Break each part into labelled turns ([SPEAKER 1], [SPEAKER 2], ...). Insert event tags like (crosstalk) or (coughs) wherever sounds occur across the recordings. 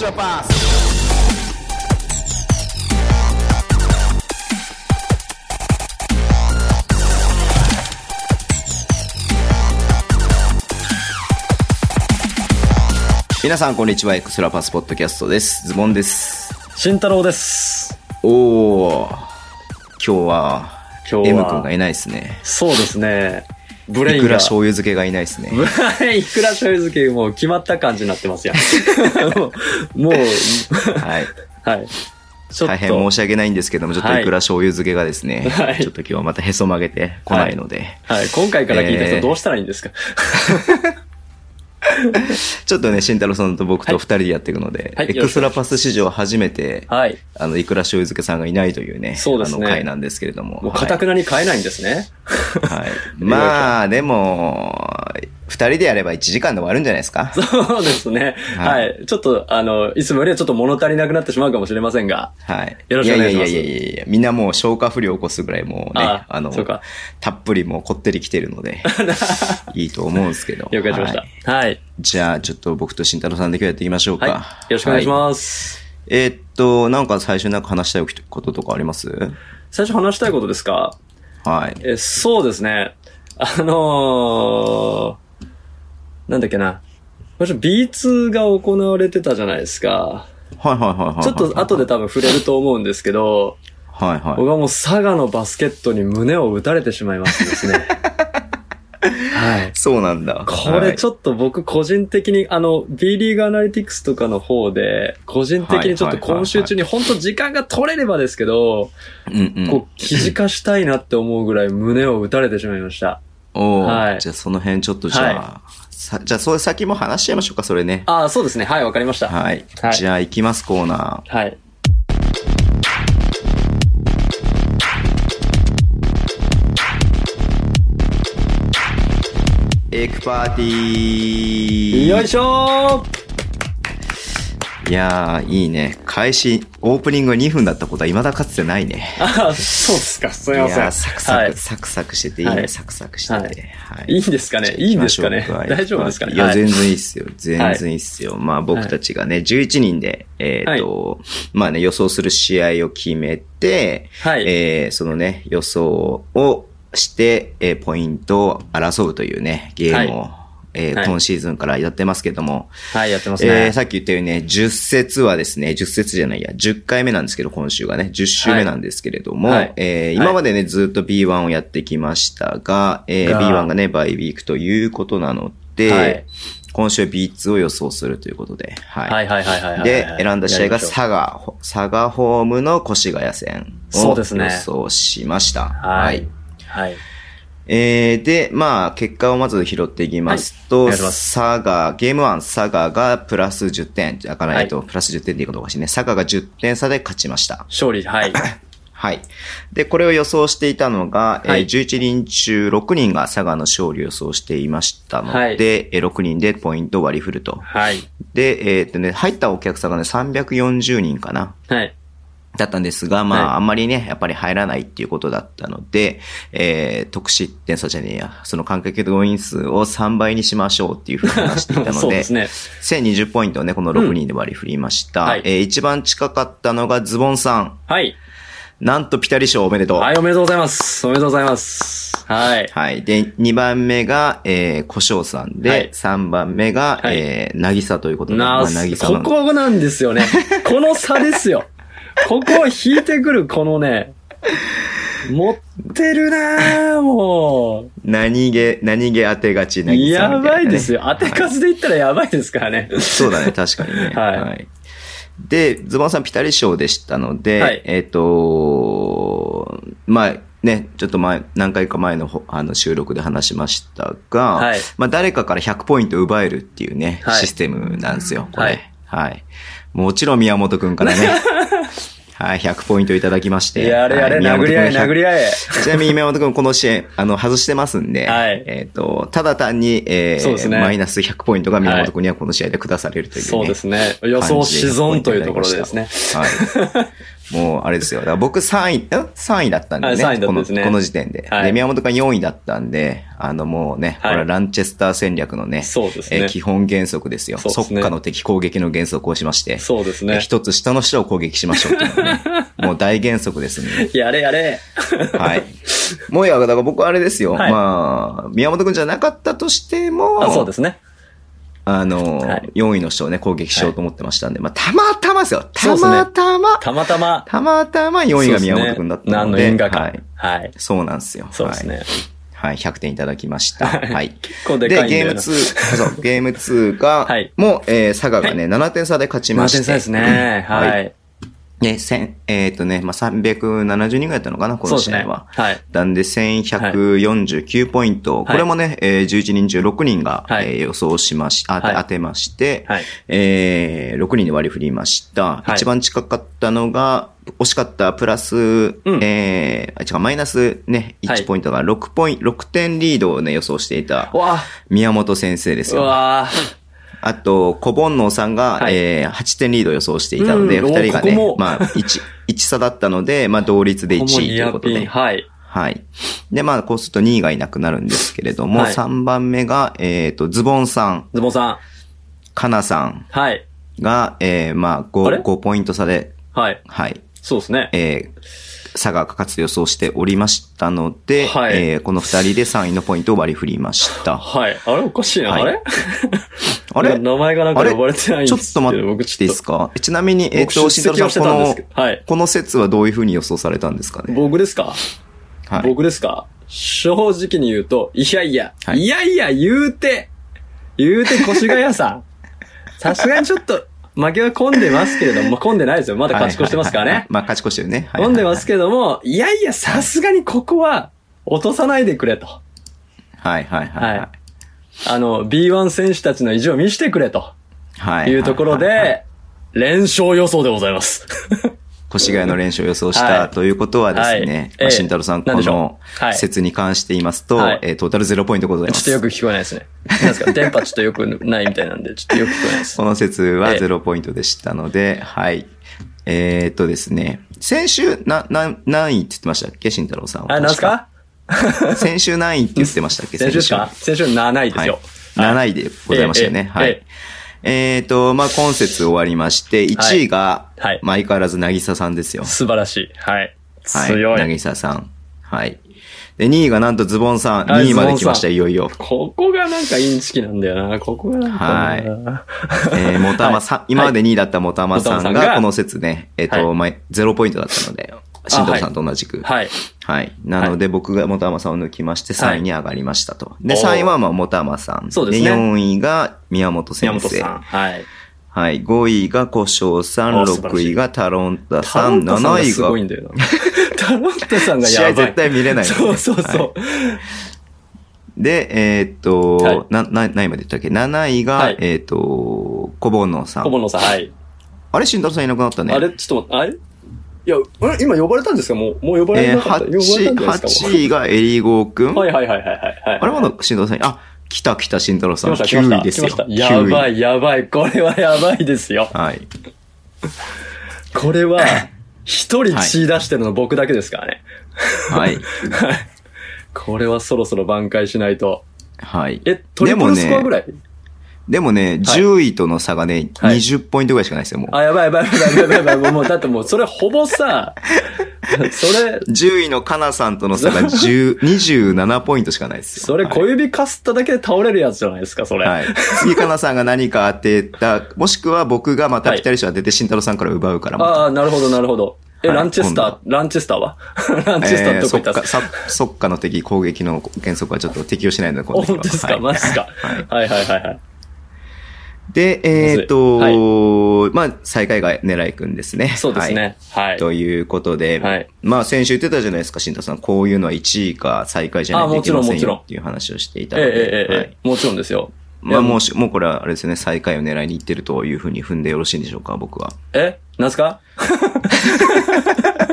[SPEAKER 1] your past.
[SPEAKER 2] 「皆さんこんにちはエクストラパスポッドキャスト」ですズボンです
[SPEAKER 3] 慎太郎です。
[SPEAKER 2] おお今日は
[SPEAKER 3] 今日は
[SPEAKER 2] M 君がいないですね
[SPEAKER 3] そうですね。ブレイ
[SPEAKER 2] い
[SPEAKER 3] ン
[SPEAKER 2] くら
[SPEAKER 3] が。
[SPEAKER 2] 醤油漬けがいないですね
[SPEAKER 3] (laughs) ブレイン (laughs) いくら醤油漬け、もう決まった感じになっ
[SPEAKER 2] (laughs)
[SPEAKER 3] てますやん。もう、 (laughs) もう
[SPEAKER 2] はい
[SPEAKER 3] はい。ちょっと。
[SPEAKER 2] 大変申し訳ないんですけどもちょっと
[SPEAKER 3] はい
[SPEAKER 2] いくら醤油漬けがですね、
[SPEAKER 3] (laughs) はい
[SPEAKER 2] ちょっと今日はまたへそ曲げてこないので、
[SPEAKER 3] はい。今回から聞いた人どうしたらいいんですか、 (laughs)
[SPEAKER 2] ちょっとね慎太郎さんと僕と2人でやっていくので、
[SPEAKER 3] はいはい
[SPEAKER 2] エクストラパス史上初めて、
[SPEAKER 3] はい。
[SPEAKER 2] あのいくら醤油漬けさんがいないというね
[SPEAKER 3] そうですね
[SPEAKER 2] あの回なんですけれども
[SPEAKER 3] もう、かたくなに変えないんですね。 (laughs)
[SPEAKER 2] はい、まあでも2人でやれば1時間で終わるんじゃないですか
[SPEAKER 3] そうですね、
[SPEAKER 2] は
[SPEAKER 3] はいい。ちょっと、あの、いつもよりはちょっと物足りなくなってしまうかもしれませんが。
[SPEAKER 2] はい。
[SPEAKER 3] よろしくお願いします
[SPEAKER 2] ややいやいやいやみんなもう消化不良を起こすぐらいもうね、あ
[SPEAKER 3] あ
[SPEAKER 2] の
[SPEAKER 3] そうか、
[SPEAKER 2] たっぷりもうこってり来てるの
[SPEAKER 3] (laughs)
[SPEAKER 2] で、いいと思うんですけど。
[SPEAKER 3] 了解しました
[SPEAKER 2] はい。
[SPEAKER 3] はい。
[SPEAKER 2] じゃあ、ちょっと僕と慎太郎さんで今日やっていきましょう
[SPEAKER 3] はい。
[SPEAKER 2] か。
[SPEAKER 3] よろしくお願いし
[SPEAKER 2] は
[SPEAKER 3] ます。
[SPEAKER 2] えーっと、なんか最初になんか話したいこととかあります
[SPEAKER 3] 最初話したいことですか
[SPEAKER 2] はい。
[SPEAKER 3] え、そうですね。あのー、なんだっけな。もちろん B2 が行われてたじゃないですか。
[SPEAKER 2] はいはいはいはい。
[SPEAKER 3] ちょっと後で。多分触れると思うんですけど、
[SPEAKER 2] はいはい
[SPEAKER 3] 僕。はもう佐賀のバスケットに胸を打たれてしまいましてです
[SPEAKER 2] (laughs)
[SPEAKER 3] ね。はい。
[SPEAKER 2] そうなんだ。
[SPEAKER 3] これち
[SPEAKER 2] ょっ
[SPEAKER 3] ょっと僕個人的に、あの、B リーグアナリティクスとかの方で、個人的にちょっと今週中に本当時間が取れればですけど、
[SPEAKER 2] と、うんうん。
[SPEAKER 3] こう、記事化したいなって思うぐらい胸を打たれてしまいました。
[SPEAKER 2] おー
[SPEAKER 3] はい
[SPEAKER 2] じゃあその辺ちょっとじゃあ、さじゃあそれ先も話しちゃいましょうか、それね。
[SPEAKER 3] ああ、そうですね。はい、わかりました。はい。
[SPEAKER 2] はい。じゃあ行きます、コーナー。エクパーティー
[SPEAKER 3] よいしょ
[SPEAKER 2] いやー、いいね。開始、オープニングが2分だったことは未だかつてないね。
[SPEAKER 3] ああ、そうですか。す
[SPEAKER 2] い
[SPEAKER 3] み
[SPEAKER 2] や
[SPEAKER 3] ません。
[SPEAKER 2] ーサクサク、
[SPEAKER 3] はい。
[SPEAKER 2] サクサクしてていいね、
[SPEAKER 3] はい
[SPEAKER 2] サクサクしてて。はい
[SPEAKER 3] いんですかねいいんですかね
[SPEAKER 2] じゃあ行きましょう
[SPEAKER 3] 大丈夫ですかね
[SPEAKER 2] いや、
[SPEAKER 3] はい
[SPEAKER 2] 全然いいっすよ。全然いいっすよ。まあ僕たちがね、11人で、えっ、と、まあね、予想する試合を決めて、
[SPEAKER 3] はい
[SPEAKER 2] えーそのね、予想をして、えーポイントを争うというね、ゲームを、
[SPEAKER 3] はい
[SPEAKER 2] えー
[SPEAKER 3] はい
[SPEAKER 2] 今シーズンからやってますけども、
[SPEAKER 3] はい、やってます
[SPEAKER 2] え
[SPEAKER 3] ね。
[SPEAKER 2] ーさっき言ったようにね、10節はですね、10節じゃないや、10回目なんですけど、今週がね、10週目なんですけれども、
[SPEAKER 3] はいはい
[SPEAKER 2] えー今までね、ずっと B1 をやってきましたが、えー
[SPEAKER 3] が
[SPEAKER 2] B1 がね、バイウィークということなので、
[SPEAKER 3] はい
[SPEAKER 2] 今週 B2 を予想するということで、はい。
[SPEAKER 3] はいはいはいはいはい。
[SPEAKER 2] で、選んだ試合が
[SPEAKER 3] さ
[SPEAKER 2] 佐賀、佐賀ホームの越谷戦を
[SPEAKER 3] そうですね
[SPEAKER 2] 予想しました。
[SPEAKER 3] はい。はい。
[SPEAKER 2] えー、で、まあ、結果をまず拾っていきますと、
[SPEAKER 3] はいお願いします
[SPEAKER 2] 佐賀、ゲーム1、佐賀がプラス10点、あかな
[SPEAKER 3] はい
[SPEAKER 2] えっと、プラス10点でいいことおかしいね。佐賀が10点差で勝ちました。
[SPEAKER 3] 勝利、はい。
[SPEAKER 2] はい。で、これを予想していたのが、
[SPEAKER 3] は
[SPEAKER 2] えー
[SPEAKER 3] い
[SPEAKER 2] 11人中6人が佐賀の勝利を予想していましたので、
[SPEAKER 3] はい
[SPEAKER 2] えー6人でポイントを割り振ると。
[SPEAKER 3] はい。
[SPEAKER 2] で、えーっとね、入ったお客さんがね、340人かな。
[SPEAKER 3] はい。
[SPEAKER 2] だったんですが、まあ、
[SPEAKER 3] はい
[SPEAKER 2] あんまりね、やっぱり入らないっていうことだったので、えー、特失点差じゃねえや、その観客動員数を3倍にしましょうっていうふうに話していたの
[SPEAKER 3] (laughs) そう
[SPEAKER 2] で、
[SPEAKER 3] ですね。
[SPEAKER 2] 1020ポイントをね、この6人で割り振りました。
[SPEAKER 3] うんはい
[SPEAKER 2] えー一番近かったのがズボンさん。
[SPEAKER 3] はい。
[SPEAKER 2] なんとピタリ賞おめでとう。
[SPEAKER 3] はい、おめでとうございます。おめでとうございます。はい。
[SPEAKER 2] はい。で、2番目が、えー、小翔さんで、
[SPEAKER 3] はい
[SPEAKER 2] 3番目が、
[SPEAKER 3] はい
[SPEAKER 2] えー、なぎさということで、
[SPEAKER 3] なあ、
[SPEAKER 2] なぎさ
[SPEAKER 3] ここなんですよね。この差ですよ。ここを引いてくる、このね。持ってるなあも
[SPEAKER 2] 何気、何気当てがち
[SPEAKER 3] う。
[SPEAKER 2] なぎさ
[SPEAKER 3] や
[SPEAKER 2] みた
[SPEAKER 3] ば
[SPEAKER 2] い
[SPEAKER 3] い
[SPEAKER 2] なね
[SPEAKER 3] ですよ。当て数で言ったらやばいですからね。
[SPEAKER 2] そうだね、確かにね。
[SPEAKER 3] (laughs) はい
[SPEAKER 2] で、ズボンさんピタリ賞でしたので、
[SPEAKER 3] はい
[SPEAKER 2] えっ、と、まあ、ね、ちょっと前、何回か前のほあの収録で話しましたが、
[SPEAKER 3] はい
[SPEAKER 2] まあ、誰かから100ポイント奪えるっていうね、
[SPEAKER 3] はい
[SPEAKER 2] システムなんですよ、これ。は
[SPEAKER 3] はいい。
[SPEAKER 2] もちろん宮本くんから
[SPEAKER 3] (laughs)
[SPEAKER 2] ね、はい、100ポイントいただきまして。
[SPEAKER 3] やれや
[SPEAKER 2] は
[SPEAKER 3] れ、
[SPEAKER 2] い宮本く
[SPEAKER 3] 殴
[SPEAKER 2] ん
[SPEAKER 3] り
[SPEAKER 2] が
[SPEAKER 3] 合え、
[SPEAKER 2] 100
[SPEAKER 3] 殴り合え。 (laughs)
[SPEAKER 2] ちなみに宮本くんこの支援、あの、外してますんで、
[SPEAKER 3] はい
[SPEAKER 2] えっ、と、ただ単に、え
[SPEAKER 3] そうで
[SPEAKER 2] ー
[SPEAKER 3] すね
[SPEAKER 2] マイナス100ポイントが宮本くんにはこの試合で下されるというね。
[SPEAKER 3] そうですね。予想
[SPEAKER 2] 感じ
[SPEAKER 3] 死
[SPEAKER 2] で
[SPEAKER 3] 存というところでですね。
[SPEAKER 2] はい。もう、あれですよ。だから僕3位、ん ?3 位だったんでね。
[SPEAKER 3] はい3位だった
[SPEAKER 2] こ
[SPEAKER 3] ん
[SPEAKER 2] の、
[SPEAKER 3] ですね
[SPEAKER 2] この時点で。
[SPEAKER 3] はい
[SPEAKER 2] で、宮本が4位だったんで、あのもうね、
[SPEAKER 3] は
[SPEAKER 2] こ
[SPEAKER 3] い
[SPEAKER 2] れはランチェスター戦略のね、
[SPEAKER 3] そうです
[SPEAKER 2] えー
[SPEAKER 3] ね。
[SPEAKER 2] 基本原則ですよ。
[SPEAKER 3] そうですね
[SPEAKER 2] 即下の敵攻撃の原則をしまして、
[SPEAKER 3] そうです
[SPEAKER 2] えー
[SPEAKER 3] ね。
[SPEAKER 2] 一、つ下の人を攻撃しましょうっていうのが
[SPEAKER 3] (laughs)
[SPEAKER 2] ねもう大原則ですね。
[SPEAKER 3] やれやれ。
[SPEAKER 2] はい。もういや、だから僕はあれですよ。
[SPEAKER 3] はい
[SPEAKER 2] まあ、宮本くんじゃなかったとしても、
[SPEAKER 3] あそうですね。
[SPEAKER 2] あの、
[SPEAKER 3] はい
[SPEAKER 2] 4位の人をね、攻撃しようと思ってましたんで、まあ、たまたまですよ。
[SPEAKER 3] そ
[SPEAKER 2] た
[SPEAKER 3] うですね
[SPEAKER 2] またま、
[SPEAKER 3] たまたま。
[SPEAKER 2] たまたま4位が宮本くんだったので、
[SPEAKER 3] そうすね何の因果
[SPEAKER 2] は
[SPEAKER 3] か
[SPEAKER 2] い。。
[SPEAKER 3] はい。
[SPEAKER 2] そうなんですよ。
[SPEAKER 3] そうですね。
[SPEAKER 2] はい。はい、100点いただきました。はい。
[SPEAKER 3] 結構
[SPEAKER 2] で
[SPEAKER 3] でかいんだ
[SPEAKER 2] ゲーム
[SPEAKER 3] よな。
[SPEAKER 2] 2、そう、ゲーム2が、
[SPEAKER 3] はい
[SPEAKER 2] もう、えー佐賀がね、7点差で勝ち
[SPEAKER 3] マ
[SPEAKER 2] まして。
[SPEAKER 3] 点差ですね。
[SPEAKER 2] はい
[SPEAKER 3] はい。
[SPEAKER 2] ね、千えっ、とね、まあ、370人ぐらいだったのかな、こ
[SPEAKER 3] そ
[SPEAKER 2] の
[SPEAKER 3] うです
[SPEAKER 2] 試合
[SPEAKER 3] ね。
[SPEAKER 2] は。
[SPEAKER 3] はい。
[SPEAKER 2] なんで、1149ポイント。これもね、えー11人中6人が、
[SPEAKER 3] は
[SPEAKER 2] え
[SPEAKER 3] い
[SPEAKER 2] ー予想しまし、あ
[SPEAKER 3] はい
[SPEAKER 2] 当てまして、
[SPEAKER 3] はい。
[SPEAKER 2] えー6人で割り振りました。
[SPEAKER 3] はい
[SPEAKER 2] 一番近かったのが、惜しかったプラス、
[SPEAKER 3] ん
[SPEAKER 2] えー、あ違う、マイナスね、
[SPEAKER 3] はい
[SPEAKER 2] 1ポイントが6ポイント、6点リードをね、予想していた
[SPEAKER 3] う、わ
[SPEAKER 2] 宮本先生です
[SPEAKER 3] う
[SPEAKER 2] よ。
[SPEAKER 3] わ
[SPEAKER 2] あと、小煩悩さんが、
[SPEAKER 3] はい
[SPEAKER 2] えー8点リードを予想していたので、
[SPEAKER 3] うんお
[SPEAKER 2] 2人がね、
[SPEAKER 3] ここも
[SPEAKER 2] まあ、1、一差だったので、まあ、同率で1位
[SPEAKER 3] こことも
[SPEAKER 2] い
[SPEAKER 3] ニ
[SPEAKER 2] う
[SPEAKER 3] ア
[SPEAKER 2] こと
[SPEAKER 3] ピン。
[SPEAKER 2] で。
[SPEAKER 3] はい。
[SPEAKER 2] はい。で、まあ、こうすると2位がいなくなるんですけれども、
[SPEAKER 3] はい
[SPEAKER 2] 3番目が、えっ、と、ズボンさん、
[SPEAKER 3] ズボンさん。
[SPEAKER 2] かなさん、
[SPEAKER 3] はい。
[SPEAKER 2] が、えー、まあ
[SPEAKER 3] あれ
[SPEAKER 2] 5、5ポイント差で、
[SPEAKER 3] はい。
[SPEAKER 2] はい、
[SPEAKER 3] そうですね。
[SPEAKER 2] えー、差が勝つ予想しておりましたので、
[SPEAKER 3] はい
[SPEAKER 2] えーこの2人で3位のポイントを割り振りました。
[SPEAKER 3] はい。あれおかしいな。
[SPEAKER 2] はい
[SPEAKER 3] あれ
[SPEAKER 2] あ
[SPEAKER 3] なん
[SPEAKER 2] れ
[SPEAKER 3] か名前がなんか呼ばれてないん
[SPEAKER 2] ちょ
[SPEAKER 3] で
[SPEAKER 2] っ
[SPEAKER 3] すけ
[SPEAKER 2] と
[SPEAKER 3] ど
[SPEAKER 2] 待っ
[SPEAKER 3] 僕
[SPEAKER 2] て
[SPEAKER 3] ちょっ
[SPEAKER 2] いいですかえちなみに、えっ、と、
[SPEAKER 3] 僕
[SPEAKER 2] 慎
[SPEAKER 3] 出
[SPEAKER 2] 太
[SPEAKER 3] 席
[SPEAKER 2] 郎
[SPEAKER 3] はし
[SPEAKER 2] さ
[SPEAKER 3] て
[SPEAKER 2] ん、こ
[SPEAKER 3] たんです
[SPEAKER 2] の
[SPEAKER 3] け、ど。はい。
[SPEAKER 2] この説はどういうふうに予想されたんですかね
[SPEAKER 3] 僕ですか
[SPEAKER 2] はい。
[SPEAKER 3] 僕ですか正直に言うと、いやいや、、
[SPEAKER 2] はいい
[SPEAKER 3] やいや言うて、言うて越谷さ
[SPEAKER 2] (laughs)
[SPEAKER 3] ん。さすがにちょっと、負けは混んでますけれども、混んでないですよ。まだ勝ち越してますから
[SPEAKER 2] はいはいは
[SPEAKER 3] ね
[SPEAKER 2] い。まあ、勝ち越してるね。はい
[SPEAKER 3] 混んでます。けども、いやいや、さすがにここは、落とさないでくれと。
[SPEAKER 2] はいはいはい。
[SPEAKER 3] はいあの、B1 選手たちの意地を見せてくれと
[SPEAKER 2] はい。
[SPEAKER 3] いうところ
[SPEAKER 2] はいはいはい、
[SPEAKER 3] で、連勝予想でございます。
[SPEAKER 2] 越谷の練習を予想した、
[SPEAKER 3] はい
[SPEAKER 2] ということはです
[SPEAKER 3] はい
[SPEAKER 2] ね、ま
[SPEAKER 3] ええ
[SPEAKER 2] あ、慎太郎さん、
[SPEAKER 3] な
[SPEAKER 2] こ
[SPEAKER 3] んでし
[SPEAKER 2] の
[SPEAKER 3] ょうはい
[SPEAKER 2] 説に関して言いますと、
[SPEAKER 3] はい
[SPEAKER 2] えートータル0ポイントございま
[SPEAKER 3] ちょ
[SPEAKER 2] す。
[SPEAKER 3] っとよく聞こえないですね。なんですか電波ちょっとよくないみたいなんで、ちょっとよく聞こえないです
[SPEAKER 2] こ。の説は
[SPEAKER 3] ええ
[SPEAKER 2] 0ポイントでしたので、はい。えー、っとですね、先週、な、な、何位って言ってましたっけ慎太郎さんは。
[SPEAKER 3] あ、なんですか
[SPEAKER 2] 確か先週何位って言ってましたっけ
[SPEAKER 3] (laughs) 先週ですか先週7位ですよ。
[SPEAKER 2] はい、7位でございましたよね。
[SPEAKER 3] ええ
[SPEAKER 2] は
[SPEAKER 3] え
[SPEAKER 2] い。えーっと、まあ、今節終わりまして、1位が、
[SPEAKER 3] はい
[SPEAKER 2] まあ相変わらずなぎささんですよ。
[SPEAKER 3] 素晴らしい。はい。
[SPEAKER 2] はい。
[SPEAKER 3] 強
[SPEAKER 2] なぎ
[SPEAKER 3] い。
[SPEAKER 2] ささん。はい。で、2位がなんとズボンさん。
[SPEAKER 3] はい
[SPEAKER 2] 2位まで来まし
[SPEAKER 3] ズボンさ
[SPEAKER 2] た、
[SPEAKER 3] ん
[SPEAKER 2] いよ
[SPEAKER 3] (laughs)
[SPEAKER 2] いよ。
[SPEAKER 3] ここがなんかインチキなんだよな。ここがなん (laughs) かな。
[SPEAKER 2] えー、もたまさん、今まで2位だったもたまさん
[SPEAKER 3] もたまさん
[SPEAKER 2] が、
[SPEAKER 3] が
[SPEAKER 2] この説ね、えっ、と、
[SPEAKER 3] は
[SPEAKER 2] まあ、0ポイントだったので、新藤さんと同じく。はい。
[SPEAKER 3] はい。
[SPEAKER 2] なので、僕がもたまさんを抜きまして、
[SPEAKER 3] は
[SPEAKER 2] 3
[SPEAKER 3] い
[SPEAKER 2] 位に上がりましたと。で、
[SPEAKER 3] おー
[SPEAKER 2] 3位は、まあ、もたまさん。
[SPEAKER 3] そうですね
[SPEAKER 2] 4位が、宮本
[SPEAKER 3] 宮
[SPEAKER 2] 先
[SPEAKER 3] 本
[SPEAKER 2] 生
[SPEAKER 3] さ。ん。はい。
[SPEAKER 2] はい。5位が、小翔さん。
[SPEAKER 3] お素晴らしい
[SPEAKER 2] 6位が、タロンタ
[SPEAKER 3] タ
[SPEAKER 2] さ
[SPEAKER 3] ロ
[SPEAKER 2] ん。
[SPEAKER 3] ンタさんがすご
[SPEAKER 2] 7
[SPEAKER 3] い
[SPEAKER 2] 位
[SPEAKER 3] んだ
[SPEAKER 2] (laughs)
[SPEAKER 3] よな。タロンタさん
[SPEAKER 2] が、
[SPEAKER 3] が
[SPEAKER 2] 試
[SPEAKER 3] や
[SPEAKER 2] 合
[SPEAKER 3] ばい。
[SPEAKER 2] 絶対見れないので、
[SPEAKER 3] そうそうそう。
[SPEAKER 2] で、えーっと、
[SPEAKER 3] はい
[SPEAKER 2] な、な、何位まで言ったっけ ?7 位が、
[SPEAKER 3] はい
[SPEAKER 2] えーっと、小ぼのさ
[SPEAKER 3] 小
[SPEAKER 2] ん。
[SPEAKER 3] 野さん、はい。
[SPEAKER 2] あれ、慎太郎さんいなくなったね。
[SPEAKER 3] あれちょっと待って、あれいや、あれ今呼ばれたんですかもう、もう呼ばれ
[SPEAKER 2] えー、
[SPEAKER 3] なかった。呼ばれた
[SPEAKER 2] 8、
[SPEAKER 3] んじゃないですか
[SPEAKER 2] 8位がエリゴーくん。
[SPEAKER 3] もうはいはいはいはいはいはい。
[SPEAKER 2] あれまだ慎太郎さんに、あ、来た来た慎太郎
[SPEAKER 3] 来
[SPEAKER 2] さん。
[SPEAKER 3] ました来まし
[SPEAKER 2] 9位
[SPEAKER 3] た。
[SPEAKER 2] です
[SPEAKER 3] 来
[SPEAKER 2] よ
[SPEAKER 3] まし。た。やば
[SPEAKER 2] い。
[SPEAKER 3] いやばい。これはやばいですよ。
[SPEAKER 2] はい。
[SPEAKER 3] これは、一人血出してるの僕だけですからね。
[SPEAKER 2] はい。
[SPEAKER 3] はい。これはそろそろ挽回しないと。
[SPEAKER 2] はい。
[SPEAKER 3] (laughs) え、トリプルスコアぐらい、
[SPEAKER 2] でもね、10位との差がね、
[SPEAKER 3] はい
[SPEAKER 2] 20ポイントぐらいしかないですよ、もう。
[SPEAKER 3] あ、やばいやばいやばいやばいやばい。もう、だってもう、それほぼ
[SPEAKER 2] (laughs)
[SPEAKER 3] さ、それ、
[SPEAKER 2] 10位のかなさんとの差が10
[SPEAKER 3] (laughs)
[SPEAKER 2] 27ポイントしかないですよ。
[SPEAKER 3] それ小指かすっただけで倒れるやつじゃないですか、それ。
[SPEAKER 2] はい。次、かなさんが何か当て
[SPEAKER 3] (laughs)
[SPEAKER 2] た、もしくは僕がまたピタリ賞当てて、慎太郎さんから奪うから、また
[SPEAKER 3] ああ、なるほど、なるほど。え、
[SPEAKER 2] はい
[SPEAKER 3] ランチェスター、ランチェスターは (laughs) ランチェスターどこ行ったんです
[SPEAKER 2] えー (laughs) そっ
[SPEAKER 3] か、
[SPEAKER 2] か、そっかの敵攻撃の原則はちょっと適用しないので、この時は
[SPEAKER 3] 本当ですか、
[SPEAKER 2] はい
[SPEAKER 3] マジですか、
[SPEAKER 2] はい
[SPEAKER 3] はい、はいはいはい。
[SPEAKER 2] で、えっ、と、まあ、最下位が狙いくんですね。
[SPEAKER 3] そうです
[SPEAKER 2] は
[SPEAKER 3] ね。はいい。
[SPEAKER 2] ということで、
[SPEAKER 3] はい
[SPEAKER 2] まあ先週言ってたじゃないですか、慎太さん。こういうのは1位か最下位じゃない
[SPEAKER 3] あ
[SPEAKER 2] とい
[SPEAKER 3] もち
[SPEAKER 2] け
[SPEAKER 3] ろん
[SPEAKER 2] ません
[SPEAKER 3] もちろん
[SPEAKER 2] よっていう話をしてい
[SPEAKER 3] え
[SPEAKER 2] た
[SPEAKER 3] え
[SPEAKER 2] の
[SPEAKER 3] え
[SPEAKER 2] で、
[SPEAKER 3] えええ
[SPEAKER 2] はい
[SPEAKER 3] もちろんですよ。
[SPEAKER 2] まあ
[SPEAKER 3] いや
[SPEAKER 2] もうし、もうこれはあれですね、最下位を狙いに行ってるというふうに踏んでよろしいんでしょうか、僕は。
[SPEAKER 3] えなんすか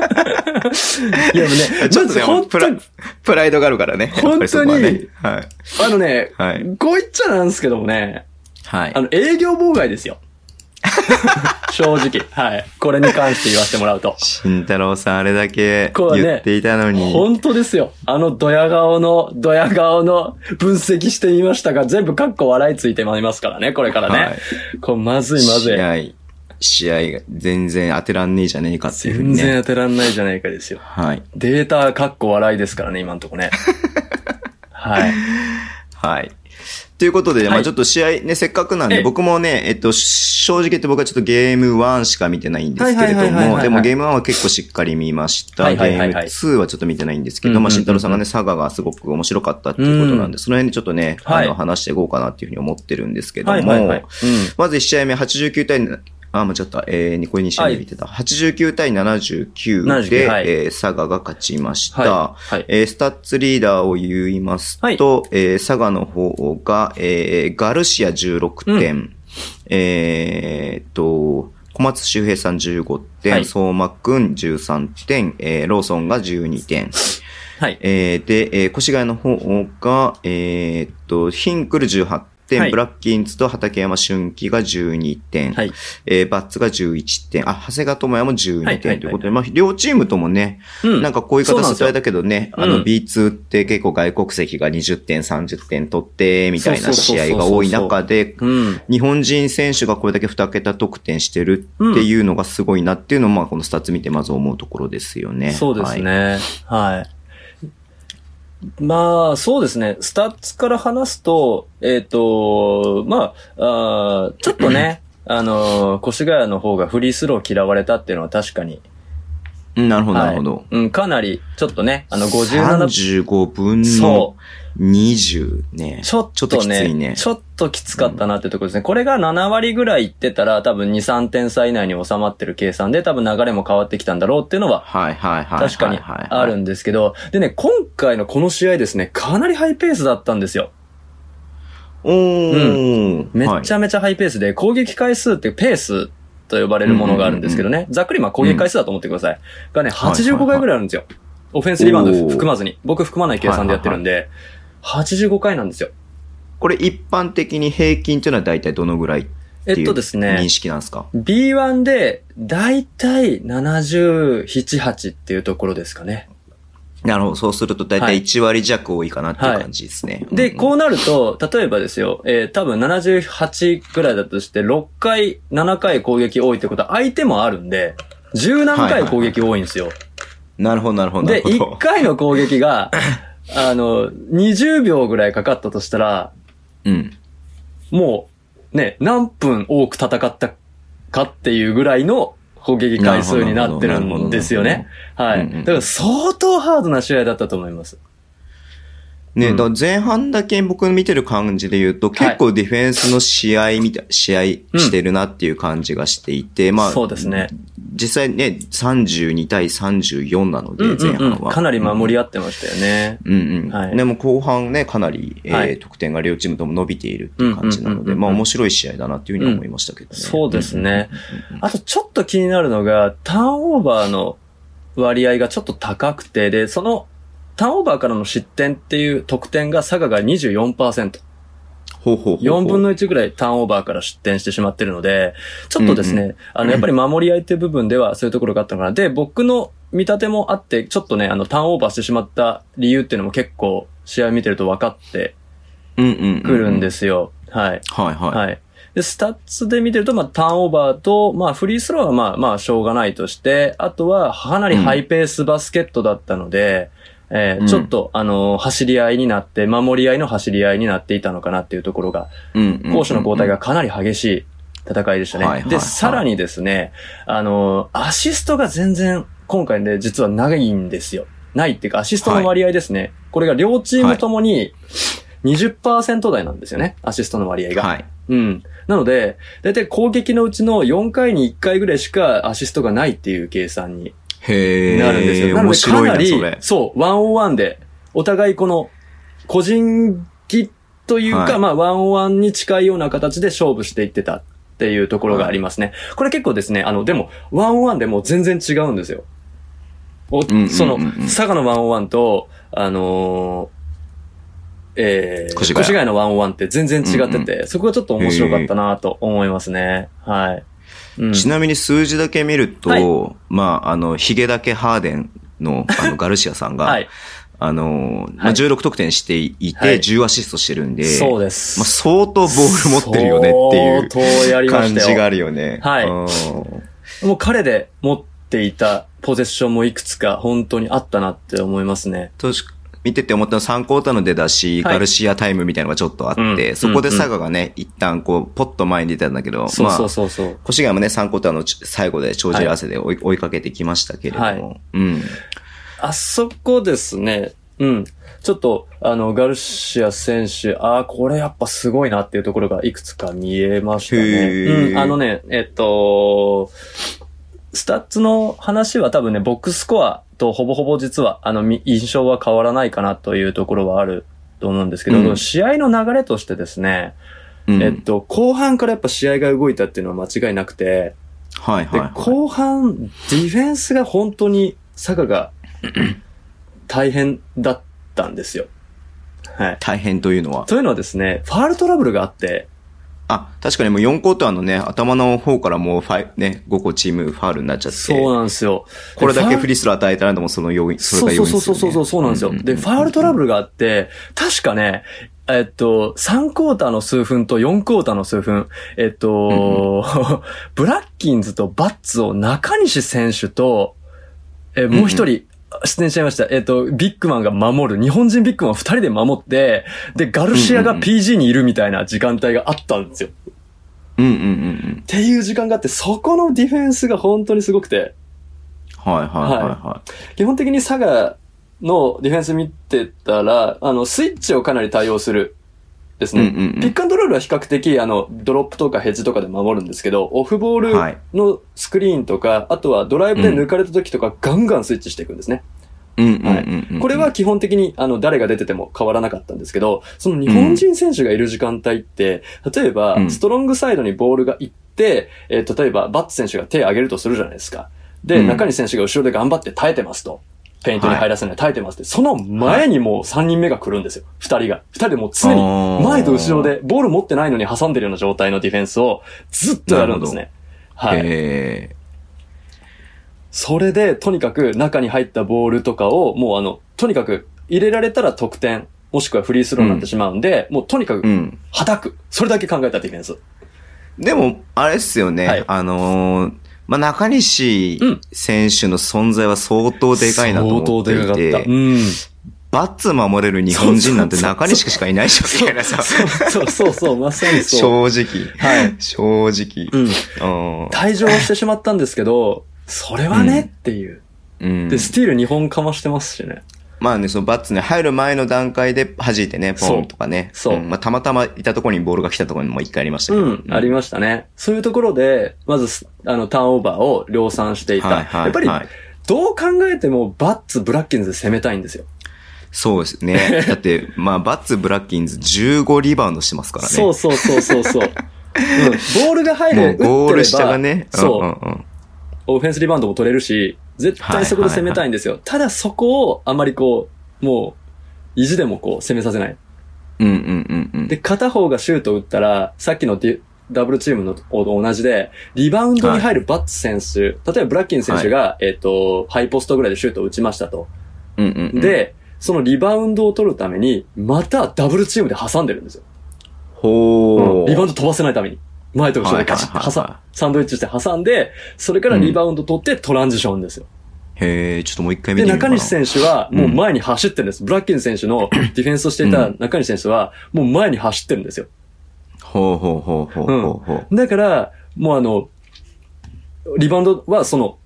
[SPEAKER 3] いや、もう (laughs) ね、
[SPEAKER 2] (laughs) ちょっと
[SPEAKER 3] まず
[SPEAKER 2] ね、
[SPEAKER 3] 本
[SPEAKER 2] プ
[SPEAKER 3] 当
[SPEAKER 2] ラ
[SPEAKER 3] に、
[SPEAKER 2] プライドがあるからね。やっぱりそこはねはい。
[SPEAKER 3] あのね、
[SPEAKER 2] はい
[SPEAKER 3] こう言っちゃなんですけどもね、
[SPEAKER 2] はい (laughs)
[SPEAKER 3] あ。の、営業妨害ですよ。正直。はい。これに関して言わせてもらうと。
[SPEAKER 2] 慎太郎さんあれだけ
[SPEAKER 3] こうね
[SPEAKER 2] 言っていたのに。
[SPEAKER 3] 本当ですよ。あのドヤ顔の、ドヤ顔の分析してみましたが、全部カッコ笑いついてまいりますからね、これからね。
[SPEAKER 2] はい
[SPEAKER 3] これまずいまずい。
[SPEAKER 2] 試合、試合が全然当てらんねえじゃねえかっていうふう
[SPEAKER 3] 全
[SPEAKER 2] にね。
[SPEAKER 3] 然当てらんないじゃないかですよ。
[SPEAKER 2] はい。
[SPEAKER 3] データカッコ笑いですからね、今んと
[SPEAKER 2] (laughs)
[SPEAKER 3] こね。はい。
[SPEAKER 2] はい。ということで、ま
[SPEAKER 3] は
[SPEAKER 2] あ
[SPEAKER 3] い
[SPEAKER 2] ちょっと試合ね、せっかくなん
[SPEAKER 3] ええ
[SPEAKER 2] で、僕もね、えっと、正直言って僕はちょっとゲーム1しか見てないんですけれど
[SPEAKER 3] はいはいはいはいはい
[SPEAKER 2] も、でもゲーム1は結構しっかり見ました。
[SPEAKER 3] はい
[SPEAKER 2] ゲ
[SPEAKER 3] はいはいは
[SPEAKER 2] ー
[SPEAKER 3] い
[SPEAKER 2] ム2はちょっと見てないんですけ
[SPEAKER 3] うんう
[SPEAKER 2] ど、
[SPEAKER 3] んうん
[SPEAKER 2] まあ慎太郎さんがね、佐賀がすごく面白かったっていうことなん
[SPEAKER 3] う
[SPEAKER 2] で、その辺でちょっとね、あ
[SPEAKER 3] はい
[SPEAKER 2] の、話していこうかなっていうふうに思ってるんですけど
[SPEAKER 3] はいはいはい
[SPEAKER 2] も
[SPEAKER 3] うん、
[SPEAKER 2] まず1試合目89対、あ、間違った。えー、ニコニシに見てた。89対79
[SPEAKER 3] 79
[SPEAKER 2] で、
[SPEAKER 3] はい
[SPEAKER 2] えー佐賀が勝ちました
[SPEAKER 3] は。い。はい。
[SPEAKER 2] えースタッツリーダーを言いますと、
[SPEAKER 3] はい
[SPEAKER 2] えー佐賀の方が、えーガルシア16点、えーっと、小松周平さん15点、
[SPEAKER 3] はい
[SPEAKER 2] 相馬くん13点、えーローソンが12点。
[SPEAKER 3] はい。
[SPEAKER 2] えーで、えー越谷の方が、えーっと、ヒンクル18点、
[SPEAKER 3] はい
[SPEAKER 2] ブラッキンズと畠山俊樹が12点、
[SPEAKER 3] はい。
[SPEAKER 2] えーバッツが11点、あ、長谷川智也も
[SPEAKER 3] はい
[SPEAKER 2] 12
[SPEAKER 3] はいはい
[SPEAKER 2] 点ということで、まあ、両チームともね、
[SPEAKER 3] うん
[SPEAKER 2] なんかこういう
[SPEAKER 3] そう
[SPEAKER 2] 形し
[SPEAKER 3] なんです
[SPEAKER 2] て
[SPEAKER 3] よ
[SPEAKER 2] あれだけどね、あ
[SPEAKER 3] うん
[SPEAKER 2] の B2 って結構外国籍が20点、30点取って、みたい
[SPEAKER 3] そう
[SPEAKER 2] な
[SPEAKER 3] そうそう
[SPEAKER 2] 試
[SPEAKER 3] そう
[SPEAKER 2] 合が多い中で、
[SPEAKER 3] うん。
[SPEAKER 2] 日本人選手がこれだけ2桁得点してるっていうのがすごいなっていうのを、まあこのスタッツ見てまず思うところですよね。
[SPEAKER 3] そうですね。はい。まあ、そうですね。スタッツから話すと、えっ、と、まあ、あーちょっと (clears throat) ね、あの、越谷の方がフリースロー嫌われたっていうのは確かに。
[SPEAKER 2] はい。なるほど、
[SPEAKER 3] はい
[SPEAKER 2] なるほど。
[SPEAKER 3] うん、かなり、ちょっとね、あの、57、
[SPEAKER 2] 35分の
[SPEAKER 3] そ
[SPEAKER 2] 20ね
[SPEAKER 3] う、。ちょっ
[SPEAKER 2] ちょっと
[SPEAKER 3] と
[SPEAKER 2] きつい
[SPEAKER 3] ね、
[SPEAKER 2] ね
[SPEAKER 3] ちょっときつかったなってところですね。これが7割ぐらいいってたら、多分2、3点差以内に収まってる計算で、多分流れも変わってきたんだろうっていうのは
[SPEAKER 2] はいはいはいはいはい。
[SPEAKER 3] 確かにある
[SPEAKER 2] ん
[SPEAKER 3] んですけど、でね、今回のこの試合ですね、かなりハイペースだったんですよ。
[SPEAKER 2] おー。
[SPEAKER 3] めっち
[SPEAKER 2] ゃ、
[SPEAKER 3] ゃめちゃハイペースで、攻撃回数ってペースと呼ばれるものがあるんですけどね、ざっくりまあ攻撃回数だと思ってください。がね、85回ぐらいあるんですよ。オフェンスリバウンド含まずに。僕含まない計算でやってるんで、85回なんですよ。
[SPEAKER 2] これ一般的に平均というのは大体どのぐらい
[SPEAKER 3] えっとです
[SPEAKER 2] 認
[SPEAKER 3] ね、
[SPEAKER 2] 識なんですか
[SPEAKER 3] B1 で、だいたい77、8っていうところですかね。
[SPEAKER 2] なるほど。そうすると大
[SPEAKER 3] は
[SPEAKER 2] 体
[SPEAKER 3] い
[SPEAKER 2] 1割弱多いかなっていう感じですね。
[SPEAKER 3] で、こ
[SPEAKER 2] う
[SPEAKER 3] うなると、例えばですよ、えー多分78ぐらいだとして、6回、7回攻撃多いってことは相手もあるんで、十何回攻撃多いんですよ。
[SPEAKER 2] ん。なるほど、なるほど。なる
[SPEAKER 3] で、
[SPEAKER 2] ほど
[SPEAKER 3] 1回の攻撃 (laughs) が、あの、20秒ぐらいかかったとしたら、
[SPEAKER 2] うん。
[SPEAKER 3] もう、ね、何分多く戦ったかっていうぐらいの攻撃回数になってるんですよね。は
[SPEAKER 2] うんうん
[SPEAKER 3] い。だから相当ハードな試合だったと思います。
[SPEAKER 2] ね、
[SPEAKER 3] うん
[SPEAKER 2] だから前半だけ僕見てる感じで言うと、結構ディフェンスの試合みたい、試合してるなっていう感じがしていて、まあ、
[SPEAKER 3] そうですね。
[SPEAKER 2] 実際ね、32対34なので、
[SPEAKER 3] うん
[SPEAKER 2] 前
[SPEAKER 3] うん
[SPEAKER 2] 半
[SPEAKER 3] うん。
[SPEAKER 2] は。
[SPEAKER 3] かなり守り合ってましたよね。
[SPEAKER 2] うんうん。
[SPEAKER 3] はい
[SPEAKER 2] でも後半ね、かなり、えー
[SPEAKER 3] はい
[SPEAKER 2] 得点が両チームとも伸びているっていう感じな
[SPEAKER 3] う
[SPEAKER 2] の
[SPEAKER 3] んうんうんう
[SPEAKER 2] で、
[SPEAKER 3] ん
[SPEAKER 2] まあ面白い試合だなっていうふうに思いましたけどね。
[SPEAKER 3] そうですね
[SPEAKER 2] うんうんうん。
[SPEAKER 3] あとちょっと気になるのが、ターンオーバーの割合がちょっと高くて、で、そのターンオーバーからの失点っていう得点が佐賀が24%。
[SPEAKER 2] ほうほうほうほう。
[SPEAKER 3] 4分の1ぐらいターンオーバーから失点してしまってるので、ちょっとですね、
[SPEAKER 2] う
[SPEAKER 3] あの、やっぱり守り合いっていう部分ではそういうところがあったのかな。で、僕の見立てもあって、ちょっとね、あの、ターンオーバーしてしまった理由っていうのも結構試合見てると分かって
[SPEAKER 2] うんうんうん。
[SPEAKER 3] くるんで。すよ。はい。
[SPEAKER 2] はいはい。
[SPEAKER 3] はい。で、スタッツで見てると、まあ、ターンオーバーと、まあ、フリースローはまあ、まあ、しょうがないとして、あとは、かなりハイペースバスケットだったので、えー
[SPEAKER 2] うん
[SPEAKER 3] ちょっと、あのー走り合いになって、守り合いの走り合いになっていたのかなっていうところが、
[SPEAKER 2] うんうん
[SPEAKER 3] 攻守の交代がかなり激しい戦いでしたね。
[SPEAKER 2] はいはいはい
[SPEAKER 3] で、さらにですね、あのーアシストが全然、今回ね、実はないんですよ。ないっていうか、アシストの割合ですね。これが両チームともに20%台なんですよね。アシストの割合が。
[SPEAKER 2] はい。
[SPEAKER 3] うん。なので、だいたい攻撃のうちの4回に1回ぐらいしかアシストがないっていう計算に
[SPEAKER 2] へえ。
[SPEAKER 3] なるんですよ。な
[SPEAKER 2] 面
[SPEAKER 3] ので、か
[SPEAKER 2] 白い
[SPEAKER 3] な
[SPEAKER 2] な、
[SPEAKER 3] り
[SPEAKER 2] それ。
[SPEAKER 3] そう、ワンオンワンで、お互いこの、個人技というか、
[SPEAKER 2] はい
[SPEAKER 3] まあ、ワンオンワンに近いような形で勝負していってたっていうところがありますね。これ結構ですね、あの、でも、ワンオンワンでもう全然違うんですよ。お
[SPEAKER 2] んうんうん
[SPEAKER 3] その、佐賀のワンオンワンと、あのーえー、
[SPEAKER 2] 越
[SPEAKER 3] 越
[SPEAKER 2] 谷
[SPEAKER 3] 谷のワンオンワンって全然違ってて、
[SPEAKER 2] うん
[SPEAKER 3] そこがちょっと面白かったなと思いますね。はい。うん
[SPEAKER 2] ちなみに数字だけ見ると、
[SPEAKER 3] はい
[SPEAKER 2] まあ、あの、ヒゲだけハーデン
[SPEAKER 3] (laughs)
[SPEAKER 2] の、あの、ガルシアさんが、
[SPEAKER 3] はい。
[SPEAKER 2] あの、ま
[SPEAKER 3] は
[SPEAKER 2] あ、
[SPEAKER 3] い
[SPEAKER 2] 16得点していて、
[SPEAKER 3] はい
[SPEAKER 2] 10アシストしてるんで、
[SPEAKER 3] そうです。
[SPEAKER 2] まあ、相当ボール持ってるよねって
[SPEAKER 3] 相当や
[SPEAKER 2] い
[SPEAKER 3] り
[SPEAKER 2] う
[SPEAKER 3] ま
[SPEAKER 2] 感
[SPEAKER 3] したよ
[SPEAKER 2] じがあるよね。
[SPEAKER 3] はい
[SPEAKER 2] うん
[SPEAKER 3] もう彼で持っていたポゼッションもいくつか本当にあったなって思いますね。
[SPEAKER 2] とし見てて思ったのは3クォーターの出だし、
[SPEAKER 3] はい
[SPEAKER 2] ガルシアタイムみたいなのがちょっとあって、
[SPEAKER 3] うん
[SPEAKER 2] そこで
[SPEAKER 3] うん
[SPEAKER 2] 佐賀がね、一旦こう、ポッと前に出たんだけど、
[SPEAKER 3] そうそうそうそう。
[SPEAKER 2] まあ、越谷もね、3クォーターの最後で長尻合わせで追い,、追いかけてきましたけれども、
[SPEAKER 3] は
[SPEAKER 2] うん。
[SPEAKER 3] あそこですね。うん。ちょっと、あの、ガルシア選手、ああ、これやっぱすごいなっていうところがいくつか見えました
[SPEAKER 2] へ
[SPEAKER 3] ね。
[SPEAKER 2] ー
[SPEAKER 3] うん。あのね、えっと、スタッツの話は多分ね、ボックススコアとほぼほぼ実は、あの、み印象は変わらないかなというところはあると思うんですけど、
[SPEAKER 2] うん
[SPEAKER 3] 試合の流れとしてですね、
[SPEAKER 2] うん
[SPEAKER 3] えっと、後半からやっぱ試合が動いたっていうのは間違いなくて、
[SPEAKER 2] はいはい、
[SPEAKER 3] で
[SPEAKER 2] はい。
[SPEAKER 3] 後半、ディフェンスが本当に、佐
[SPEAKER 2] (clears throat)
[SPEAKER 3] 賀が大変だったんですよ。はい。
[SPEAKER 2] 大変というのは。
[SPEAKER 3] というのはですね、ファールトラブルがあって、
[SPEAKER 2] あ、確かにもう4クォーターのね、頭の方からもうファイ、ね、5個チームファールになっちゃって。
[SPEAKER 3] そうなんですよ。
[SPEAKER 2] これだけフ
[SPEAKER 3] リ
[SPEAKER 2] リースロー与えたらでもその要因、そ
[SPEAKER 3] そ
[SPEAKER 2] れが
[SPEAKER 3] うそ
[SPEAKER 2] 要因
[SPEAKER 3] うそうそうそうそう、そうなんですよ。で、ファールトラ
[SPEAKER 2] ブ
[SPEAKER 3] ブルがあって、確かね、えっと、3クォーターの数分と4クォーターの数分、えっと、ブラッキンズとバッツを中西選手と、え、もう一人、出演しちゃいました。えっ、と、ビッグマンが守る。日本人ビッグマン二人で守って、で、ガルシア
[SPEAKER 2] うん
[SPEAKER 3] が
[SPEAKER 2] うん
[SPEAKER 3] PG にいるみたいな時間帯があったんですよ。っ
[SPEAKER 2] ル。うんうんうん
[SPEAKER 3] ていう時間があって、そこのディフェンスが本当にすごくて、
[SPEAKER 2] うん。はいはいはいは
[SPEAKER 3] 基本的に佐賀のディフェンス見てたら、あの、スイッチをかなり対応するです
[SPEAKER 2] い。
[SPEAKER 3] ね。
[SPEAKER 2] うんうんうん
[SPEAKER 3] ピックアンドロールは比較的、あの、ドロップとかヘッジとかで守るんですけど、オフボール
[SPEAKER 2] はい
[SPEAKER 3] のスクリーンとか、あとはドライブで抜かれた時とか、ガンガンスイッチしていくんですね。
[SPEAKER 2] うんうんうんうん。
[SPEAKER 3] これは基本的に、あの、誰が出てても変わらなかったんですけど、その日本人選手がいる時間帯って、例えば
[SPEAKER 2] う、ん
[SPEAKER 3] ストロングサイドにボールが行って、えー例えば、バッツ選手が手を上げるとするじゃないですか。で、
[SPEAKER 2] うん
[SPEAKER 3] 中西選手が後ろで頑張って耐えてますと。ペイントに入らせない、耐えてますって。その前にもう3人目が来るんですよ。2人が。2人でもう常に前と後ろで、ボール持ってないのに挟んでるような状態のディフェンスをずっとやるんですね。
[SPEAKER 2] あー、
[SPEAKER 3] はい。
[SPEAKER 2] え
[SPEAKER 3] それで、とにかく中に入ったボールとかを、もうあの、とにかく入れられたら得点、もしくはフリースローになってしまうんで、もうとにか
[SPEAKER 2] ーう
[SPEAKER 3] く、
[SPEAKER 2] ん。
[SPEAKER 3] はたく。それだけ考えたディフェンス。
[SPEAKER 2] でも、あれっすよね。
[SPEAKER 3] はい
[SPEAKER 2] あのーまあ、中西
[SPEAKER 3] うん
[SPEAKER 2] 選手の存在は相当でかいなと思っていて、
[SPEAKER 3] 相当でかかった。うん。
[SPEAKER 2] バッツ守れる日本人なんて
[SPEAKER 3] そうそうそう
[SPEAKER 2] 中西しかいないでしょ、みたいなさ。
[SPEAKER 3] そうそうそう、まさ
[SPEAKER 2] (laughs)
[SPEAKER 3] にそう。
[SPEAKER 2] 正直。
[SPEAKER 3] はい。
[SPEAKER 2] 正直。
[SPEAKER 3] うん。
[SPEAKER 2] うん
[SPEAKER 3] 退場はしてしまったんですけど、それはね、
[SPEAKER 2] うん
[SPEAKER 3] っていう。
[SPEAKER 2] うん
[SPEAKER 3] で、スティール2本かましてますしね。
[SPEAKER 2] まあね、そのバッツに入る前の段階で弾いてね、ポンとかね。
[SPEAKER 3] そうそうん
[SPEAKER 2] まあたまたまいたところにボールが来たところにも一回ありましたけ
[SPEAKER 3] う
[SPEAKER 2] ど。
[SPEAKER 3] ん、ありましたね。そういうところで、まずす、あの、ターンオーバーを量産していた。
[SPEAKER 2] はいはい、
[SPEAKER 3] やっぱり、
[SPEAKER 2] はい
[SPEAKER 3] どう考えても、バッツ、ブラッキンズで攻めたいんですよ。
[SPEAKER 2] そうです
[SPEAKER 3] (laughs)
[SPEAKER 2] ね。だって、まあ、バッツ・ブラッキンズ15リバウンドしてますからね。
[SPEAKER 3] そうそうそうそ
[SPEAKER 2] (laughs)
[SPEAKER 3] うそう。うん、ボールが入
[SPEAKER 2] も
[SPEAKER 3] る
[SPEAKER 2] う、ゴール下が
[SPEAKER 3] 打ってれば
[SPEAKER 2] ね。
[SPEAKER 3] そう、
[SPEAKER 2] んうんうん
[SPEAKER 3] オフェンスリバウンドも取れるし、絶対そこで攻めたいんですよ。ただそこをあまりこう、もう、意地でもこう攻めさせない。
[SPEAKER 2] うんうんうんうん。
[SPEAKER 3] で、片方がシュートを打ったら、さっきのディダブルチームのと同じで、リバウンドに入るバッツ選手、例えばブラッキン選手が、えっ、と、ハイポストぐらいでシュートを打ちましたと。
[SPEAKER 2] うんうんうん、
[SPEAKER 3] で、そのリバウンドを取るために、またダブルチームで挟んでるんですよ。
[SPEAKER 2] ほー。
[SPEAKER 3] リバウンド飛ばせないために。前と後ろでガチッ
[SPEAKER 2] はい
[SPEAKER 3] と
[SPEAKER 2] はいはい
[SPEAKER 3] 挟ん
[SPEAKER 2] は、
[SPEAKER 3] サンドイッチして挟んで、それからリバウンド取ってトランジションですよ。
[SPEAKER 2] へえ、ちょっともう一回見
[SPEAKER 3] で、
[SPEAKER 2] てみようか
[SPEAKER 3] 中
[SPEAKER 2] な。
[SPEAKER 3] 西選手はもう前に走ってるんです。ブラッキン選手
[SPEAKER 2] (clears throat)
[SPEAKER 3] のディフェンスをしていた中西選手はもう前に走ってるんですよ。
[SPEAKER 2] ほうほうほうほうほうほう。
[SPEAKER 3] だから、もうあの、リバウンドはその、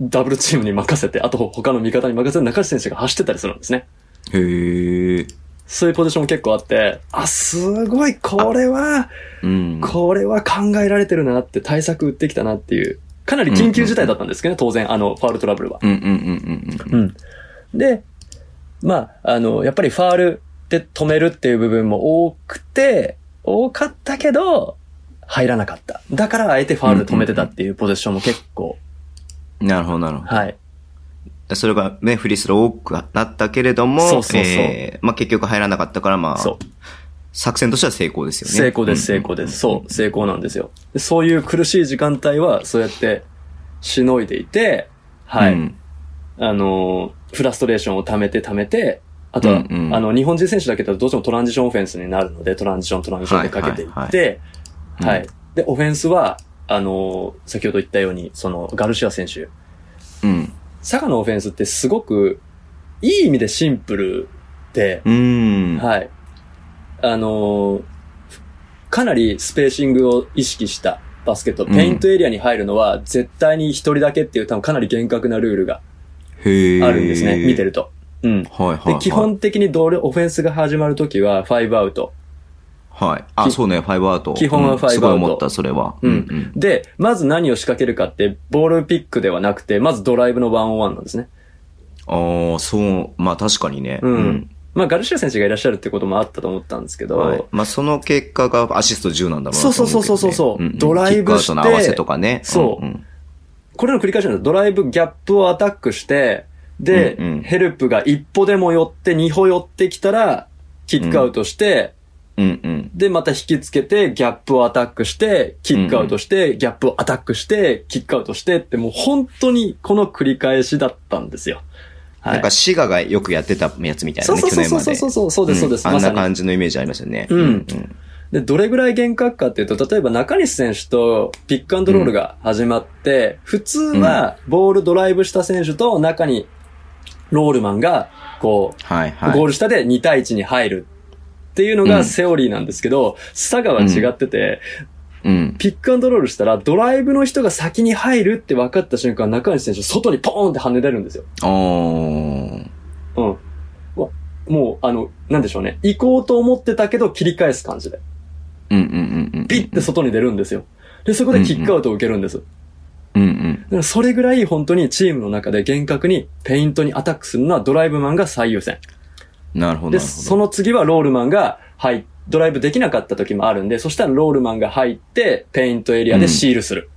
[SPEAKER 3] ダブルチームに任せて、あと他の味方に任せて中西選手が走ってたりするんですね。
[SPEAKER 2] へえ。
[SPEAKER 3] そういうポジションも結構あって、あ、すごい、これは、
[SPEAKER 2] うん。
[SPEAKER 3] これは考えられてるなって、対策打ってきたなっていう、かなり緊急事態だったんですけどね、当然、あの、ファールトラブルは。
[SPEAKER 2] うんうんうんうんうん。
[SPEAKER 3] うん。で、まあ、あの、やっぱりファールで止めるっていう部分も多くて、多かったけど、入らなかった。だから、あえてファールで止めてたっていうポジションも結構、
[SPEAKER 2] なるほどなるほ
[SPEAKER 3] はい。
[SPEAKER 2] ど。それがね、フリースロー多くなったけれども、
[SPEAKER 3] そうそうそう
[SPEAKER 2] えーまあ結局入らなかったから、まあ、
[SPEAKER 3] そう。
[SPEAKER 2] 作戦としては成功ですよね。
[SPEAKER 3] 成功です、成功です。そう、成功なんですよ。でそういう苦しい時間帯は、そうやって、しのいでいて、
[SPEAKER 2] うん。
[SPEAKER 3] はい。
[SPEAKER 2] うん
[SPEAKER 3] あの、フラストレーションを溜めて溜めて、あと
[SPEAKER 2] う
[SPEAKER 3] は、
[SPEAKER 2] んうん
[SPEAKER 3] あの、日本人選手だけだとどうしてもトランジションオフェンスになるので、トランジション、トランジションでかけてい
[SPEAKER 2] はい
[SPEAKER 3] っ
[SPEAKER 2] は
[SPEAKER 3] て、
[SPEAKER 2] うん
[SPEAKER 3] はい。で、オフェンスは、あの、先ほど言ったように、その、ガルシア選手。
[SPEAKER 2] うん。
[SPEAKER 3] 佐賀のオフェンスってすごく、いい意味でシンプルで、
[SPEAKER 2] うん。
[SPEAKER 3] はい。あのーかなりスペーシングを意識したバスケット。
[SPEAKER 2] うん
[SPEAKER 3] ペイントエリアに入るのは絶対に一人だけっていう多分かなり厳格なルールが
[SPEAKER 2] へえ。
[SPEAKER 3] あるんですね。見てると。うん。
[SPEAKER 2] はいはい、はい。
[SPEAKER 3] で、基本的にどれ、オフェンスが始まるときは、ファイブアウト。
[SPEAKER 2] はい。あ、
[SPEAKER 3] き
[SPEAKER 2] そうね、ファイブアウト。
[SPEAKER 3] 基本は
[SPEAKER 2] うん
[SPEAKER 3] ファイブ
[SPEAKER 2] すご
[SPEAKER 3] アウト
[SPEAKER 2] い思った、それは。
[SPEAKER 3] うん
[SPEAKER 2] うん。
[SPEAKER 3] で、まず何を仕掛けるかって、ボールピックではなくて、まずドライブのワンオンワンなんですね。
[SPEAKER 2] ああ、そう、まあ確かにね。
[SPEAKER 3] うん。まあ、ガルシア選手がいらっしゃるってこともあったと思ったんですけど、
[SPEAKER 2] はい。まあその結果がアシスト10なんだろうなと思けどね。
[SPEAKER 3] そうそうそうそうそうそうん
[SPEAKER 2] ん
[SPEAKER 3] ドライブして
[SPEAKER 2] キックアウトの合わせとかね。
[SPEAKER 3] そう
[SPEAKER 2] うん
[SPEAKER 3] これの繰り返しなんです。ドライブ、ギャップをアタックして、で、
[SPEAKER 2] うんうん
[SPEAKER 3] ヘルプが一歩でも寄って、二歩寄ってきたら、キックアウトして、
[SPEAKER 2] うんうん。
[SPEAKER 3] で、また引きつけて、ギャップをアタックして、キックアウトして、ギャップをアタックして、キックアウトしてって、もう本当にこの繰り返しだったんですよ。はい。
[SPEAKER 2] なんか、シガがよくやってたやつみたいな
[SPEAKER 3] そう
[SPEAKER 2] ね、
[SPEAKER 3] そう
[SPEAKER 2] 去
[SPEAKER 3] そう
[SPEAKER 2] 年
[SPEAKER 3] そう
[SPEAKER 2] まで。
[SPEAKER 3] そうそう、そうです、そうです。
[SPEAKER 2] んあ
[SPEAKER 3] ま
[SPEAKER 2] ん
[SPEAKER 3] さ
[SPEAKER 2] な
[SPEAKER 3] に。
[SPEAKER 2] 感じのイメージありますよね。
[SPEAKER 3] うん
[SPEAKER 2] うん
[SPEAKER 3] で、どれぐらい厳格かっていうと、例えば中西選手とピックアンドロールが始まって、普通はボールドライブした選手と中にロールマンが、こう、
[SPEAKER 2] はいはい。
[SPEAKER 3] ゴール下で2対1に入るっていうの
[SPEAKER 2] う
[SPEAKER 3] が
[SPEAKER 2] ん
[SPEAKER 3] セオリーなんですけど、佐賀は違ってて、
[SPEAKER 2] うん。
[SPEAKER 3] ピックアンドロールしたら、ドライブの人が先に入るって分かった瞬間、中西選手、外にポーンって跳ね出るんですよ。
[SPEAKER 2] あー
[SPEAKER 3] うん。うわもう、あの、なんでしょうね。行こうと思ってたけど、切り返す感じで。
[SPEAKER 2] うんうんうんうん。
[SPEAKER 3] ピッて外に出るんですよ。で、そこでキックアウトを受けるんです。だ
[SPEAKER 2] うんうん。
[SPEAKER 3] からそれぐらい本当にチームの中で厳格にペイントにアタックするのはドライブマンが最優先。
[SPEAKER 2] なるほど。
[SPEAKER 3] で、
[SPEAKER 2] なるほど
[SPEAKER 3] その次はロールマンが、はい、ドライブできなかった時もあるんで、そしたらロールマンが入って、ペイントエリアでシールする。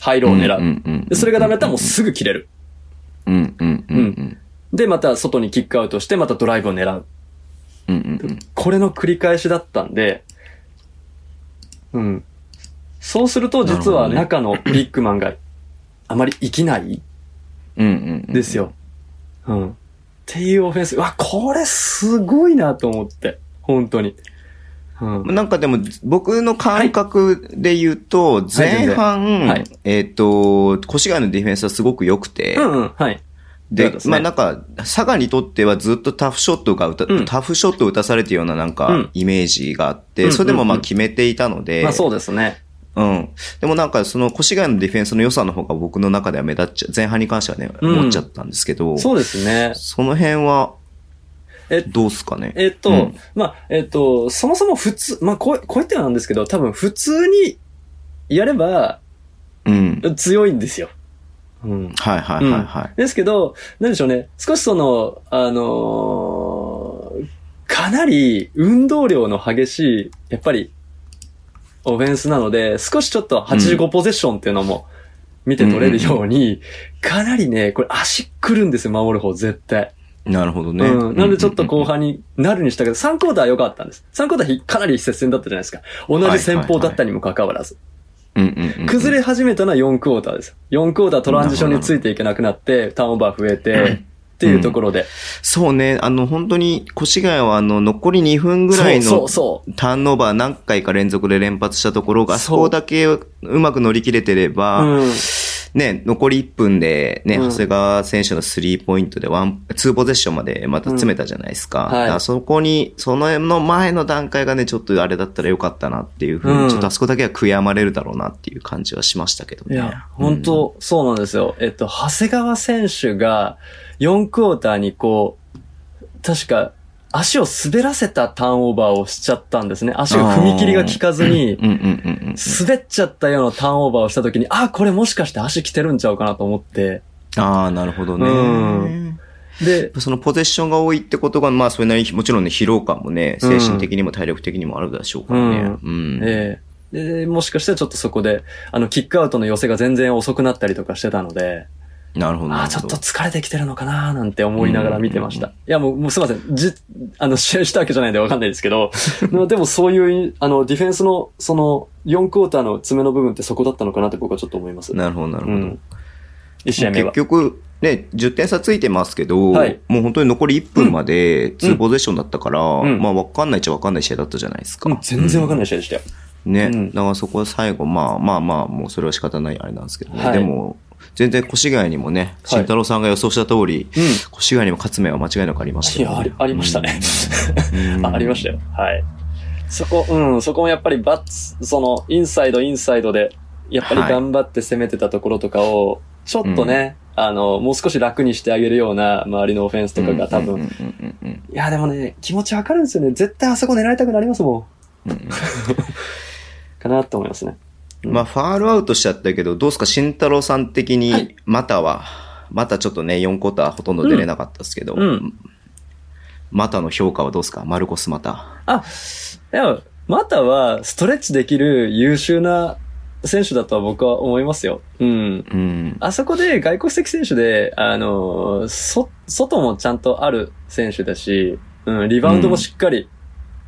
[SPEAKER 3] 入ろう狙う。
[SPEAKER 2] んんんん
[SPEAKER 3] で、それがダメだったらもうすぐ切れる。
[SPEAKER 2] うんうんうんうん。
[SPEAKER 3] で、また外にキックアウトして、またドライブを狙う。
[SPEAKER 2] うんうんうん。
[SPEAKER 3] これの繰り返しだったんで、うん。そうすると、実は
[SPEAKER 2] なる
[SPEAKER 3] 中のビッグマンがあまり生きない
[SPEAKER 2] うんうんうん。
[SPEAKER 3] ですよ。うん。っていうオフェンス。うわ、これすごいなと思って。本当に。うん。
[SPEAKER 2] なんかでも、僕の感覚で言うと、前半、
[SPEAKER 3] はい
[SPEAKER 2] えっ、と、越谷のディフェンスはすごく良くて、
[SPEAKER 3] うんうん、はい。
[SPEAKER 2] で、
[SPEAKER 3] そうですね
[SPEAKER 2] まあなんか、佐賀にとってはずっとタフショットが打た、
[SPEAKER 3] うん
[SPEAKER 2] タフショットを打たされてるようななんか、
[SPEAKER 3] うん
[SPEAKER 2] イメージがあっ
[SPEAKER 3] うんうんう
[SPEAKER 2] て、
[SPEAKER 3] ん
[SPEAKER 2] それでもまあ決めていたので、
[SPEAKER 3] まあそうですね。
[SPEAKER 2] うん。でもなんか、その越谷のディフェンスの良さの方が僕の中では目立っちゃ、前半に関してはね、
[SPEAKER 3] うん
[SPEAKER 2] 思っちゃったんですけど、
[SPEAKER 3] そうですね。
[SPEAKER 2] その辺は
[SPEAKER 3] え、
[SPEAKER 2] どうすかね。
[SPEAKER 3] えっと、
[SPEAKER 2] うん
[SPEAKER 3] まあ、えっと、そもそも普通、まあ、こう、こうやってはなんですけど、多分普通にやれば
[SPEAKER 2] うん。
[SPEAKER 3] 強いんですよ。うん。
[SPEAKER 2] はいはいはいはい。
[SPEAKER 3] ですけど、なんでしょうね、少しその、あのーかなり運動量の激しい、やっぱり、オフェンスなので、少しちょっと85ポゼッションっていうのも見て取れるように、かなりね、これ足くるんですよ、守る方、絶対。
[SPEAKER 2] なるほどね。
[SPEAKER 3] うん。なのでちょっと後半になるにしたけど、3クォーター良かったんです。3クォーターひかなり接戦だったじゃないですか。同じ戦法だったにもかかわらず。
[SPEAKER 2] うんうんうんうん
[SPEAKER 3] 崩れ始めたのは4クォーターです。4クォータートランジションについていけなくなって、ターンオーバー増えて、っていうところで。
[SPEAKER 2] そうね、あの、本当に、越谷は、あの、残り2分ぐらい
[SPEAKER 3] そ
[SPEAKER 2] の
[SPEAKER 3] うそう
[SPEAKER 2] ターンオーバー何回か連続で連発したところが、
[SPEAKER 3] そ
[SPEAKER 2] そうこだけうまく乗り切れてれ
[SPEAKER 3] そう。
[SPEAKER 2] ば、
[SPEAKER 3] うん。
[SPEAKER 2] ね、残り1分で、ね、
[SPEAKER 3] うん
[SPEAKER 2] 長谷川選手のスリーポイントでワン、ツーポゼッションまでまた詰めたじゃないですか。
[SPEAKER 3] うんはい
[SPEAKER 2] だからそこに、その辺の前の段階がね、ちょっとあれだったらよかったなっていうふうに、
[SPEAKER 3] うん
[SPEAKER 2] ちょっとあそこだけは悔やまれるだろうなっていう感じはしましたけど
[SPEAKER 3] い
[SPEAKER 2] ね。
[SPEAKER 3] や、本当そうなんですよ。えっと、長谷川選手が4クォーターにこう、確か足を滑らせたターンオーバーをしちゃったんですね。足が踏み切りが効かずに
[SPEAKER 2] うん、うんうんうんうん。
[SPEAKER 3] 滑っちゃったようなターンオーバーをした時に、あ、これもしかして足来てるんちゃうかなと思って。
[SPEAKER 2] ああ、なるほどね。
[SPEAKER 3] うんで、
[SPEAKER 2] そのポゼッションが多いってことが、まあ、それなりに、もちろんね、疲労感もね、
[SPEAKER 3] うん
[SPEAKER 2] 精神的にも体力的にもあるでしょうからね。うん。
[SPEAKER 3] ええで、もしかしたらちょっとそこで、あの、キックアウトの寄せが全然遅くなったりとかしてたので、
[SPEAKER 2] なるほど。
[SPEAKER 3] あ
[SPEAKER 2] な
[SPEAKER 3] あ、
[SPEAKER 2] る
[SPEAKER 3] ちょっ
[SPEAKER 2] ほ
[SPEAKER 3] と
[SPEAKER 2] ど。
[SPEAKER 3] 疲れてきてるのかなーなんて思いながら見てまし
[SPEAKER 2] う
[SPEAKER 3] た。いや、もう、もうすいません。じ、あの、試合したわけじゃないんでわかんないですけ (laughs) ど、でもそういう、あの、ディフェンスの、その、4クォーターの爪の部分ってそこだったのかなって僕はちょっと思います。
[SPEAKER 2] なるほど、なるほ
[SPEAKER 3] う
[SPEAKER 2] ど。
[SPEAKER 3] ん。1試合目は
[SPEAKER 2] 結。局、ね、10点差ついてますけど、
[SPEAKER 3] はい
[SPEAKER 2] もう本当に残り1分まで2ポゼッションだったから、
[SPEAKER 3] ん
[SPEAKER 2] まあ分かんないっちゃ分かんない試合だったじゃないですか。
[SPEAKER 3] うん全然わかんない試合でしたよ。
[SPEAKER 2] ね、
[SPEAKER 3] うん
[SPEAKER 2] だからそこは最後、まあまあまあ、もうそれは仕方ないあれなんですけどね。
[SPEAKER 3] はい
[SPEAKER 2] でも、全然越谷にもね、慎太郎さんが予想した通り、
[SPEAKER 3] うん。
[SPEAKER 2] 越谷にも勝つ面は間違いなくありました
[SPEAKER 3] い
[SPEAKER 2] よ、
[SPEAKER 3] や、ありありましたね。
[SPEAKER 2] うん。
[SPEAKER 3] あありましたよ。はい。そこ、うん、そこもやっぱりバッツ、その、インサイド、インサイドで、やっぱり
[SPEAKER 2] はい
[SPEAKER 3] 頑張って攻めてたところとかを、ちょっとね、あの、もう少し楽にしてあげるような周りのオフェンスとかが多分、
[SPEAKER 2] うんう
[SPEAKER 3] い
[SPEAKER 2] んうんうん
[SPEAKER 3] や、でもね、気持ちわかるんですよね。絶対あそこ狙いたくなりますも
[SPEAKER 2] うんうん
[SPEAKER 3] ん。 (laughs) かなと思いますね。うん
[SPEAKER 2] まあ、ファールアウトしちゃったけど、どうですか、慎太郎さん的
[SPEAKER 3] は
[SPEAKER 2] に
[SPEAKER 3] い、
[SPEAKER 2] または、またちょっとね、4クォーターほとんど出れなかったですけど、
[SPEAKER 3] うんうん
[SPEAKER 2] またの評価はどうですかマルコスまた。
[SPEAKER 3] あ、でも、または、ストレッチできる優秀な選手だとは僕は思いますよ。うん。
[SPEAKER 2] うん。
[SPEAKER 3] あそこで外国籍選手で、あのーそ、外もちゃんとある選手だし、うん、リバウンドもしっかり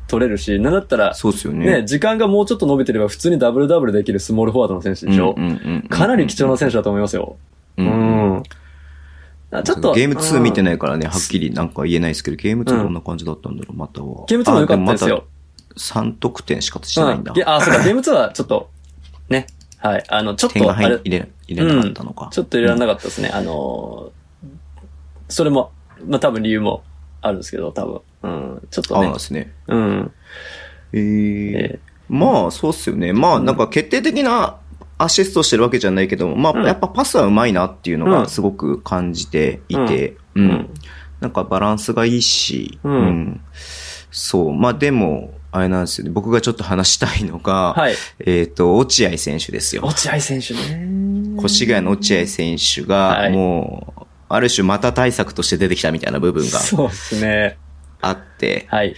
[SPEAKER 3] 取れるし、なんだったら、
[SPEAKER 2] そうですよね。
[SPEAKER 3] ね、時間がもうちょっと伸びてれば普通にダブルダブルできるスモールフォワードの選手でしょ、
[SPEAKER 2] うんうんうんうん
[SPEAKER 3] かなり貴重な選手だと思いますよ。
[SPEAKER 2] う
[SPEAKER 3] うんん。あちょっと。
[SPEAKER 2] ゲーム2見て
[SPEAKER 3] ね。
[SPEAKER 2] ないからね、はっきりなんか言えないですけど、ゲーム2どんな感じだったんだろう、または。
[SPEAKER 3] ゲーム2も良かったで
[SPEAKER 2] あ。
[SPEAKER 3] すよ。
[SPEAKER 2] でもまた3得点しかしてないんだ
[SPEAKER 3] うん。。あ、そうか、ゲーム2はちょっと、ね。はい。あの、ちょっ
[SPEAKER 2] 点
[SPEAKER 3] と、
[SPEAKER 2] が
[SPEAKER 3] あ
[SPEAKER 2] 入
[SPEAKER 3] れ
[SPEAKER 2] れ、入れ入れなかったのか。
[SPEAKER 3] ちょっと入れられなかったですね。あのーそれも、まあ多分理由もあるんですけど、多分。うん、ちょっ
[SPEAKER 2] あ
[SPEAKER 3] と
[SPEAKER 2] あ、なん
[SPEAKER 3] ね
[SPEAKER 2] で。すね。
[SPEAKER 3] うん。
[SPEAKER 2] えー
[SPEAKER 3] え
[SPEAKER 2] まあ、そうっすよね。まあ、なんか決定的なアシストしてるわけじゃないけど、ま
[SPEAKER 3] う
[SPEAKER 2] あ、
[SPEAKER 3] ん
[SPEAKER 2] やっぱパスはうまいなっていうの
[SPEAKER 3] う
[SPEAKER 2] が
[SPEAKER 3] ん
[SPEAKER 2] すごく感じていて、う
[SPEAKER 3] ー
[SPEAKER 2] ん。。なんかバランスがいいし、
[SPEAKER 3] うん
[SPEAKER 2] そう。まあ、でも、あれなんですよね。僕がちょっと話したいのが、
[SPEAKER 3] はい。
[SPEAKER 2] えっ、と、落合選手ですよ。
[SPEAKER 3] 落合選手ね。
[SPEAKER 2] 越谷の落合選手
[SPEAKER 3] は
[SPEAKER 2] が、
[SPEAKER 3] い
[SPEAKER 2] もう、ある種また対策として出てきたみたいな部分が
[SPEAKER 3] そうですね。
[SPEAKER 2] あって、
[SPEAKER 3] はい。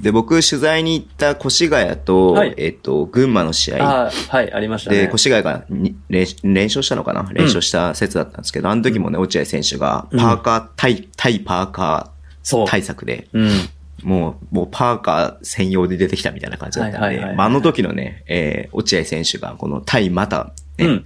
[SPEAKER 2] で、僕取材に行った越谷と、
[SPEAKER 3] はい
[SPEAKER 2] えっと、群馬の試合、
[SPEAKER 3] あーはい、ありましたね。
[SPEAKER 2] で、越谷がに連連勝したのかな連勝した説だったんですけど、あの時もね、落合選手が、パーカー、対、対パーカ
[SPEAKER 3] そう
[SPEAKER 2] ー。対策で、
[SPEAKER 3] うん。
[SPEAKER 2] もう、もうパーカー専用で出てきたみたいな感じだったん
[SPEAKER 3] は
[SPEAKER 2] で
[SPEAKER 3] いはいはいは、い
[SPEAKER 2] まああの時のね、えー落合選手が、この対また、ね
[SPEAKER 3] うん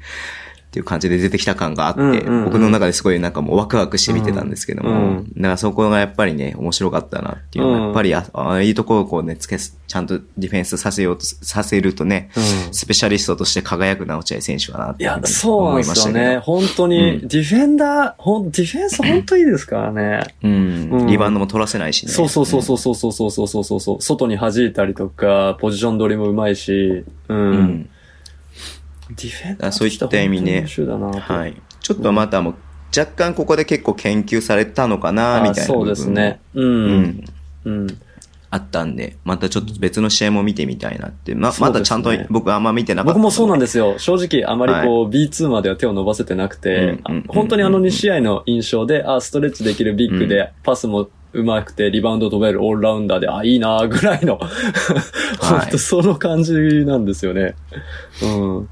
[SPEAKER 2] っていう感じで出てきた感があって、
[SPEAKER 3] うんうんうん
[SPEAKER 2] 僕の中ですごいなんかもうワクワクして見てたんですけども、
[SPEAKER 3] うんうん
[SPEAKER 2] だからそこがやっぱりね、面白かったなっていうのは、
[SPEAKER 3] うん
[SPEAKER 2] やっぱりあ、あいいところをこうね、つけす、ちゃんとディフェンスさせようと、させるとね、
[SPEAKER 3] うん
[SPEAKER 2] スペシャリストとして輝くな落合選手かなっ
[SPEAKER 3] い
[SPEAKER 2] ていうふう
[SPEAKER 3] や、
[SPEAKER 2] に
[SPEAKER 3] そうなん
[SPEAKER 2] 思
[SPEAKER 3] で
[SPEAKER 2] いまし
[SPEAKER 3] す
[SPEAKER 2] た
[SPEAKER 3] よ
[SPEAKER 2] けど。
[SPEAKER 3] ね。本当
[SPEAKER 2] う
[SPEAKER 3] に、
[SPEAKER 2] ん
[SPEAKER 3] ディフェンダー、ほん、ディフェンス本当いいですからね。
[SPEAKER 2] うん、
[SPEAKER 3] うん
[SPEAKER 2] リバウンドも取らせないしね。
[SPEAKER 3] そうそうそうそうそうそうそうそうそうそう。外に弾いたりとか、ポジション取りもうまいし、う。
[SPEAKER 2] うんん。うん
[SPEAKER 3] ディフェン
[SPEAKER 2] あそういった意味ね
[SPEAKER 3] 本当に優秀だなと
[SPEAKER 2] はい。ちょっとまたもう、若干ここで結構研究されたのかな、みたいな。
[SPEAKER 3] そうですね。。う。
[SPEAKER 2] うんん。
[SPEAKER 3] うん。
[SPEAKER 2] あったんで、またちょっと別の試合も見てみたいなって。ま、
[SPEAKER 3] そ
[SPEAKER 2] ま
[SPEAKER 3] うですね
[SPEAKER 2] だちゃんと僕あんま見てなかった。
[SPEAKER 3] 僕もそうなんですよ。正直、あまりこう、B2 までは手を伸ばせてなくて、
[SPEAKER 2] うんうんうんうん
[SPEAKER 3] あ本当にあの2試合の印象で、あ、ストレッチできるビッグで、パスも上手くて、リバウンド飛べるオールラウンダーで、あ、いいなーぐ
[SPEAKER 2] (laughs)
[SPEAKER 3] らいの、本当その感じなんですよね。うん。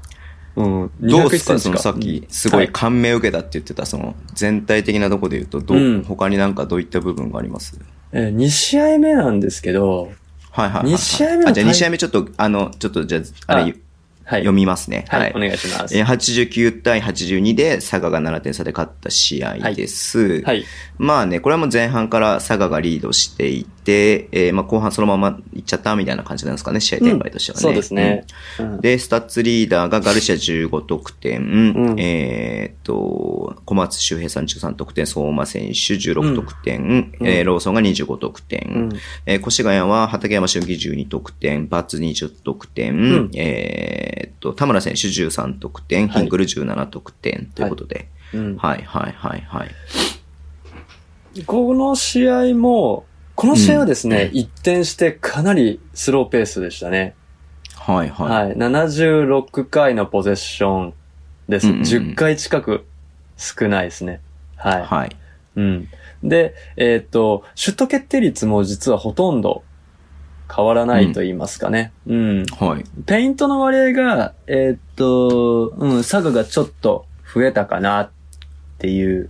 [SPEAKER 3] うん。
[SPEAKER 2] どうです
[SPEAKER 3] 200
[SPEAKER 2] か
[SPEAKER 3] セ
[SPEAKER 2] そ
[SPEAKER 3] ン
[SPEAKER 2] の
[SPEAKER 3] チ
[SPEAKER 2] さっきすご
[SPEAKER 3] はい
[SPEAKER 2] 感銘を受けたって言ってた、その全体的なとこで言うと、ど
[SPEAKER 3] う、
[SPEAKER 2] うん他になんかどういった部分があります
[SPEAKER 3] えー、2試合目なんですけど、
[SPEAKER 2] はいはいはいはい。
[SPEAKER 3] 二試合目の
[SPEAKER 2] あじゃあ
[SPEAKER 3] 対
[SPEAKER 2] 2試合目ちょっと、あの、ちょっとじゃあ、あれ、
[SPEAKER 3] はい。
[SPEAKER 2] 読みますね。
[SPEAKER 3] はい、お願いします。
[SPEAKER 2] えー89対82で佐賀が7点差で勝った試合です。
[SPEAKER 3] はい。
[SPEAKER 2] まあね、これはもう前半から佐賀がリードしていて、えーまあ後半そのままいっちゃったみたいな感じなんですかね、試合展開としてはね。
[SPEAKER 3] そうですね。うん
[SPEAKER 2] で、スタッツリーダーがガルシア15得点、
[SPEAKER 3] うん
[SPEAKER 2] えーっと、小松周平さん13得点、相馬選手16得点、
[SPEAKER 3] うん
[SPEAKER 2] えーローソンが25得点、
[SPEAKER 3] うん
[SPEAKER 2] えー越谷は畠山俊樹12得点、バツ20得点、
[SPEAKER 3] ん
[SPEAKER 2] えーっと、田村選手13得点、
[SPEAKER 3] はい
[SPEAKER 2] ヒングル17得点ということで、
[SPEAKER 3] うん
[SPEAKER 2] はい、はい、はい、はい。
[SPEAKER 3] この試合も、この試合はですね、一転してかなりスローペースでしたね。
[SPEAKER 2] はい、はい。
[SPEAKER 3] はい。76回のポゼッションです。
[SPEAKER 2] うんうんうん
[SPEAKER 3] 10回近く少ないですね。はい。
[SPEAKER 2] はい。
[SPEAKER 3] うん。で、えーっと、シュート決定率も実はほとんど変わらないと言いますかね。うん。
[SPEAKER 2] はい。
[SPEAKER 3] ペイントの割合が、えーっと、うん、佐賀がちょっと増えたかなっっていう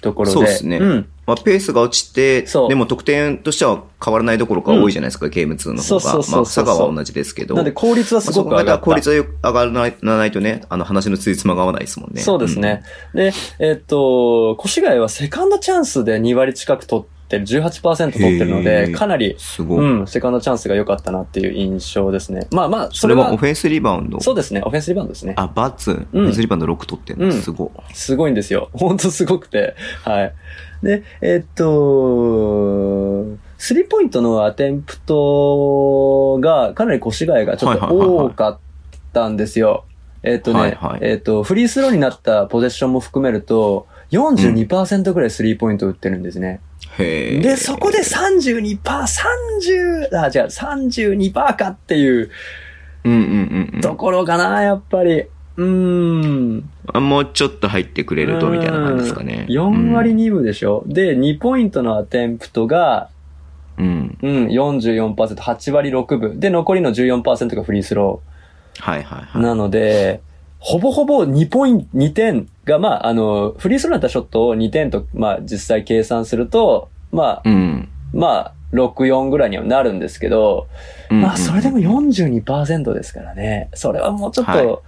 [SPEAKER 3] ところで。
[SPEAKER 2] そうですね
[SPEAKER 3] うん。
[SPEAKER 2] まあ、ペースが落ちて、
[SPEAKER 3] そう
[SPEAKER 2] でも得点としては変わらないどころか多いじゃないですか、ゲーム2の
[SPEAKER 3] そう
[SPEAKER 2] 方
[SPEAKER 3] そ
[SPEAKER 2] が。
[SPEAKER 3] うそうそう
[SPEAKER 2] まあ、佐賀は同じですけど。
[SPEAKER 3] なんで効率はすごく
[SPEAKER 2] まあそ
[SPEAKER 3] 上
[SPEAKER 2] こ
[SPEAKER 3] が
[SPEAKER 2] が
[SPEAKER 3] った。
[SPEAKER 2] 効率が上がらないならないとね、あの話のついつまが合わないですもんね。
[SPEAKER 3] そうですね。で、えっと、越谷はセカンドチャンスで2割近く取ってる、18%取ってるの
[SPEAKER 2] へ
[SPEAKER 3] で、
[SPEAKER 2] ー
[SPEAKER 3] かな
[SPEAKER 2] う
[SPEAKER 3] り
[SPEAKER 2] ん。、すごい。
[SPEAKER 3] うん、セカンドチャンスが良かったなっていう印象ですね。まあまあ、そ
[SPEAKER 2] そ
[SPEAKER 3] れ
[SPEAKER 2] れ
[SPEAKER 3] は
[SPEAKER 2] はオ、フェンスリバウンド。
[SPEAKER 3] そうですね、オフェンスリバウンドですね。
[SPEAKER 2] あ、バツ、
[SPEAKER 3] う
[SPEAKER 2] オフェ
[SPEAKER 3] ん
[SPEAKER 2] ンスリバウンド6取ってんの、
[SPEAKER 3] うん
[SPEAKER 2] すごい。
[SPEAKER 3] すごいんですよ。 (laughs) ほんとすごくて。はい。で、えっと、スリーポイントのアテンプトが、かなり越谷がちょっと多かったんですよ。えっとね、
[SPEAKER 2] はいはい
[SPEAKER 3] えっと、フリースローになったポゼッションも含めると、42%ぐらいスリーポイント打ってるんですね。
[SPEAKER 2] へー
[SPEAKER 3] で、そこで32%、30、あ、じゃあ32%かっていう
[SPEAKER 2] うんうんうんうん。
[SPEAKER 3] ところかな、やっぱり。うーん。
[SPEAKER 2] あもうちょっと入ってくれると、みたいな感じですかね。
[SPEAKER 3] 4割
[SPEAKER 2] に。
[SPEAKER 3] 2分でしょ、で、2ポイントのアテンプトが、
[SPEAKER 2] うん。
[SPEAKER 3] うん、44%、8割6分。で、残りの14%がフリースロ
[SPEAKER 2] はいはいは
[SPEAKER 3] ー。
[SPEAKER 2] い。
[SPEAKER 3] なので、ほぼほぼ2ポイント、2点が、まあ、あの、フリースローになったショットを2点と、まあ、実際計算すると、まあ、
[SPEAKER 2] うん。
[SPEAKER 3] まあ、6、4ぐらいにはなるんですけど、
[SPEAKER 2] うん
[SPEAKER 3] まあ、それでも42%ですからね。それはもうちょっと、
[SPEAKER 2] はい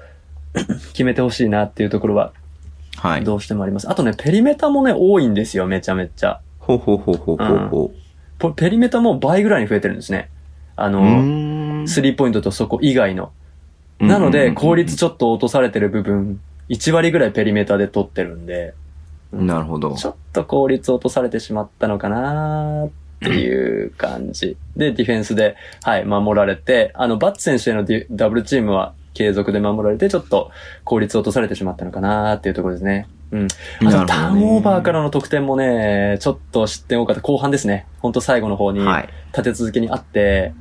[SPEAKER 3] (coughs) 決めてほしいなっていうところは、
[SPEAKER 2] はい。
[SPEAKER 3] どうしてもあります。あとね、ペリメーターもね、多いんですよ、めちゃめちゃ。
[SPEAKER 2] ほうほうほうほうほうほ
[SPEAKER 3] ポペリメータも倍ぐらいに増えてるんですね。あ
[SPEAKER 2] う。
[SPEAKER 3] の、
[SPEAKER 2] うーん
[SPEAKER 3] スリーポイントとそこ以外の。なので、効率ちょっと落とされてる部分、1割ぐらいペリメーターで取ってるんで、うん
[SPEAKER 2] なるほど。
[SPEAKER 3] ちょっと効率落とされてしまったのかなっていう感じ。で、ディフェンスで、はい、守られて、あの、バッツ選手へのディダブルチームは継続で守られて、ちょっと効率落とされてしまったのかなっていうところですね。うん。あと、ターンオーバーからの得点もね、ちょっと失点多かった。後半ですね。ほんと最後の方に。
[SPEAKER 2] はい。
[SPEAKER 3] 立て続けにあって、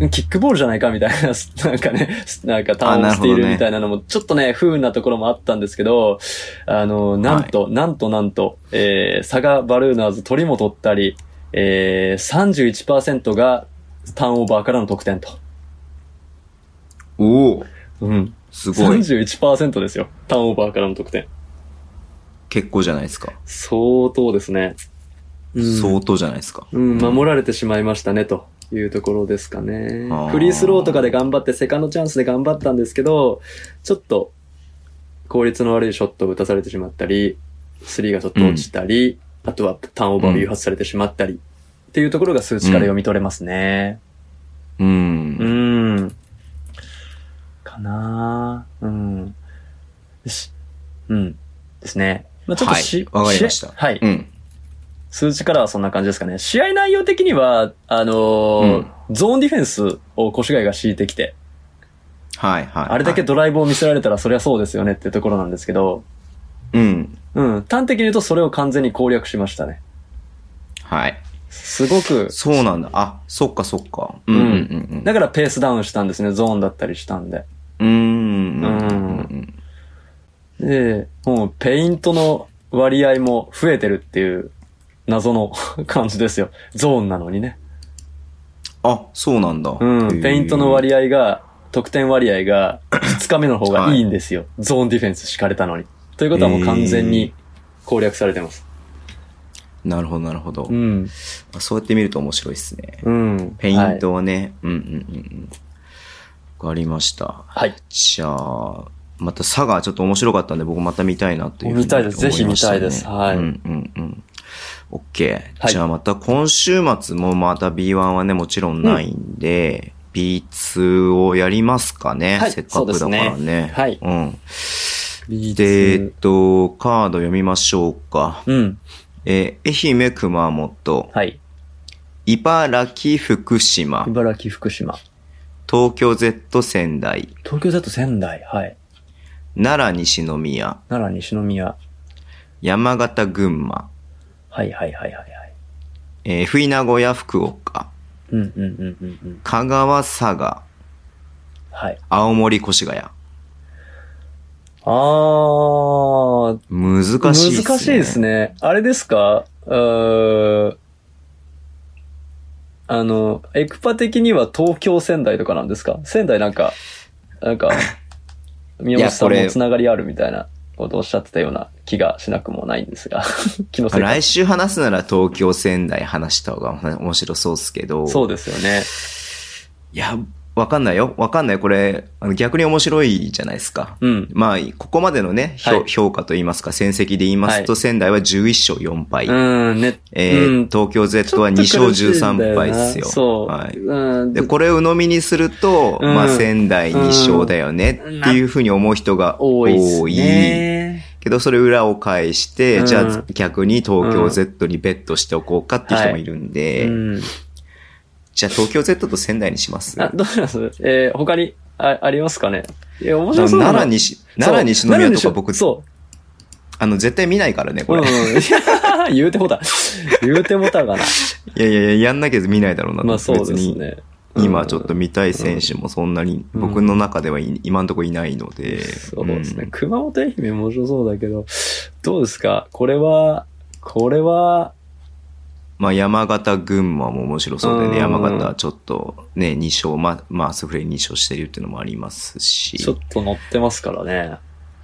[SPEAKER 3] んキックボールじゃないかみたいな、すなん (laughs) かね、すなんかターンオ
[SPEAKER 2] あ
[SPEAKER 3] フ
[SPEAKER 2] なる
[SPEAKER 3] ス
[SPEAKER 2] ほ
[SPEAKER 3] テ
[SPEAKER 2] ど
[SPEAKER 3] ィ
[SPEAKER 2] ね
[SPEAKER 3] ールみたいなのも、ちょっとね、不運なところもあったんですけど、あの、なんと、なんとなんと、えー、佐賀バルーナーズ鳥も取ったり、えー、31%がターンオーバーからの得点と。
[SPEAKER 2] おお
[SPEAKER 3] うん。
[SPEAKER 2] すごい。
[SPEAKER 3] 31%ですよ。ターンオーバーからの得点。
[SPEAKER 2] 結構じゃないですか。
[SPEAKER 3] 相当ですね。うん
[SPEAKER 2] 相当じゃないですか。
[SPEAKER 3] うん、守られてしまいましたね、というところですかね
[SPEAKER 2] あー。
[SPEAKER 3] フリースローとかで頑張って、セカンドチャンスで頑張ったんですけど、ちょっと、効率の悪いショットを打たされてしまったり、スリーがちょっと落ちたり、あとはターンオーバーを誘発されてしまったり、っていうところが数値から読み取れますね。
[SPEAKER 2] う。
[SPEAKER 3] うんん。かなぁうん。よし。うん。ですね。まあちょっとし、
[SPEAKER 2] はいわかりました
[SPEAKER 3] 試合はい。
[SPEAKER 2] うん。
[SPEAKER 3] 数字からはそんな感じですかね。試合内容的には、あのーゾーンディフェンスを越谷が敷いてきて、
[SPEAKER 2] はいはい。
[SPEAKER 3] あれだけ
[SPEAKER 2] はい、
[SPEAKER 3] ドライブを見せられたらそりゃそうですよねってところなんですけど、
[SPEAKER 2] うん。
[SPEAKER 3] うん、端的に言うとそれを完全に攻略しましたね。
[SPEAKER 2] はい。
[SPEAKER 3] すごく、
[SPEAKER 2] そうなんだ。あ、そっかそっか。うん
[SPEAKER 3] う
[SPEAKER 2] うんんうん
[SPEAKER 3] だからペースダウンしたんですね、ゾーンだったりしたんで。
[SPEAKER 2] うん。うん。うんうん
[SPEAKER 3] で、もうペイントの割合も増えてるっていう謎の (laughs) 感じですよ。ゾーンなのにね。
[SPEAKER 2] あ、そうなんだ。
[SPEAKER 3] うん、ペイントの割合が、得点割合が2日目の方がいいんですよ。ゾーンディフェンス敷かれたのに。ということはもう完全に攻略されてます。
[SPEAKER 2] 合。なるほどなるほど
[SPEAKER 3] う。ん。
[SPEAKER 2] そうやって見ると面白いですね。
[SPEAKER 3] うん。
[SPEAKER 2] ペイントはね。うんうんうんうん。わかりました。
[SPEAKER 3] はい。はい。
[SPEAKER 2] じゃあ、また佐賀ちょっと面白かったんで僕また見たいなというふうに
[SPEAKER 3] 見たいです
[SPEAKER 2] 思ましたね
[SPEAKER 3] ぜひ見たいですはい
[SPEAKER 2] うんうんうん。OK。
[SPEAKER 3] はい
[SPEAKER 2] じゃあまた今週末もまた B1 はねもちろんないんで、B2 をやりますかね。
[SPEAKER 3] はい
[SPEAKER 2] せっかくだから
[SPEAKER 3] そう
[SPEAKER 2] ね。
[SPEAKER 3] ですねはい
[SPEAKER 2] うん。で、えっと、カード読みましょうか。
[SPEAKER 3] うん。
[SPEAKER 2] えー愛媛、熊本、
[SPEAKER 3] はい。
[SPEAKER 2] 茨城、福島、
[SPEAKER 3] 茨城、福島。
[SPEAKER 2] 東京 Z 仙台、
[SPEAKER 3] 東京だと仙台。はい。
[SPEAKER 2] 奈良、西宮、
[SPEAKER 3] 奈良、西宮。
[SPEAKER 2] 山形、群馬、
[SPEAKER 3] はいはいはいはいはい。
[SPEAKER 2] えー、ふいなごや福岡、
[SPEAKER 3] うんうんうんうんうん。
[SPEAKER 2] 香川佐賀、
[SPEAKER 3] はい。
[SPEAKER 2] 青森越谷。
[SPEAKER 3] あー、
[SPEAKER 2] 難しい
[SPEAKER 3] 難
[SPEAKER 2] っ
[SPEAKER 3] し
[SPEAKER 2] すね。
[SPEAKER 3] いですね。あれですかうーあの、エクパ的には東京仙台とかな
[SPEAKER 2] (laughs)
[SPEAKER 3] んですか仙台なんか、なんか、宮本さん
[SPEAKER 2] こ
[SPEAKER 3] も
[SPEAKER 2] れ
[SPEAKER 3] つながりあるみたいな。ことをおっしゃってたような気がしなくもないんですが、 (laughs) 気のせいか
[SPEAKER 2] 来週話すなら東京仙台話した方が面白そうっすけど。
[SPEAKER 3] そうですよね。
[SPEAKER 2] いや、わかんないよ。わかんない。これ、あの逆に面白いじゃないですか。
[SPEAKER 3] うん。
[SPEAKER 2] まあ、ここまでのね、評
[SPEAKER 3] はい
[SPEAKER 2] 評価と言いますか、戦績で言いますと、仙台は11勝4敗。
[SPEAKER 3] うん、ね。
[SPEAKER 2] えー
[SPEAKER 3] うん
[SPEAKER 2] 東京
[SPEAKER 3] ち
[SPEAKER 2] Z
[SPEAKER 3] ょ
[SPEAKER 2] は
[SPEAKER 3] っ
[SPEAKER 2] 2
[SPEAKER 3] と
[SPEAKER 2] 勝
[SPEAKER 3] 苦しいんだ
[SPEAKER 2] 13
[SPEAKER 3] よな
[SPEAKER 2] 敗ですよ。
[SPEAKER 3] そう。
[SPEAKER 2] はい。
[SPEAKER 3] うん。
[SPEAKER 2] で、これを鵜呑みにすると、
[SPEAKER 3] うん
[SPEAKER 2] まあ仙台2勝だよねっていうふうに思う人が
[SPEAKER 3] 多
[SPEAKER 2] 多
[SPEAKER 3] い
[SPEAKER 2] い。
[SPEAKER 3] っすね。
[SPEAKER 2] けど、それ裏を返して、
[SPEAKER 3] うん
[SPEAKER 2] じゃあ逆に東
[SPEAKER 3] う
[SPEAKER 2] 京
[SPEAKER 3] ん
[SPEAKER 2] Z にベットしておこうかっていう人もいるんで、
[SPEAKER 3] うん。
[SPEAKER 2] じゃあ東京 Z と仙台にします
[SPEAKER 3] あ、どうしますえー、他に、あ、ありますかねいや、面白そうだな
[SPEAKER 2] 奈良西、奈良西宮とか僕、
[SPEAKER 3] そう。
[SPEAKER 2] あの、絶対見ないからね、こ
[SPEAKER 3] うん
[SPEAKER 2] れ。
[SPEAKER 3] うん
[SPEAKER 2] い
[SPEAKER 3] (laughs) 言うてもた。言うても
[SPEAKER 2] (laughs)
[SPEAKER 3] たがな。
[SPEAKER 2] やいやいや、やんなきゃ見ないだろうなと。
[SPEAKER 3] まあそうです
[SPEAKER 2] 別に
[SPEAKER 3] ね。
[SPEAKER 2] 今ちょっと
[SPEAKER 3] うん
[SPEAKER 2] 見たい選手もそんなに
[SPEAKER 3] うん
[SPEAKER 2] 僕の中ではい今んとこいないので。
[SPEAKER 3] そうですね。
[SPEAKER 2] ん
[SPEAKER 3] 熊本愛媛も面白そうだけど、どうですかこれは、これは、
[SPEAKER 2] まあ山形、群馬も面白そうで
[SPEAKER 3] うん
[SPEAKER 2] ね、山形はちょっとね、2勝、ま、まあスフレ2勝してるっていうのもありますし。
[SPEAKER 3] ちょっと乗ってますからね。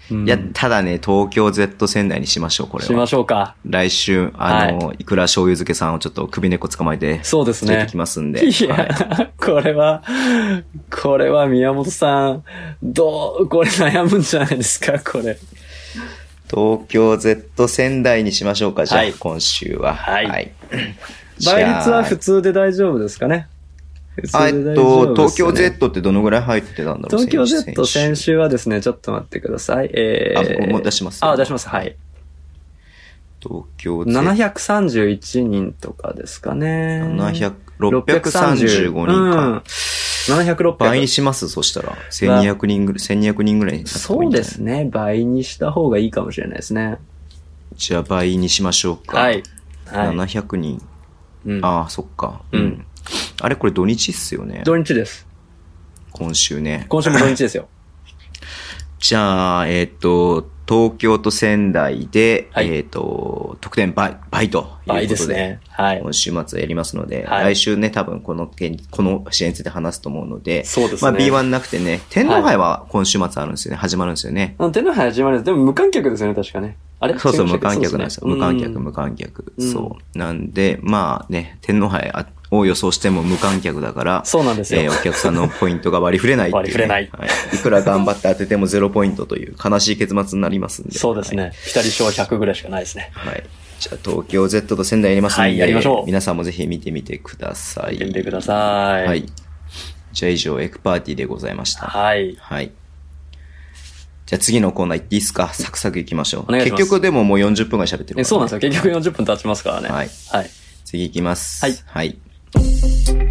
[SPEAKER 3] うん
[SPEAKER 2] いや、ただね、東京 Z 仙台にしましょう、これ
[SPEAKER 3] しま
[SPEAKER 2] は。
[SPEAKER 3] しょうか。
[SPEAKER 2] 来週、あの、い、くら醤油漬けさんをちょっと首根っこ捕まえて、
[SPEAKER 3] そうです
[SPEAKER 2] 連れ
[SPEAKER 3] ね
[SPEAKER 2] てき。ますんで。
[SPEAKER 3] (laughs) い
[SPEAKER 2] は
[SPEAKER 3] や、これは、これは宮本さん、どう、これ悩むんじゃないですか、これ。
[SPEAKER 2] 東京 Z 仙台にしましょうか、じゃあ、
[SPEAKER 3] はい
[SPEAKER 2] 今週は。
[SPEAKER 3] はい
[SPEAKER 2] じゃあ
[SPEAKER 3] (laughs) 倍率は普通で大丈夫ですかね。普通
[SPEAKER 2] あえ
[SPEAKER 3] で
[SPEAKER 2] っと、
[SPEAKER 3] 大丈
[SPEAKER 2] 東京
[SPEAKER 3] 夫ですよね
[SPEAKER 2] Z ってどのぐらい入ってたんだろう
[SPEAKER 3] 東京
[SPEAKER 2] 選手
[SPEAKER 3] Z
[SPEAKER 2] 選手
[SPEAKER 3] 先週はですね、ちょっと待ってください。え
[SPEAKER 2] あ僕
[SPEAKER 3] ー、
[SPEAKER 2] も出しますよ
[SPEAKER 3] あ、出します。はい。
[SPEAKER 2] 東京 Z。
[SPEAKER 3] 731人とかですかね。
[SPEAKER 2] 700 635人か。
[SPEAKER 3] うん、700、
[SPEAKER 2] 倍に
[SPEAKER 3] 600。
[SPEAKER 2] しますそしたら。1200人ぐらい、1200人ぐらいになった方がい
[SPEAKER 3] そ
[SPEAKER 2] いんじゃ
[SPEAKER 3] うで
[SPEAKER 2] ない
[SPEAKER 3] すね。倍にした方がいいかもしれないですね。
[SPEAKER 2] じゃあ倍にしましょうか。
[SPEAKER 3] はい。。はい。
[SPEAKER 2] 700人。
[SPEAKER 3] うん
[SPEAKER 2] ああ、そっか。
[SPEAKER 3] うん。
[SPEAKER 2] あれこれ土日っすよね。
[SPEAKER 3] 土日です。
[SPEAKER 2] 今週ね。
[SPEAKER 3] 今週も土日 (laughs) ですよ。
[SPEAKER 2] じゃあ、えっ、と、東京と仙台で、
[SPEAKER 3] はい
[SPEAKER 2] えっ、と、得点倍、倍ということで。
[SPEAKER 3] 倍ですね。はい。
[SPEAKER 2] 今週末やりますので、
[SPEAKER 3] はい
[SPEAKER 2] 来週ね、多分この件、この試合について話すと思うので、
[SPEAKER 3] そうです
[SPEAKER 2] ま
[SPEAKER 3] ね。
[SPEAKER 2] あ B1 なくてね、天皇杯は今週末あるんですよね、始まるんですよね。
[SPEAKER 3] うん。手の始まりです。でも無観客ですよね、確かね。あれ
[SPEAKER 2] そうそう、
[SPEAKER 3] 違
[SPEAKER 2] 無観客なんですよ。無観客、
[SPEAKER 3] うん
[SPEAKER 2] 無観客。
[SPEAKER 3] うん
[SPEAKER 2] そう。なんで、まあね、天皇杯を予想しても無観客だから、
[SPEAKER 3] そうなんです
[SPEAKER 2] え
[SPEAKER 3] よ
[SPEAKER 2] ー。お客さんのポイントが割り振れないっていう、
[SPEAKER 3] 割り振れない
[SPEAKER 2] はい。いくら頑張って当ててもゼロポイントという悲しい結末になりますんで。
[SPEAKER 3] そうですね。ピタリ賞100ぐらいしかないですね。
[SPEAKER 2] はい。はい。じゃあ、東京 Z と仙台やりますんで、
[SPEAKER 3] はいやりましょう
[SPEAKER 2] 皆さんもぜひ見てみてください。
[SPEAKER 3] 見てください。
[SPEAKER 2] はい。。じゃあ以上、エクパーティーでございました。
[SPEAKER 3] はい。
[SPEAKER 2] はい。じゃあ次のコーナー行っていいですかサクサク行きましょう。
[SPEAKER 3] お願いします
[SPEAKER 2] 結局でももう40分ぐらい喋ってるから、
[SPEAKER 3] えそうなんですよ。結局40分経ちますからね。
[SPEAKER 2] はい。
[SPEAKER 3] はい。
[SPEAKER 2] 次行きます。
[SPEAKER 3] はい
[SPEAKER 2] はい。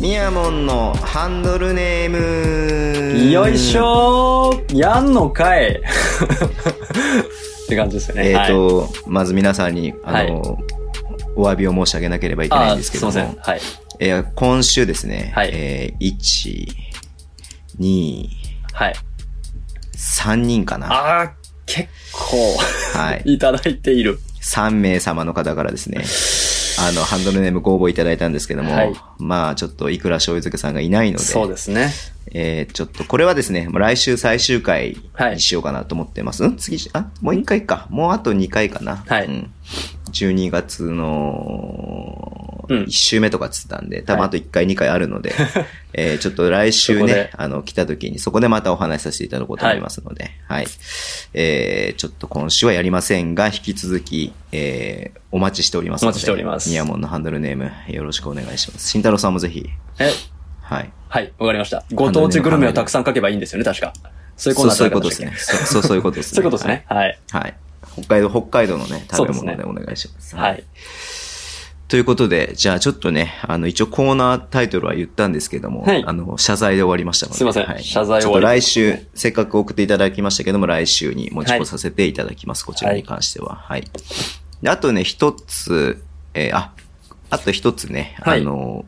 [SPEAKER 2] ミヤモンのハンドルネーム
[SPEAKER 3] よいしょーやんのかいって感じですよね。
[SPEAKER 2] えっ、
[SPEAKER 3] はい、
[SPEAKER 2] と、まず皆さんに、あの、お詫びを申し上げなければいけ
[SPEAKER 3] あ
[SPEAKER 2] な
[SPEAKER 3] ー
[SPEAKER 2] いんですけども、
[SPEAKER 3] すいません。はい。
[SPEAKER 2] えー今週ですね、
[SPEAKER 3] はい
[SPEAKER 2] えー、1、2、
[SPEAKER 3] はい。
[SPEAKER 2] 3人かな。
[SPEAKER 3] あー、結構、
[SPEAKER 2] はい。
[SPEAKER 3] いただいている。
[SPEAKER 2] 3名様の方からですね、あの、ハンドルネームご応募いただいたんですけども、
[SPEAKER 3] はい
[SPEAKER 2] まあ、ちょっといくら醤油漬けさんがいないので、
[SPEAKER 3] そうですね。
[SPEAKER 2] えーちょっとこれはですね、もう来週最終回
[SPEAKER 3] はい
[SPEAKER 2] にしようかなと思ってます。ん次、あ、もう1回か。もうあと2回かな。
[SPEAKER 3] はい
[SPEAKER 2] うん、12月の
[SPEAKER 3] うん
[SPEAKER 2] 1週目とかっつったんで、多分
[SPEAKER 3] はい
[SPEAKER 2] あと1回、2回あるの
[SPEAKER 3] (laughs)
[SPEAKER 2] で、えーちょっと来週
[SPEAKER 3] そこ
[SPEAKER 2] ね
[SPEAKER 3] で、
[SPEAKER 2] あの、来た時にそこでまたお話しさせていただこうと思いますので、はい。えーちょっと今週はやりませんが、引き続き、えーお待ちしておりますので。
[SPEAKER 3] お待ちしております
[SPEAKER 2] ミヤモンのハンドルネーム、よろしくお願いします。慎太郎さんもぜひ、
[SPEAKER 3] え、
[SPEAKER 2] はい。
[SPEAKER 3] はい、わかりました。ご当地グルメをたくさん書けばいいんですよね、確か。そういうコーナー
[SPEAKER 2] そういう
[SPEAKER 3] だ
[SPEAKER 2] こ
[SPEAKER 3] った
[SPEAKER 2] と
[SPEAKER 3] ん
[SPEAKER 2] です
[SPEAKER 3] したっ
[SPEAKER 2] ね
[SPEAKER 3] け。
[SPEAKER 2] そうそうそういうことですね。
[SPEAKER 3] (laughs) そういうことですね。はい。
[SPEAKER 2] はい。はい。北海道、北海道のね、
[SPEAKER 3] そう
[SPEAKER 2] 食
[SPEAKER 3] で
[SPEAKER 2] べ
[SPEAKER 3] すね
[SPEAKER 2] 物でお願いします。
[SPEAKER 3] は。い。
[SPEAKER 2] ということで、じゃあちょっとね、あの、一応コーナータイトルは言ったんですけども、
[SPEAKER 3] はい
[SPEAKER 2] あの、謝罪で終わりましたので。
[SPEAKER 3] すいません
[SPEAKER 2] はい、
[SPEAKER 3] 謝罪
[SPEAKER 2] ち
[SPEAKER 3] 終
[SPEAKER 2] ょっと
[SPEAKER 3] わり
[SPEAKER 2] 来週、せっかく送っていただきましたけども、来週に持ち越させていただきます。こちらに関しては。はい。であとね、一つ、えーあ、あと一つね、
[SPEAKER 3] はい
[SPEAKER 2] あの、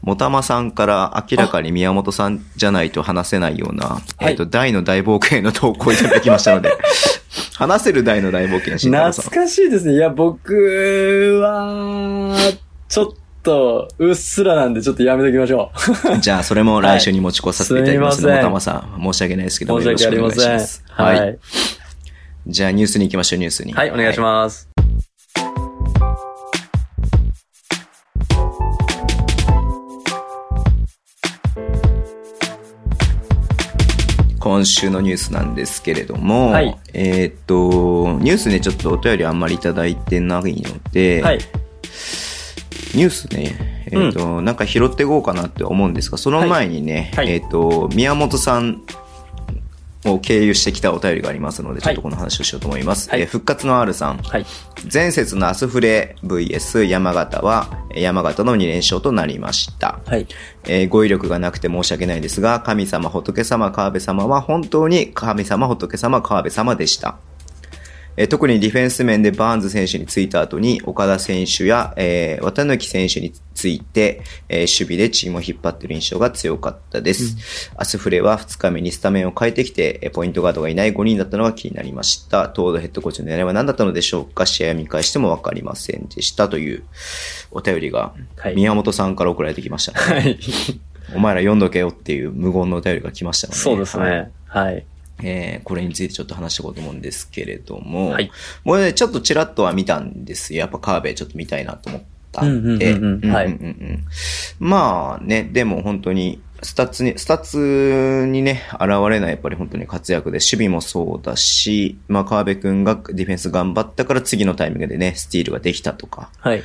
[SPEAKER 2] もたまさんから明らかに宮本さんじゃないと話せないような、
[SPEAKER 3] い
[SPEAKER 2] えっ、と、大の大冒険の投稿いただきました
[SPEAKER 3] (laughs)
[SPEAKER 2] ので、話せる大の大冒険、慎太郎さん。
[SPEAKER 3] 懐かしいですね。いや、僕は、ちょっと、うっすらなんで、ちょっとやめときましょう。
[SPEAKER 2] じゃあ、それも来週に持ち越させていただきますの
[SPEAKER 3] は
[SPEAKER 2] で、も
[SPEAKER 3] いすみ
[SPEAKER 2] たま
[SPEAKER 3] ま
[SPEAKER 2] さん、申し訳ないですけども、
[SPEAKER 3] (laughs) 申し
[SPEAKER 2] よろし
[SPEAKER 3] 訳
[SPEAKER 2] く
[SPEAKER 3] あ
[SPEAKER 2] お願
[SPEAKER 3] り
[SPEAKER 2] い
[SPEAKER 3] ま
[SPEAKER 2] し
[SPEAKER 3] せん
[SPEAKER 2] ま。す。
[SPEAKER 3] はい。
[SPEAKER 2] はい。じゃあ、ニュースに行きましょう、ニュースに。
[SPEAKER 3] はい、お願いし
[SPEAKER 2] す。
[SPEAKER 3] ます。
[SPEAKER 2] 今週のニュースなんですけれども、
[SPEAKER 3] はい
[SPEAKER 2] えーっと、ニュースね、ちょっとお便りあんまりいただいてないので、
[SPEAKER 3] はい。
[SPEAKER 2] ニュースね、えーっと、なんか拾っていこうかなって思うんですが、その前にね、
[SPEAKER 3] はいはい
[SPEAKER 2] えーっと、宮本さんを経由してきたお便りがありますので、ちょっとこの話をしようと思います。
[SPEAKER 3] はい
[SPEAKER 2] えー復活の R さん。
[SPEAKER 3] はい。
[SPEAKER 2] 前節のアスフレ VS 山形はえー山形の2連勝となりました。
[SPEAKER 3] はい。
[SPEAKER 2] えー語彙力がなくて申し訳ないですが、神様、仏様、川辺様は本当に神様、仏様、川辺様でした。えー特にディフェンス面でバーンズ選手についた後に、岡田選手や、えー綿貫選手について、えー守備でチームを引っ張っている印象が強かったです。アスフレは2日目にスタメンを変えてきて、えーポイントガードがいない5人だったのが気になりました。東ーヘッドコーチの狙いは何だったのでしょうか試合を見返してもわかりませんでした。というお便りが
[SPEAKER 3] は、い
[SPEAKER 2] 宮本さんから送られてきましたね。
[SPEAKER 3] はい。
[SPEAKER 2] お前ら読んどけよっていう無言のお便りが来ましたので、
[SPEAKER 3] (laughs) そうです
[SPEAKER 2] はい
[SPEAKER 3] ね。はい。
[SPEAKER 2] えーこれについてちょっと話していこうと思うんですけれども、
[SPEAKER 3] はい
[SPEAKER 2] もうね、ちょっとちらっとは見たんですよ。やっぱカーベイちょっと見たいなと思ったんで、
[SPEAKER 3] うんうんうんうんはい
[SPEAKER 2] うんうんまあね、でも本当に、スタッツに、スタッツにね、現れないやっぱり本当に活躍で、守備もそうだし、まあ川辺くんがディフェンス頑張ったから次のタイミングでね、スティールができたとか、
[SPEAKER 3] はい。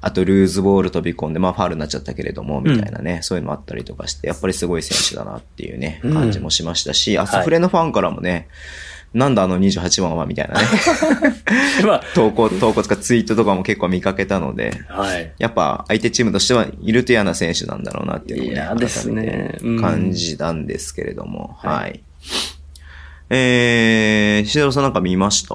[SPEAKER 2] あとルーズボール飛び込んで、まあファールになっちゃったけれども、みたいなね、そういうのもあったりとかして、やっぱりすごい選手だなっていうね、
[SPEAKER 3] うん
[SPEAKER 2] 感じもしましたし、アスフレのファンからもね、なんだあの28番はみた
[SPEAKER 3] (laughs)
[SPEAKER 2] いなね、
[SPEAKER 3] まあ、
[SPEAKER 2] 投稿、投稿とかツイートとかも結構見かけたので、
[SPEAKER 3] はい。
[SPEAKER 2] やっぱ相手チームとしてはいると嫌な選手なんだろうなっていうのをね
[SPEAKER 3] いやですね
[SPEAKER 2] 改めて
[SPEAKER 3] うん
[SPEAKER 2] 感じたんですけれども、
[SPEAKER 3] はい
[SPEAKER 2] はい。えー、しろさんなんか見ました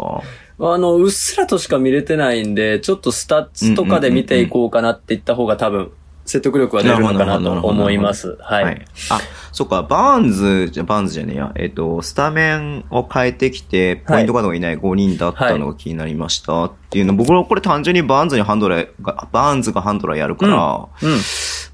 [SPEAKER 3] あの、うっすらとしか見れてないんで、ちょっとスタッツとかで見ていこうかなって言った方が多分、説得力は出るのかなと思います。はい。
[SPEAKER 2] あ、そっか、バーンズ、じゃ、バーンズじゃねえや。えっ、と、スタメンを変えてきて、ポイントガードがいない5人だったのが気になりましたっていうの、僕はこれ単純にバーンズにハンドラーが、バーンズがハンドラーやるから、
[SPEAKER 3] うん。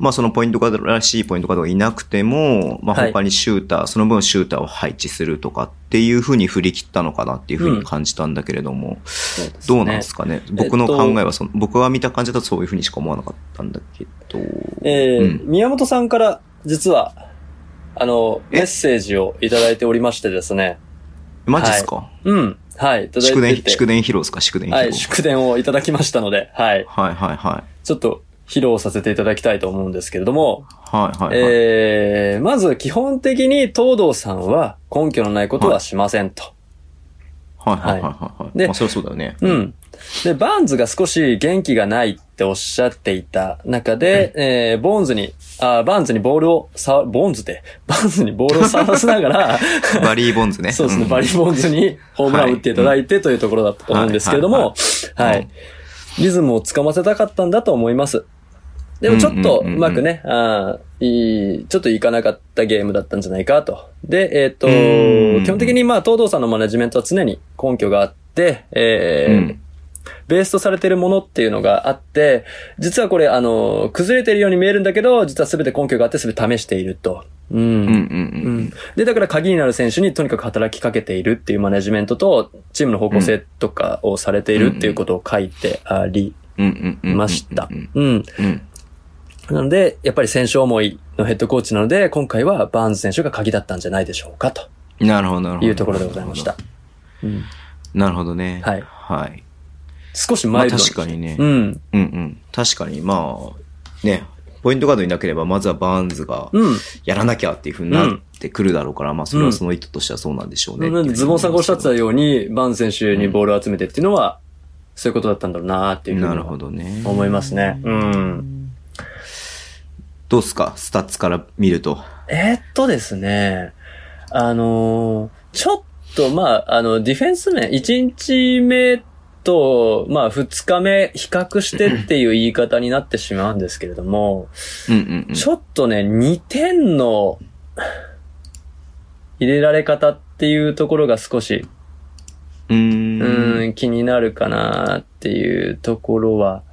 [SPEAKER 2] まあそのポイントガードらしいポイントガードがいなくても、まあ
[SPEAKER 3] はい
[SPEAKER 2] 他にシューター、その分シューターを配置するとかっていうふうに振り切ったのかなっていうふうに感じたんだけれども、
[SPEAKER 3] そうですね
[SPEAKER 2] どうなんですかね。僕の考えはその、僕が見た感じだとそういうふうにしか思わなかったんだけど。
[SPEAKER 3] えー
[SPEAKER 2] う
[SPEAKER 3] 宮本さんから、実は、あの、メッセージをいただいておりましてですね。
[SPEAKER 2] マジですか、
[SPEAKER 3] うん。はい。いただい
[SPEAKER 2] 祝
[SPEAKER 3] て
[SPEAKER 2] 電、
[SPEAKER 3] て。
[SPEAKER 2] 祝電披露ですか祝電披露。
[SPEAKER 3] はい、祝電をいただきましたので、はい。
[SPEAKER 2] はいはいはい。
[SPEAKER 3] ちょっと披露させていただきたいと思うんですけれども、
[SPEAKER 2] はいはいはい。
[SPEAKER 3] えー、まず基本的に東堂さんは根拠のないことはしませんと。
[SPEAKER 2] はいはいはいはいはい。
[SPEAKER 3] で
[SPEAKER 2] まあそりゃそうだよね。
[SPEAKER 3] う。ん。で、バーンズが少し元気がないっておっしゃっていた中で、えー、ボーンズに、あーバーンズにボールをさ、ボーンズで、バーンズにボールを触らせながら、
[SPEAKER 2] バリー・ボンズね。
[SPEAKER 3] そうですね、
[SPEAKER 2] ん
[SPEAKER 3] バリーボーンズにホームランを打っていただいてというところだったと思うんですけれども、
[SPEAKER 2] はいはいはい
[SPEAKER 3] はい。リズムをつかませたかったんだと思います。でもちょっと
[SPEAKER 2] うんうんうんうん
[SPEAKER 3] うまくね、あーいいちょっといかなかったゲームだったんじゃないかと。で、えっ、と、
[SPEAKER 2] うん
[SPEAKER 3] 基本的にまあ、東堂さんのマネジメントは常に根拠があって、え
[SPEAKER 2] う
[SPEAKER 3] ー
[SPEAKER 2] ん。
[SPEAKER 3] ベースとされてるものっていうのがあって、実はこれ、あの、崩れてるように見えるんだけど、実は全て根拠があって全て試していると。うん
[SPEAKER 2] うんうん
[SPEAKER 3] う
[SPEAKER 2] うんん。
[SPEAKER 3] で、だから鍵になる選手にとにかく働きかけているっていうマネジメントと、チームの方向性とかをされているっていうことを書いてあり
[SPEAKER 2] うんうんうん。
[SPEAKER 3] ました
[SPEAKER 2] う。ん
[SPEAKER 3] うん。
[SPEAKER 2] うん。
[SPEAKER 3] なので、やっぱり選手思いのヘッドコーチなので、今回はバーンズ選手が鍵だったんじゃないでしょうか、と
[SPEAKER 2] なるほどなるほど。
[SPEAKER 3] いうところでございました。。うん、
[SPEAKER 2] なるほどね。
[SPEAKER 3] はい
[SPEAKER 2] はい。
[SPEAKER 3] 少し
[SPEAKER 2] ま
[SPEAKER 3] マ
[SPEAKER 2] あ
[SPEAKER 3] イルド
[SPEAKER 2] 確かにね。
[SPEAKER 3] に。うん。
[SPEAKER 2] うんうん。確かに、まあ、ね、ポイントガードいなければ、まずはバーンズが、
[SPEAKER 3] うん。
[SPEAKER 2] やらなきゃっていうふうになってくるだろうから、まあ、それはその意図としてはそうなんでしょうね。
[SPEAKER 3] なんでズボンさんがおっしゃってたように、バーンズ選手にボールを集めてっていうのは、そういうことだったんだろうなっていうふうに
[SPEAKER 2] なるほどね。
[SPEAKER 3] 思いますね。うん。
[SPEAKER 2] どうっすかスタッツから見ると。
[SPEAKER 3] えーっとですね、あのーちょっと、まあ、あの、ディフェンス面、1日目と、まあ、2日目、比較してっていう言い方になってしまうんですけれども、
[SPEAKER 2] うんうんうん。
[SPEAKER 3] ちょっとね、2点の入れられ方っていうところが少し、
[SPEAKER 2] うーん。
[SPEAKER 3] うん、気になるかなっていうところは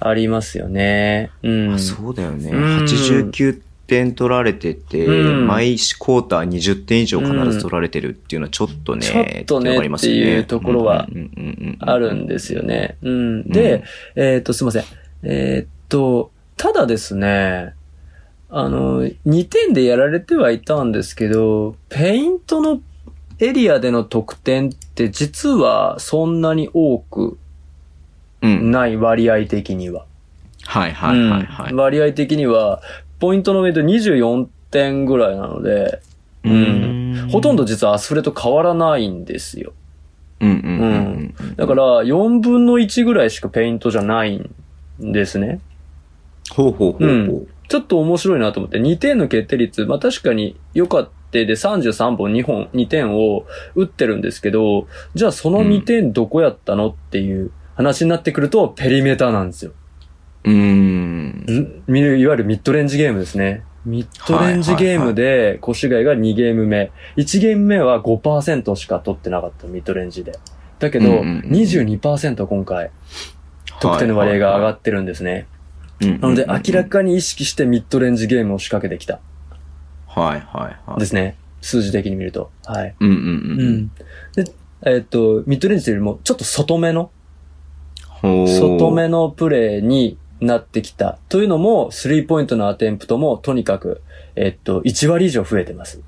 [SPEAKER 3] ありますよね。うん。
[SPEAKER 2] そうだよね。
[SPEAKER 3] うん
[SPEAKER 2] 89点取られてて、
[SPEAKER 3] うん
[SPEAKER 2] 毎クォーター20点以上必ず取られてるっていうのはちょっとね、
[SPEAKER 3] ちょっと
[SPEAKER 2] いう
[SPEAKER 3] ね
[SPEAKER 2] のがありますよ
[SPEAKER 3] っていうところは
[SPEAKER 2] うんうんうんうん
[SPEAKER 3] あるんですよね。うん。で、えーっと、すいません。えーっと、ただですね、あの、2点でやられてはいたんですけど、ペイントのエリアでの得点って実はそんなに多く
[SPEAKER 2] うん。
[SPEAKER 3] ない割合的には。
[SPEAKER 2] はいはいはいはい。
[SPEAKER 3] うん割合的には、ポイントの上で24点ぐらいなので、うんほとんど、実はアスフレと変わらないんですよ。
[SPEAKER 2] うんうんうんうん。
[SPEAKER 3] だか、ら、4分の1ぐらいしかペイントじゃないんですね。
[SPEAKER 2] ほうほうほうほう。
[SPEAKER 3] うんちょっと面白いなと思って、2点の決定率、まあ確かに良かったで33本2本、2点を打ってるんですけど、じゃあその2点どこやったのっていう話になってくると、ペリメーターなんですよ。
[SPEAKER 2] うーん。
[SPEAKER 3] みいわゆるミッドレンジゲームですね。ミッドレンジゲームで、越谷が2ゲーム目。1ゲーム目は5%しか取ってなかった、ミッドレンジで。だけど、
[SPEAKER 2] うんうんうん
[SPEAKER 3] 22%今回、得点の割合が上が
[SPEAKER 2] っ
[SPEAKER 3] ってるんですね。
[SPEAKER 2] て、
[SPEAKER 3] なので、明ら
[SPEAKER 2] か
[SPEAKER 3] かに意識してミッドレンジゲームを仕掛けてきた。
[SPEAKER 2] はいはいはい。。
[SPEAKER 3] ですすね。数字的に見ると。はい。
[SPEAKER 2] うんうん
[SPEAKER 3] う
[SPEAKER 2] うん。
[SPEAKER 3] ん。で、えっと、ミッドレンジよりも、ちょっと外目の、
[SPEAKER 2] ほー
[SPEAKER 3] 外目のプレーになってきた。というのも、スリーポイントのアテンプトも、とにかく、えっと、1割以上増えてます。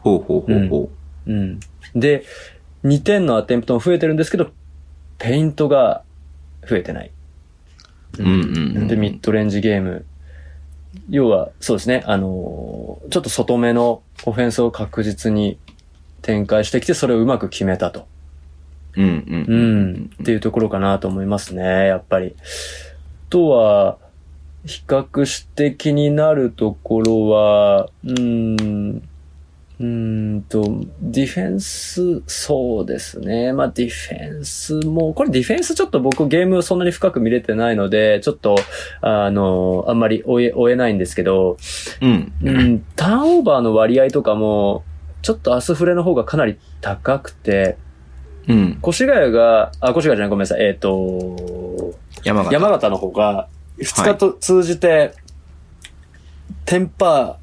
[SPEAKER 2] ほうほうほうほ
[SPEAKER 3] うん。で、2点のアテンプトも増えてるんですけど、ペイントが増えてない。
[SPEAKER 2] う。うんうんうん。
[SPEAKER 3] で、ミッドレンジゲーム。要は、そうですね、あのーちょっと外目のオフェンスを確実に展開してきて、それをうまく決めたと。
[SPEAKER 2] うんうん
[SPEAKER 3] う
[SPEAKER 2] うん
[SPEAKER 3] ん。っていうところかなと思いますね、やっぱり。あとは、比較して気になるところは、うーん、うーんと、ディフェンス、そうですね。まあ、ディフェンスも、これディフェンスちょっと僕ゲームそんなに深く見れてないので、ちょっと、あの、あんまり追え、追えないんですけど、
[SPEAKER 2] うん。
[SPEAKER 3] うん、ターンオーバーの割合とかも、ちょっとアスフレの方がかなり高くて、
[SPEAKER 2] うん。
[SPEAKER 3] 越谷が、あ、越谷じゃない、ごめんなさい、えっ、と、
[SPEAKER 2] 山形。
[SPEAKER 3] 山形の方が、2日と通じて、10パ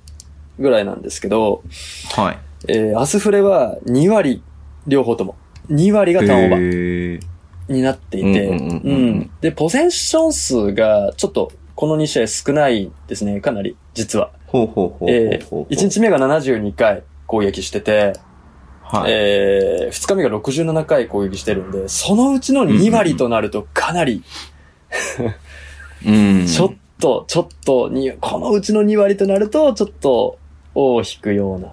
[SPEAKER 3] ーぐらいなんですけど、
[SPEAKER 2] はい。
[SPEAKER 3] えーアスフレは2割、両方とも。2割がターンオーバ
[SPEAKER 2] へ
[SPEAKER 3] ー
[SPEAKER 2] ー
[SPEAKER 3] になっていて、
[SPEAKER 2] うんうんうんうん
[SPEAKER 3] うんで、ポゼッション数が、ちょっと、この2試合少ないですね、かなり、実は。
[SPEAKER 2] ほうほうほうほうほう。
[SPEAKER 3] えー、1日目が72回攻撃してて、
[SPEAKER 2] はい。
[SPEAKER 3] えー、2日目が67回攻撃してるんで、そのうちの2割となるとかなり、
[SPEAKER 2] うん。
[SPEAKER 3] ちょっと、ちょっとに、このうちの2割となると、ちょっと、尾を引くような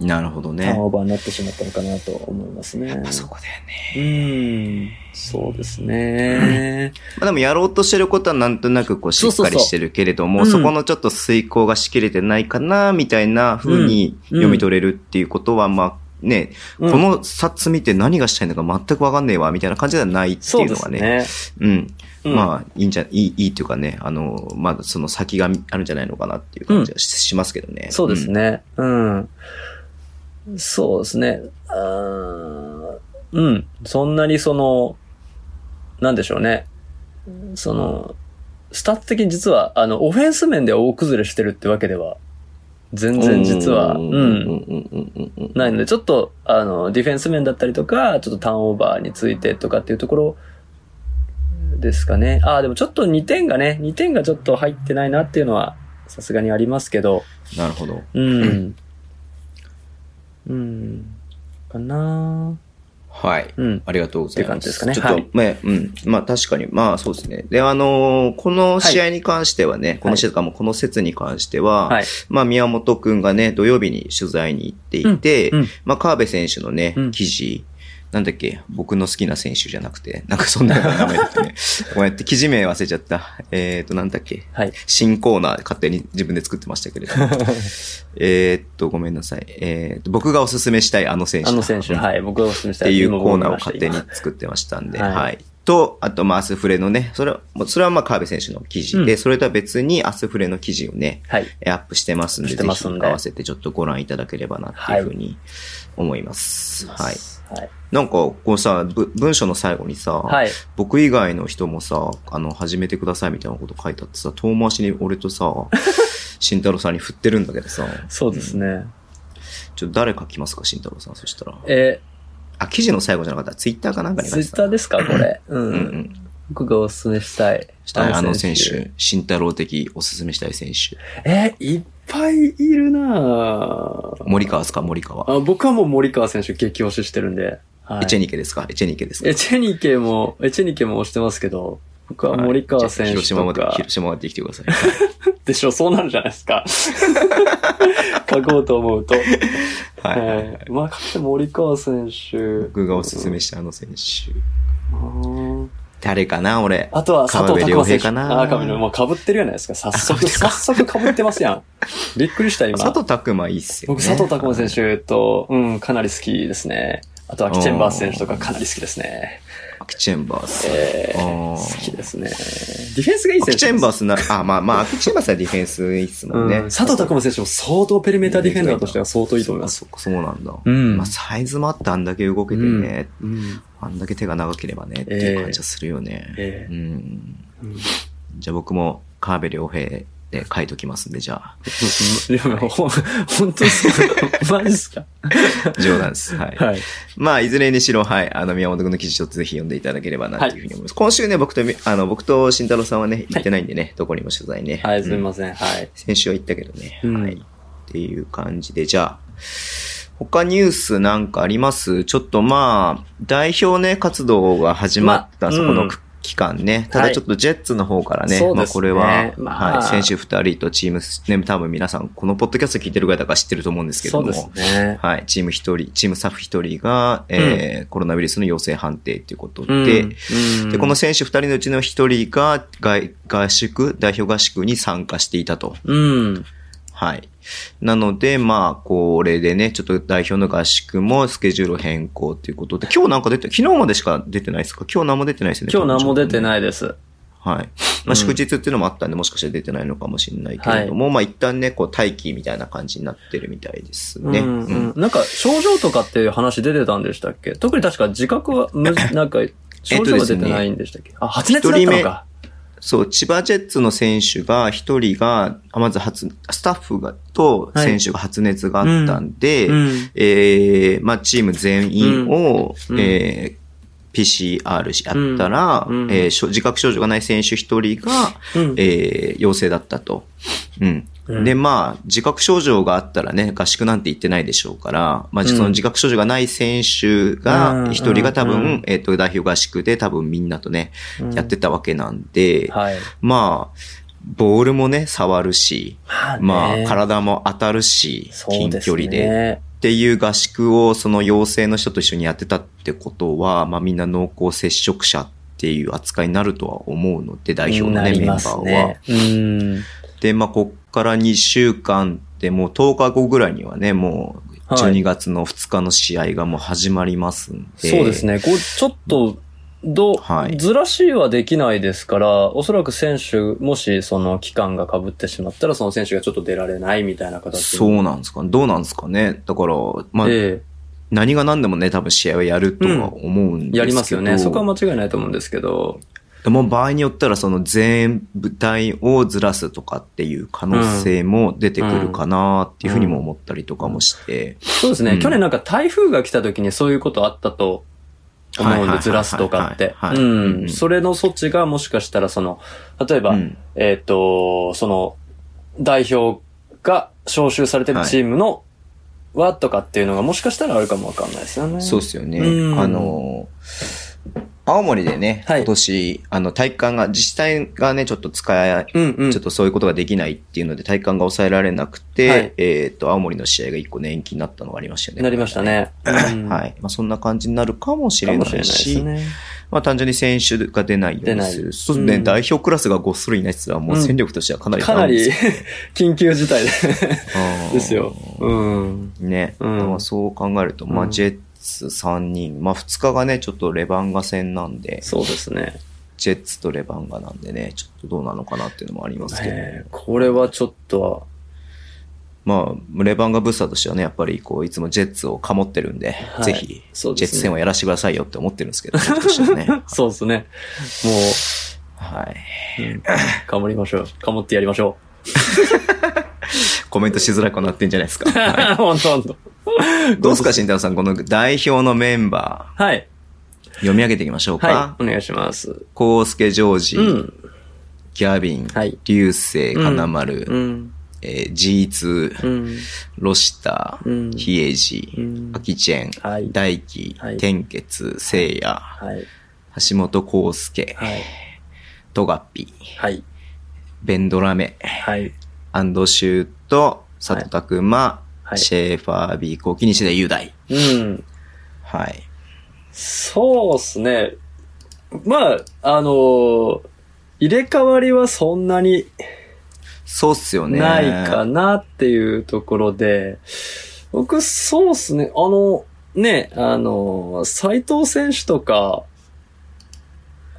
[SPEAKER 2] なるほど
[SPEAKER 3] ター
[SPEAKER 2] ね
[SPEAKER 3] ン。オーバーになってしまったのかなと思いますね。
[SPEAKER 2] やっぱそこだよね。
[SPEAKER 3] うん。そうですね。
[SPEAKER 2] まあでもやろうとしてることはなんとなくこうし
[SPEAKER 3] そう
[SPEAKER 2] っ
[SPEAKER 3] そうそ
[SPEAKER 2] か
[SPEAKER 3] う
[SPEAKER 2] りしてるけれども、
[SPEAKER 3] うん
[SPEAKER 2] そこのちょっと遂行がしきれてないかな、みたいな風に
[SPEAKER 3] うん
[SPEAKER 2] 読み取れるっていうことは、まあね、
[SPEAKER 3] うん
[SPEAKER 2] この冊見て何がしたいのか全くわかんねえわ、みたいな感じではないって
[SPEAKER 3] そ
[SPEAKER 2] いうう
[SPEAKER 3] で
[SPEAKER 2] のが
[SPEAKER 3] す
[SPEAKER 2] ね。
[SPEAKER 3] ね。
[SPEAKER 2] うん。
[SPEAKER 3] うん
[SPEAKER 2] まあ、いいんじゃ、いい、いいっていうかね、あの、まだその先があるんじゃないのかなっていう感じがし,、ますけどね。
[SPEAKER 3] そうです
[SPEAKER 2] ん。
[SPEAKER 3] ね。うん。そうですね。あーうん。そんなにその、なんでしょうね。その、スタッツ的に実は、あの、オフェンス面で大崩れしてるってわけでは、全然実は、う
[SPEAKER 2] うん
[SPEAKER 3] ん、
[SPEAKER 2] うんうんうんうんうん
[SPEAKER 3] ないので、ちょっと、あの、ディフェンス面だったりとか、ちょっとターンオーバーについてとかっていうところですかね。ああ、でもちょっと2点がね、2点がちょっと入ってないなっていうのは、さすがにありますけど、
[SPEAKER 2] なるほど。
[SPEAKER 3] うん。うん。かな
[SPEAKER 2] はい。
[SPEAKER 3] うん。
[SPEAKER 2] ありがとうございます。
[SPEAKER 3] って感じですかね
[SPEAKER 2] ちょっと、
[SPEAKER 3] はい
[SPEAKER 2] ねうん。まあ確かに、まあそうですね。で、あのーこの試合に関してはね、この試合とかもこの説に関しては、
[SPEAKER 3] はい。
[SPEAKER 2] まあ宮本くんがね、土曜日に取材に行っていて、
[SPEAKER 3] うんうん
[SPEAKER 2] まあ河辺選手のね
[SPEAKER 3] うん、
[SPEAKER 2] 記事、なんだっけ僕の好きな選手じゃなくて、なんかそんな名前だった
[SPEAKER 3] (laughs)
[SPEAKER 2] ね。こうやって記事名忘れちゃった。えっ、と、なんだっけ
[SPEAKER 3] はい。
[SPEAKER 2] 新コーナー勝手に自分で作ってましたけれど
[SPEAKER 3] (laughs)
[SPEAKER 2] も。えーっと、ごめんなさい。えーっと、僕がおすすめしたいあの選手だ。
[SPEAKER 3] あの選手、
[SPEAKER 2] うん
[SPEAKER 3] はい。僕がお勧めし
[SPEAKER 2] ったていう
[SPEAKER 3] 今
[SPEAKER 2] コーナーを
[SPEAKER 3] 僕が
[SPEAKER 2] 勝
[SPEAKER 3] 見
[SPEAKER 2] 手
[SPEAKER 3] ま
[SPEAKER 2] に
[SPEAKER 3] した
[SPEAKER 2] 作ってましたんで、
[SPEAKER 3] はい
[SPEAKER 2] はい。と、あと、まあ、アスフレのね、それは、もうそれはまあ、川辺選手の記事で、
[SPEAKER 3] うん
[SPEAKER 2] それとは別にアスフレの記事をね、
[SPEAKER 3] 今はい。
[SPEAKER 2] えアップしてますんで、
[SPEAKER 3] して
[SPEAKER 2] ぜ
[SPEAKER 3] ます
[SPEAKER 2] ひ
[SPEAKER 3] んで
[SPEAKER 2] 合わせてちょっとご覧いただければなっていうふうに思います。はい。
[SPEAKER 3] はい。
[SPEAKER 2] なんか、こうさ、ぶ文章の最後にさ、
[SPEAKER 3] はい。
[SPEAKER 2] 僕以外の人もさ、あの、始めてくださいみたいなこと書いてあってさ、遠回しに俺と
[SPEAKER 3] (laughs)
[SPEAKER 2] さ、慎太郎さんに振ってるんだけどさ、
[SPEAKER 3] そうですね。
[SPEAKER 2] ちょっと誰書きますか、慎太郎さん、そしたら。
[SPEAKER 3] え
[SPEAKER 2] あ、記事の最後じゃなかった、ツイッターかなんか
[SPEAKER 3] ー、
[SPEAKER 2] に
[SPEAKER 3] ツ
[SPEAKER 2] 書
[SPEAKER 3] イ
[SPEAKER 2] いて
[SPEAKER 3] ッ
[SPEAKER 2] た
[SPEAKER 3] ター
[SPEAKER 2] な。
[SPEAKER 3] ですか、これ。う。
[SPEAKER 2] うんうんん。
[SPEAKER 3] 僕がおすすめしたい。
[SPEAKER 2] したい、あの選手、慎太郎的おすすめしたい選手。
[SPEAKER 3] えー、いっぱいいるなぁ
[SPEAKER 2] 森川ですか、森川。
[SPEAKER 3] あ僕はもう森川選手激推ししてるんで。はい
[SPEAKER 2] エチェニケですか、エチェニケですか
[SPEAKER 3] エ。チェニケも、エチェニケも推してますけど、僕は森川選手
[SPEAKER 2] じゃあ広島
[SPEAKER 3] と
[SPEAKER 2] まで
[SPEAKER 3] か、、
[SPEAKER 2] 広島まで来てください。
[SPEAKER 3] でしょ、そうなるじゃないです
[SPEAKER 2] (laughs)
[SPEAKER 3] か。書こうと思うと。
[SPEAKER 2] はいはいはい。
[SPEAKER 3] えーまあ、かつて森川選手。
[SPEAKER 2] 僕がおすすめしたあの選手。
[SPEAKER 3] うん
[SPEAKER 2] 誰かな、俺。
[SPEAKER 3] あとは佐
[SPEAKER 2] 川
[SPEAKER 3] 藤
[SPEAKER 2] 辺
[SPEAKER 3] 拓
[SPEAKER 2] 良
[SPEAKER 3] 馬
[SPEAKER 2] 平
[SPEAKER 3] 選
[SPEAKER 2] か
[SPEAKER 3] 手。
[SPEAKER 2] な
[SPEAKER 3] あ、神野、もう被ってるじゃないですか。早速、早速被ってますやん。びっくりした、今。
[SPEAKER 2] 佐藤拓磨いいっすよ、ね。
[SPEAKER 3] 僕、佐藤拓馬選手と、うん、かなり好きですね。あとは、キチェンバース選手とかかなり好きですね。
[SPEAKER 2] アキチェンバース。
[SPEAKER 3] え
[SPEAKER 2] あ
[SPEAKER 3] ー、
[SPEAKER 2] ー
[SPEAKER 3] 好きですね。ディフェンスがいい
[SPEAKER 2] アキ
[SPEAKER 3] 選手です
[SPEAKER 2] チェンバースな、あ、まあまあ、アキチェンバースはディフェンスいいっすもんね。
[SPEAKER 3] うん佐藤拓磨選手も相当ペリメーターディフェンダーとしては相当いいと思います。
[SPEAKER 2] そうかそうなんだ。
[SPEAKER 3] うん
[SPEAKER 2] まあ、サイズもあってあんだけ動けてね、
[SPEAKER 3] うん。
[SPEAKER 2] あんだけ手が長ければね、っていう感じはするよね。
[SPEAKER 3] え
[SPEAKER 2] う
[SPEAKER 3] え
[SPEAKER 2] ん。
[SPEAKER 3] うん
[SPEAKER 2] じゃあ僕も、川辺良平で書いときますんで、じゃあ。
[SPEAKER 3] いや、ほん、本当ですかマジですか
[SPEAKER 2] 冗談です。はい。
[SPEAKER 3] はい。
[SPEAKER 2] まあ、いずれにしろ、はい、あの、宮本君の記事ちょっとぜひ読んでいただければな、というふうに思います。今週ね、僕とみ、あの、僕と慎太郎さんはね、行ってないんでね、どこにも取材ね。
[SPEAKER 3] はい、すみ
[SPEAKER 2] うん
[SPEAKER 3] ません。はい。
[SPEAKER 2] 先週は行ったけどね。
[SPEAKER 3] うん
[SPEAKER 2] はい。っていう感じで、じゃあ、他ニュースなんかありますちょっとまあ、代表ね、活動が始まった、
[SPEAKER 3] まあ
[SPEAKER 2] そこ
[SPEAKER 3] う
[SPEAKER 2] の
[SPEAKER 3] ん
[SPEAKER 2] 期間ね。ただちょっとジェッツの方からね、
[SPEAKER 3] そう
[SPEAKER 2] ま
[SPEAKER 3] で
[SPEAKER 2] あ
[SPEAKER 3] すね
[SPEAKER 2] これは、
[SPEAKER 3] ま
[SPEAKER 2] は
[SPEAKER 3] あ
[SPEAKER 2] い、先週二人とチーム、ね、多分皆さん、このポッドキャスト聞いてる方だから知ってると思うんですけど
[SPEAKER 3] そう
[SPEAKER 2] も、
[SPEAKER 3] ですね。
[SPEAKER 2] はい、チーム一人、チームスタッフ一人が、えーコロナウイルスの陽性判定ということで、
[SPEAKER 3] うん
[SPEAKER 2] で、この、選手二人のうちの一人が外合宿、代表合宿に参加していたと。
[SPEAKER 3] うん。
[SPEAKER 2] はい。なので、まあ、これでね、ちょっと代表の合宿もスケジュール変更ということで、今日なんか出て、昨日までしか出てないですか今日何も出てないですよね。
[SPEAKER 3] 今日何も出て
[SPEAKER 2] い。
[SPEAKER 3] ないです。
[SPEAKER 2] はい。
[SPEAKER 3] う
[SPEAKER 2] まあ、
[SPEAKER 3] ん
[SPEAKER 2] 祝日っていうのもあったんで、もしかしたら出てないのかもしれないけれども、まあ、一旦ね、こう、待機みたいな感じになってるみたいですね。
[SPEAKER 3] うんうんなんか、症状とかっていう話出てたんでしたっけ特に確か自覚は、む
[SPEAKER 2] (laughs)
[SPEAKER 3] なんか、症状は出てないんでしたっけ、あ、発熱だったのか。
[SPEAKER 2] そう、千葉ジェッツの選手が、一人が、あまず発、スタッフが、と選手が発熱があったんで、
[SPEAKER 3] うん。
[SPEAKER 2] えーまあ、チーム全員を、
[SPEAKER 3] うん
[SPEAKER 2] えー PCR やったら、
[SPEAKER 3] うんうん
[SPEAKER 2] えーしょ自覚症状がない選手一人が、
[SPEAKER 3] うん
[SPEAKER 2] えー陽性だったと。うん。
[SPEAKER 3] うん
[SPEAKER 2] で、まあ、自覚症状があったらね、合宿なんて言ってないでしょうから、まあ、その自覚症状がない選手
[SPEAKER 3] う
[SPEAKER 2] が、
[SPEAKER 3] ん
[SPEAKER 2] 一人が多分、
[SPEAKER 3] うん
[SPEAKER 2] えっ、と、代表合宿で多分みんなとね、
[SPEAKER 3] うん
[SPEAKER 2] やってたわけなんで、
[SPEAKER 3] はい。
[SPEAKER 2] まあ、ボールもね、触るし、
[SPEAKER 3] まあね
[SPEAKER 2] まあ、体も当たるし、
[SPEAKER 3] そう
[SPEAKER 2] 近
[SPEAKER 3] すね
[SPEAKER 2] 距離で。っていう合宿をその陽性の人と一緒にやってたってことは、まあみんな濃厚接触者っていう扱いになるとは思うので、代表の
[SPEAKER 3] な
[SPEAKER 2] ね、メ
[SPEAKER 3] り
[SPEAKER 2] ンバ
[SPEAKER 3] ま
[SPEAKER 2] ー
[SPEAKER 3] す
[SPEAKER 2] は。
[SPEAKER 3] ねうん。
[SPEAKER 2] で、まあこっから2週間でもう10日後ぐらいにはね、もう
[SPEAKER 3] はい
[SPEAKER 2] 12月の2日の試合がもう始まりますんで。
[SPEAKER 3] そうですね。こう、ちょっと、どう、
[SPEAKER 2] はい
[SPEAKER 3] ずらしはできないですから、おそらく選手、もしその期間が被ってしまったら、その選手がちょっと出られないみたいな形に
[SPEAKER 2] そうなんですかどうなんですかねだから、まあ、
[SPEAKER 3] え
[SPEAKER 2] 何が何でもね、多分試合はやるとは思うんですけ
[SPEAKER 3] え
[SPEAKER 2] ど、
[SPEAKER 3] やりますよね。そこは間違いないと思うんですけど。
[SPEAKER 2] でも場合によったらその全部隊をずらすとかっていう可能性も出てくるかなっていうふうにも思ったりとかもして。
[SPEAKER 3] そうですね。
[SPEAKER 2] うん
[SPEAKER 3] 去年なんか台風が来た時にそういうことあったと
[SPEAKER 2] はい
[SPEAKER 3] 思
[SPEAKER 2] はいはい
[SPEAKER 3] うんで、
[SPEAKER 2] はい
[SPEAKER 3] ずらすとかって。
[SPEAKER 2] はいはいはいううん
[SPEAKER 3] ん。それの措置がもしかしたら、その、例えば、
[SPEAKER 2] うん
[SPEAKER 3] えっ、と、その、代表が招集されてるチームの、はとかっていうのがもしかしたらあるかもわかんないですよね。
[SPEAKER 2] そうですよね。
[SPEAKER 3] うん
[SPEAKER 2] あの、青森でね、
[SPEAKER 3] はい
[SPEAKER 2] 今年、あの、体育館が、自治体がね、ちょっと使い、
[SPEAKER 3] うんうん。
[SPEAKER 2] ちょっとそういうことができないっていうので、体育館が抑えられなくて、
[SPEAKER 3] はい
[SPEAKER 2] えっ、と、青森の試合が一個ね、延期になったのがありましたよね。
[SPEAKER 3] なりましたね。うん
[SPEAKER 2] はい。まあ、そんな感じになるかもし
[SPEAKER 3] か
[SPEAKER 2] れ
[SPEAKER 3] も
[SPEAKER 2] ない
[SPEAKER 3] しれないで
[SPEAKER 2] し、
[SPEAKER 3] すね。
[SPEAKER 2] まあ単純に選手が出ないようにす
[SPEAKER 3] 出な
[SPEAKER 2] る。
[SPEAKER 3] い
[SPEAKER 2] そうですね、
[SPEAKER 3] うん
[SPEAKER 2] 代表クラスがごっそりいないってのはもう戦力としてはかなり
[SPEAKER 3] かな
[SPEAKER 2] ダウン
[SPEAKER 3] り
[SPEAKER 2] です
[SPEAKER 3] 緊急
[SPEAKER 2] (laughs)
[SPEAKER 3] 事態で
[SPEAKER 2] うん
[SPEAKER 3] (laughs) ですよ。うん。
[SPEAKER 2] ね。
[SPEAKER 3] うん
[SPEAKER 2] まあそう考えると、まあ
[SPEAKER 3] うん
[SPEAKER 2] ジェッツ3人、まあ2日がね、ちょっとレバンガ戦なんで、
[SPEAKER 3] そうですね。
[SPEAKER 2] ジェッツとレバンガなんでね、ちょっとどうなのかなっていうのもありますけど。
[SPEAKER 3] えーこれはちょっと、
[SPEAKER 2] まあ、レバンガブッサとしてはね、やっぱりこう、いつもジェッツをかもってるんで、
[SPEAKER 3] はい
[SPEAKER 2] ぜひ、ジ
[SPEAKER 3] そ
[SPEAKER 2] ェ
[SPEAKER 3] うで
[SPEAKER 2] ッ
[SPEAKER 3] す
[SPEAKER 2] ツ
[SPEAKER 3] ね
[SPEAKER 2] 戦をやらせてくださいよって思ってるんですけど、僕としてはね
[SPEAKER 3] (laughs) そうですね。も
[SPEAKER 2] はい。
[SPEAKER 3] う、うん、かもりましょう。かもってやりましょ
[SPEAKER 2] コメントしづらくなってんじゃないです
[SPEAKER 3] (laughs)
[SPEAKER 2] か。
[SPEAKER 3] う。
[SPEAKER 2] はい
[SPEAKER 3] ほんとほんと。
[SPEAKER 2] どうですか、慎太郎さん、この代表のメンバ
[SPEAKER 3] はい。
[SPEAKER 2] ー、読み上げていきましょうか
[SPEAKER 3] は。い。お願いします。
[SPEAKER 2] コウスケ、ジョージ、
[SPEAKER 3] うん。
[SPEAKER 2] ギャビン、
[SPEAKER 3] はい
[SPEAKER 2] 流星、金丸、
[SPEAKER 3] うん。
[SPEAKER 2] えー G2、
[SPEAKER 3] うん。
[SPEAKER 2] ロシタ、
[SPEAKER 3] うん
[SPEAKER 2] ヒエジ、
[SPEAKER 3] うん
[SPEAKER 2] アキチェン、
[SPEAKER 3] はい
[SPEAKER 2] 大輝、
[SPEAKER 3] はい
[SPEAKER 2] 天傑、聖夜、
[SPEAKER 3] はい。
[SPEAKER 2] 橋本康介、
[SPEAKER 3] はい。
[SPEAKER 2] トガッピ、
[SPEAKER 3] はい。
[SPEAKER 2] ベンドラメ、
[SPEAKER 3] はい。
[SPEAKER 2] アンドシュート、佐藤拓馬、
[SPEAKER 3] はい
[SPEAKER 2] シェーファー、ビーコー、木西で雄大。
[SPEAKER 3] うん。
[SPEAKER 2] はい。
[SPEAKER 3] そうっすね。まあ、あのー入れ替わりはそんなに
[SPEAKER 2] そうっすよね。
[SPEAKER 3] ないかなっていうところで、僕、そうっすね。あの、ね、あの、斎藤選手とか、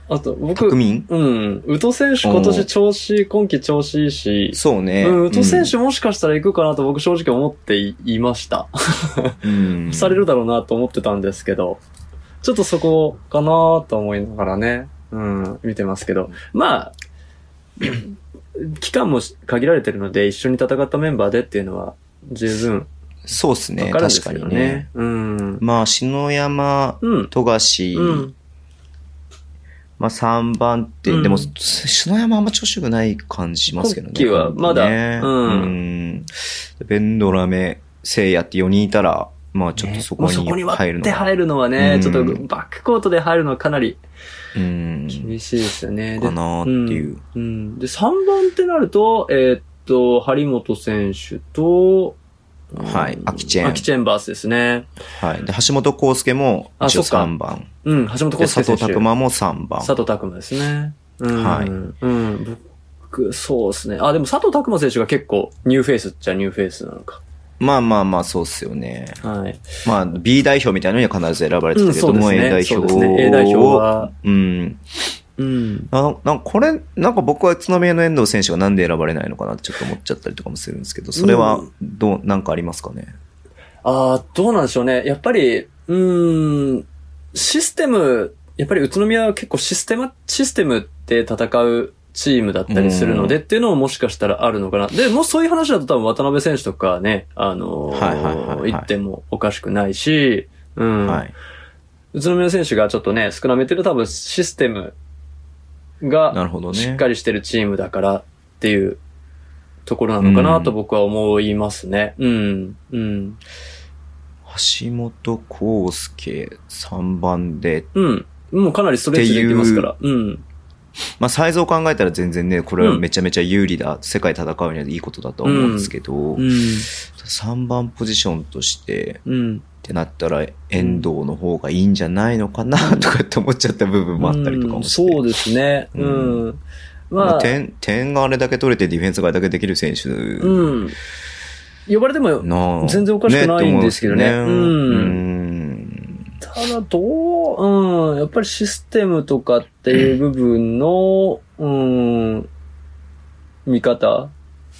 [SPEAKER 3] あと、僕、
[SPEAKER 2] 国民
[SPEAKER 3] うん、宇都選手今年調子いい、今季調子いいし、
[SPEAKER 2] そうね。
[SPEAKER 3] うん、宇都選手もしかしたら行くかなと僕正直思っていいました。
[SPEAKER 2] うん、
[SPEAKER 3] されるだろうなと思ってたんですけど、ちょっとそこかなと思いながらね、うん、見てますけど、まあ、 (clears throat) 期間も限られてるので、一緒に戦ったメンバーでっていうのは十分
[SPEAKER 2] そうっすね。
[SPEAKER 3] わかるんです
[SPEAKER 2] 確か
[SPEAKER 3] けど
[SPEAKER 2] に
[SPEAKER 3] ね。
[SPEAKER 2] ね。
[SPEAKER 3] うん。
[SPEAKER 2] まあ、篠山、
[SPEAKER 3] うん。
[SPEAKER 2] 富樫、
[SPEAKER 3] うん。
[SPEAKER 2] まあ3番って、
[SPEAKER 3] うん
[SPEAKER 2] でも、篠山あんま調子良くない感じしますけどね。
[SPEAKER 3] 今季はまだ
[SPEAKER 2] ね
[SPEAKER 3] うん
[SPEAKER 2] んベンドラメ、聖夜って4人いたら、まあちょっとそこ
[SPEAKER 3] ねもうそこ
[SPEAKER 2] に
[SPEAKER 3] に割
[SPEAKER 2] 入
[SPEAKER 3] っ
[SPEAKER 2] るの
[SPEAKER 3] て
[SPEAKER 2] が、
[SPEAKER 3] 入るのはね、
[SPEAKER 2] うん
[SPEAKER 3] ちょっとバックコートで入るのはかなり
[SPEAKER 2] うん、
[SPEAKER 3] 厳しいですよね。で
[SPEAKER 2] かなーっていう。
[SPEAKER 3] うん。で、3番ってなると、えーっと、張本選手と、
[SPEAKER 2] はい
[SPEAKER 3] うん
[SPEAKER 2] アキチェン
[SPEAKER 3] アキチェンバースですね。
[SPEAKER 2] はい。で、橋本康介も
[SPEAKER 3] あ
[SPEAKER 2] 一応
[SPEAKER 3] そっか
[SPEAKER 2] 3番。
[SPEAKER 3] うん、橋本
[SPEAKER 2] で、
[SPEAKER 3] 康
[SPEAKER 2] 佐
[SPEAKER 3] 介選
[SPEAKER 2] 藤
[SPEAKER 3] 手。
[SPEAKER 2] 拓馬も3番。
[SPEAKER 3] 佐藤拓馬ですね。うん。
[SPEAKER 2] はい
[SPEAKER 3] うん。僕、そうですね。あ、でも佐藤拓馬選手が結構ニューフェイスっちゃニューフェイスなのか。
[SPEAKER 2] まあまあまあ、そうっすよね。
[SPEAKER 3] はい。
[SPEAKER 2] まあ、B 代表みたいなのには必ず選ばれて
[SPEAKER 3] う
[SPEAKER 2] た
[SPEAKER 3] ん、
[SPEAKER 2] け
[SPEAKER 3] そ
[SPEAKER 2] ど
[SPEAKER 3] うです
[SPEAKER 2] も、
[SPEAKER 3] ね。
[SPEAKER 2] A 代
[SPEAKER 3] そうで
[SPEAKER 2] 表
[SPEAKER 3] すね。A 代表は、
[SPEAKER 2] うん。
[SPEAKER 3] うん。
[SPEAKER 2] あのなんかこれ、なんか僕は宇都宮の遠藤選手がなんで選ばれないのかなってちょっと思っちゃったりとかもするんですけど、それは
[SPEAKER 3] う
[SPEAKER 2] どう、なんかありますかね
[SPEAKER 3] ああ、どうなんでしょうね。やっぱり、うーん、システム、やっぱり宇都宮は結構システム、システムって戦うチームだったりするのでっていうのももしかしたらあるのかな。で、もうそういう話だと多分渡辺選手とかね、あのー
[SPEAKER 2] はいはいはいはい
[SPEAKER 3] 行ってもおかしくないし、うん。
[SPEAKER 2] はい。
[SPEAKER 3] 宇都宮選手がちょっとね、少なめっていうと多分システムが
[SPEAKER 2] なるほどね。
[SPEAKER 3] しっかりしてるチームだからっていうところなのかなと僕は思いますね。うん。うん。
[SPEAKER 2] 橋本康介3番で、
[SPEAKER 3] うん。もうかなりストレッチできますから。うん。
[SPEAKER 2] まあサイズを考えたら全然ね、これはめちゃめちゃ有利だ、世界戦うにはいいことだとは思うんですけど、
[SPEAKER 3] うん。
[SPEAKER 2] 3番ポジションとして、
[SPEAKER 3] うん。
[SPEAKER 2] ってなったら遠藤の方がいいんじゃないのかな、とかって思っちゃった部分もあったりとかもして。
[SPEAKER 3] そうですね。うん。ま
[SPEAKER 2] まあ
[SPEAKER 3] あ、
[SPEAKER 2] 点、点があれだけ取れてディフェンスがあれだけできる選手
[SPEAKER 3] うん。呼ばれても、
[SPEAKER 2] なあ
[SPEAKER 3] 全然おかしくないんですけどね
[SPEAKER 2] って思
[SPEAKER 3] うん
[SPEAKER 2] うん
[SPEAKER 3] ただどう、うん、やっぱりシステムとかっていう部分の、うん、見方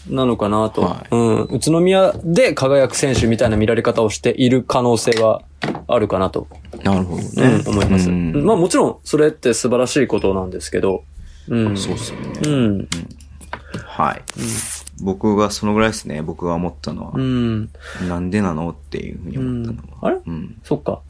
[SPEAKER 3] なのかなと、
[SPEAKER 2] はい
[SPEAKER 3] うん。宇都宮で輝く選手みたいな見られ方をしている可能性はあるかなと
[SPEAKER 2] なるほど
[SPEAKER 3] うん
[SPEAKER 2] ね。
[SPEAKER 3] 思います。
[SPEAKER 2] うん
[SPEAKER 3] まあもちろんそれって素晴らしいことなんですけど。うん。
[SPEAKER 2] そうっすよね。
[SPEAKER 3] うん。
[SPEAKER 2] はい。僕がそのぐらいですね。僕が思ったのは、
[SPEAKER 3] うん。
[SPEAKER 2] なんでなのっていうふうに思ったのは。
[SPEAKER 3] あれ
[SPEAKER 2] うん。
[SPEAKER 3] そっか。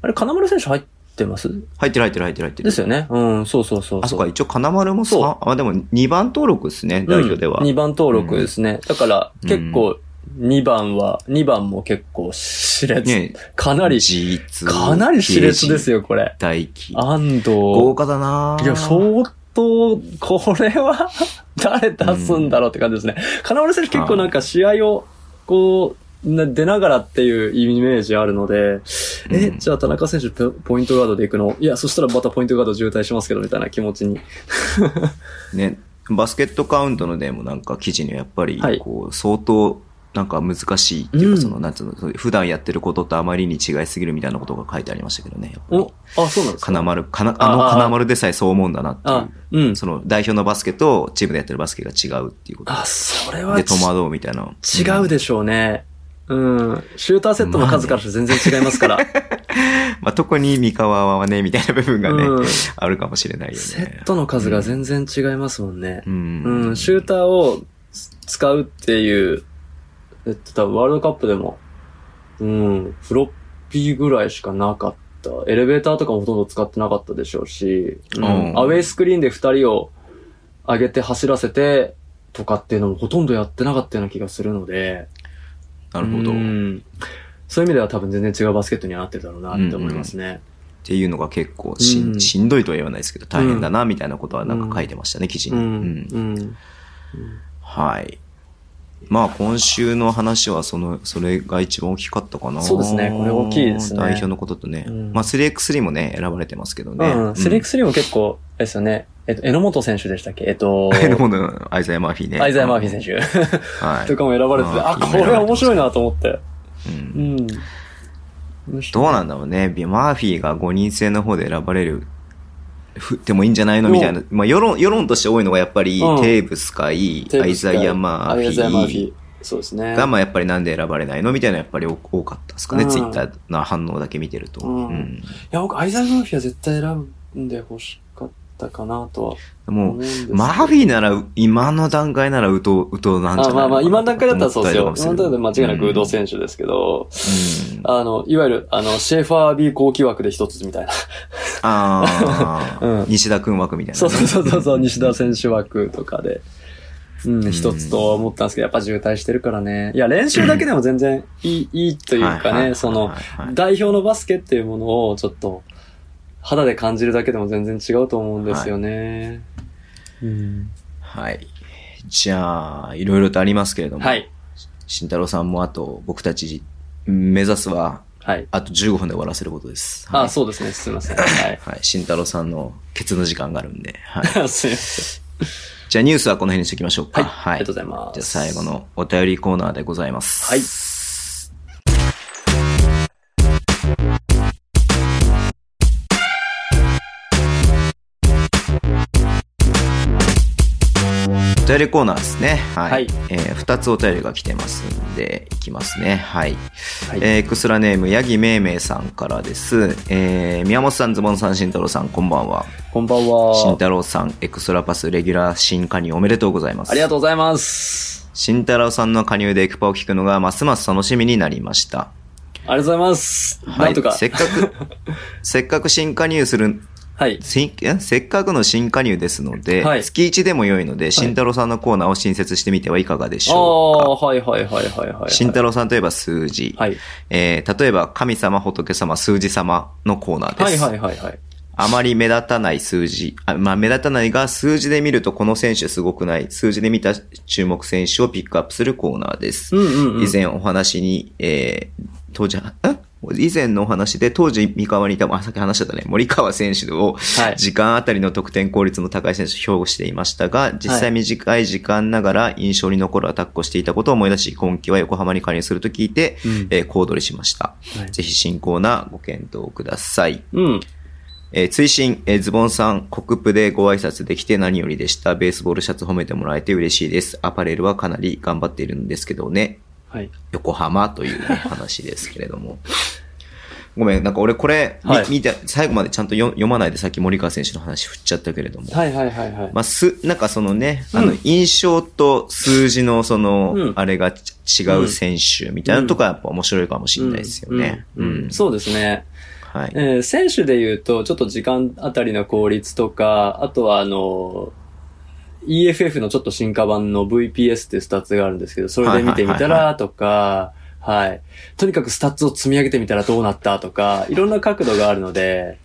[SPEAKER 3] あれ、金丸選手入ってます
[SPEAKER 2] 入ってる入ってる入ってる入ってる。
[SPEAKER 3] ですよね。うん、そうそうそうう。
[SPEAKER 2] あ、そっか、一応金丸も
[SPEAKER 3] そ
[SPEAKER 2] さ、あ、でも2番登録ですね、代表では。
[SPEAKER 3] 2番登録ですね。だから、結構、2番は、2番も結構、熾
[SPEAKER 2] ね
[SPEAKER 3] 烈。かなり、
[SPEAKER 2] G2
[SPEAKER 3] かなり熾烈です
[SPEAKER 2] よ。
[SPEAKER 3] よ、これ。
[SPEAKER 2] 大輝。
[SPEAKER 3] 安藤。
[SPEAKER 2] 豪華だない
[SPEAKER 3] いや、相当、これは、 (laughs) 誰出すんだろうって感じですね。金丸選手結構なんか試合を、こう、な出ながらっていうイメージあるので、え、
[SPEAKER 2] うん
[SPEAKER 3] じゃあ田中選手ポポイントガードで行くのいや、そしたらまたポイントガード渋滞しますけど、みたいな気持ちに。
[SPEAKER 2] ね、バスケットカウントのでもなんか記事にはやっぱり
[SPEAKER 3] はい、
[SPEAKER 2] こう、相当、なんか難しいっていう
[SPEAKER 3] う
[SPEAKER 2] か、
[SPEAKER 3] ん
[SPEAKER 2] その、なんつうの、そういう普段やってることとあまりに違いすぎるみたいなことが書いてありましたけどね。やっぱり
[SPEAKER 3] お、あ、そうなんですか。
[SPEAKER 2] 金丸、かな、あの
[SPEAKER 3] あー
[SPEAKER 2] 金丸でさえそう思うんだなって
[SPEAKER 3] あ
[SPEAKER 2] い、
[SPEAKER 3] うん
[SPEAKER 2] う。。その、代表のバスケとチームでやってるバスケが違うっていうこと
[SPEAKER 3] あ、それは
[SPEAKER 2] で、戸惑うみたいな。
[SPEAKER 3] ち違うでしょうね。うん。シューターセットの数からして全然違いますから。
[SPEAKER 2] まあ、特に三河はね、みたいな部分がね、
[SPEAKER 3] うん
[SPEAKER 2] あるかもしれないよね。
[SPEAKER 3] セットの数が全然違いますもんね。
[SPEAKER 2] うん。
[SPEAKER 3] うん、シューターを使うっていう、えっと、多分ワールドカップでも、うん、フロッピーぐらいしかなかった。エレベーターとかもほとんど使ってなかったでしょうし、うん
[SPEAKER 2] うん
[SPEAKER 3] アウェイスクリーンで2人を上げて走らせてとかっていうのもほとんどやってなかったような気がするので、
[SPEAKER 2] なるほど。
[SPEAKER 3] う
[SPEAKER 2] っ
[SPEAKER 3] んそういう意味では多分全然違うバスケットにはなってるだろうなって思いますね。
[SPEAKER 2] ていうのが結構し
[SPEAKER 3] うん
[SPEAKER 2] ん、しんどいとは言わないですけど、大変だな、みたいなことはなんか書いてましたね、記事に。
[SPEAKER 3] うん。うん。
[SPEAKER 2] はい。まあ今週の話はその、それが一番大きかったかな。
[SPEAKER 3] そうですねこれ大きいですね
[SPEAKER 2] 代表のこととね。
[SPEAKER 3] うん
[SPEAKER 2] まあ 3x3 もね、選ばれてますけど
[SPEAKER 3] う
[SPEAKER 2] ね。
[SPEAKER 3] ん。セレクスリーも結構、あれですよね。えっと、榎本選手でしたっけえ
[SPEAKER 2] (laughs)
[SPEAKER 3] っと、
[SPEAKER 2] うんでもねアイザイア・マーフィーね。
[SPEAKER 3] アイザイ・マーフィー選手
[SPEAKER 2] 手。は
[SPEAKER 3] と
[SPEAKER 2] い。
[SPEAKER 3] かも選ばれてて、
[SPEAKER 2] あ
[SPEAKER 3] あ、
[SPEAKER 2] ー
[SPEAKER 3] これは面白いなと思って。
[SPEAKER 2] うん
[SPEAKER 3] うん。
[SPEAKER 2] どうなんだろうね。ビマーフィーが5人制の方で選ばれる。振ってもいいんじゃないのみたいな。まあ、世論、世論として多いのがやっぱり、
[SPEAKER 3] うん
[SPEAKER 2] テーブスカイ、アイザイア・マーフ
[SPEAKER 3] アイザイ・マーフィ
[SPEAKER 2] ィ
[SPEAKER 3] ー。そうですね
[SPEAKER 2] ー。が、まあ、やっぱりなんで選ばれないのみたいな、やっぱり多多かったですかね。
[SPEAKER 3] うん
[SPEAKER 2] ツイッターの反応だけ見てると。
[SPEAKER 3] うん
[SPEAKER 2] うん
[SPEAKER 3] いや、僕、アイザイ・マーフィーは絶対選んでほしかったかなとは思
[SPEAKER 2] も
[SPEAKER 3] うん
[SPEAKER 2] う、
[SPEAKER 3] ですけど。
[SPEAKER 2] マーフィーなら、今の段階なら、うとう、うとうなんじゃない
[SPEAKER 3] あまあまあ、今の段階だったらそうですよ。
[SPEAKER 2] 思った
[SPEAKER 3] 今
[SPEAKER 2] り
[SPEAKER 3] の
[SPEAKER 2] とか
[SPEAKER 3] 段
[SPEAKER 2] も
[SPEAKER 3] 階
[SPEAKER 2] す
[SPEAKER 3] で
[SPEAKER 2] る
[SPEAKER 3] 間違いなく、有働選手ですけど、あの、いわゆる、あの、シェーファー B 高級枠で一つみたいな。
[SPEAKER 2] ああ、
[SPEAKER 3] (laughs) うん
[SPEAKER 2] 西田くん枠みたいなね、
[SPEAKER 3] (laughs) そうそうそう (laughs) そう、西田選手枠とかで。うん、
[SPEAKER 2] ん
[SPEAKER 3] 一つとは思ったんですけど、やっぱ渋滞してるからね。いや、練習だけでも全然いい、いいという
[SPEAKER 2] はいはい
[SPEAKER 3] か
[SPEAKER 2] はいはい
[SPEAKER 3] ね、その、代表のバスケっていうものをちょっと、肌で感じるだけでも全然違うと思うんですよね。うん
[SPEAKER 2] はい。じゃあ、いろいろとありますけれども。
[SPEAKER 3] はい。
[SPEAKER 2] 慎太郎さんもあと僕たち目指すは
[SPEAKER 3] はい。
[SPEAKER 2] あと15分で終わらせることです。はい
[SPEAKER 3] あ、そうですね。すい (laughs) ません。はい。
[SPEAKER 2] はい。慎太郎さんのケツの時間があるんで。はい。 (laughs)
[SPEAKER 3] すいませ
[SPEAKER 2] じゃあニュースはこの辺にしておきましょうか。
[SPEAKER 3] ん。はい。ありがとうございます。
[SPEAKER 2] じゃあ最後。のお便りコーナーでございます。
[SPEAKER 3] はい。
[SPEAKER 2] お便りコーナーですね。はい。
[SPEAKER 3] はい
[SPEAKER 2] えー、2つお便りが来てますんで、いきますね。はい。
[SPEAKER 3] はい
[SPEAKER 2] えー、クスラネーム、ヤギめいめいさんからです。えー、宮本さん、ズボンさん、慎太郎さん、こんばんは。
[SPEAKER 3] こんばん
[SPEAKER 2] 慎
[SPEAKER 3] は。
[SPEAKER 2] 太郎さん、エクストラパスレギュラー新加入おめでとうございます。
[SPEAKER 3] ありがとうございます。
[SPEAKER 2] 慎太郎さんの加入でエクパを聞くのがますます楽しみになりました。
[SPEAKER 3] ありがとうございます。なんとか。
[SPEAKER 2] せっか
[SPEAKER 3] (laughs)
[SPEAKER 2] く、せっかく新加入する、
[SPEAKER 3] はい。
[SPEAKER 2] 新えせっかくの新加入ですので、
[SPEAKER 3] はい
[SPEAKER 2] 月1でも良いので、慎太郎さんのコーナーを新設してみてはいかがでし
[SPEAKER 3] あ
[SPEAKER 2] ょうか。
[SPEAKER 3] あ、はいはいはいはいはい。
[SPEAKER 2] 慎太郎さんといえば数字。
[SPEAKER 3] はい。
[SPEAKER 2] えー例えば、神様、仏様、数字様のコーナーです。
[SPEAKER 3] はいはいはいはい。
[SPEAKER 2] あまり目立たない数字。あまあ、目立たないが、数字で見るとこの選手すごくない。数字で見た注目選手をピックアップするコーナーです。
[SPEAKER 3] うんうんうん。
[SPEAKER 2] 以前お話に、えー当時、ん以前のお話で、当時、三河にいた、あ、さっき話しちゃったね、森川選手を、
[SPEAKER 3] はい
[SPEAKER 2] 時間あたりの得点効率の高い選手を評していましたが、実際短い時間ながら印象に残るアタックをしていたことを思い出し、今季は横浜に加入すると聞いて、
[SPEAKER 3] うん
[SPEAKER 2] えー、小躍りしました。
[SPEAKER 3] はい
[SPEAKER 2] ぜひ新コーナーご検討ください。
[SPEAKER 3] うん。
[SPEAKER 2] えー追伸、えーズボンさん、国プでご挨拶できて何よりでした。ベースボールシャツ褒めてもらえて嬉しいです。アパレルはかなり頑張っているんですけどね。
[SPEAKER 3] はい。
[SPEAKER 2] 横浜というね、話ですけれども。 (laughs) ごめん、なんか俺これ、み
[SPEAKER 3] はい
[SPEAKER 2] 見て、最後までちゃんと読読まないでさっき森川選手の話振っちゃったけれども。
[SPEAKER 3] はいはいはいはい。
[SPEAKER 2] まあ、す、なんかそのね、あの
[SPEAKER 3] うん、
[SPEAKER 2] 印象と数字のその、
[SPEAKER 3] うん
[SPEAKER 2] あれがち違う選手みたいなのとかやっぱ面白いかもしれないですよね。
[SPEAKER 3] うんうん
[SPEAKER 2] うん
[SPEAKER 3] そうですね。
[SPEAKER 2] はい。
[SPEAKER 3] えー選手で言うと、ちょっと時間あたりの効率とか、あとはあのー、EFF のちょっと進化版の VPS っていうスタッツがあるんですけど、それで見てみた
[SPEAKER 2] はいはいはい
[SPEAKER 3] らとか、はい。とにかくスタッツを積み上げてみたらどうなったとか、いろんな角度があるので、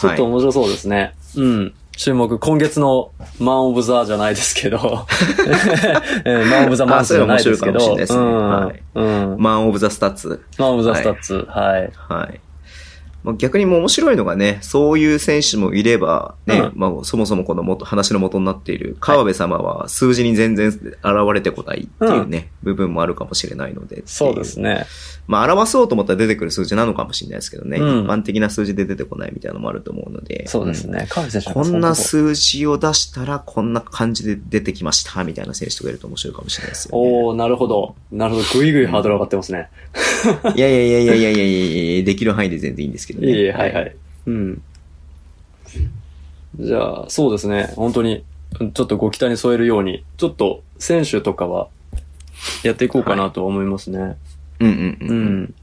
[SPEAKER 3] ちょっと面白そうですね。うん。注目、今月のマン・オブ・ザじゃないですけ
[SPEAKER 2] (laughs)
[SPEAKER 3] ど、えーマン・オブ・ザ・マンスじゃないですけど、
[SPEAKER 2] あそれ面白いかもしれないですね
[SPEAKER 3] うんうん
[SPEAKER 2] マンオブザスタッツ。
[SPEAKER 3] マン・オブ・ザ・スタッツ、はい。
[SPEAKER 2] はい。まあ、逆にもう面白いのがね、そういう選手もいれば、ね、
[SPEAKER 3] うん
[SPEAKER 2] まあ、そもそもこの元話の元になっている川辺様は数字に全然現れてこないっていうね、部分もあるかもしれないので。
[SPEAKER 3] そうです
[SPEAKER 2] ね。
[SPEAKER 3] ね。
[SPEAKER 2] まあ、表そうと思ったら出てくる数字なのかもしれないですけどね、
[SPEAKER 3] うん
[SPEAKER 2] 一般的な数字で出てこないみたいなのもあると思うので。
[SPEAKER 3] そうですね。川辺選手
[SPEAKER 2] こんな
[SPEAKER 3] す
[SPEAKER 2] 数字を出したら、こんな感じで出てきました、みたいな選手とかいると面白いかもしれないですよ、ね。
[SPEAKER 3] おおなるほど。なるほど。ぐいぐいハードル上がってますね。
[SPEAKER 2] いやいやいやいやいやいやいやいやできる範囲で全然いいんですけど
[SPEAKER 3] い
[SPEAKER 2] ね。
[SPEAKER 3] えいえ、はいはい。うん。じゃあ、そうですね。本当に、うんちょっとご期待に添えるように、ちょっと選手とかは、やっていこうかなと思いますね。
[SPEAKER 2] うんうんうん。
[SPEAKER 3] う
[SPEAKER 2] うん
[SPEAKER 3] ん。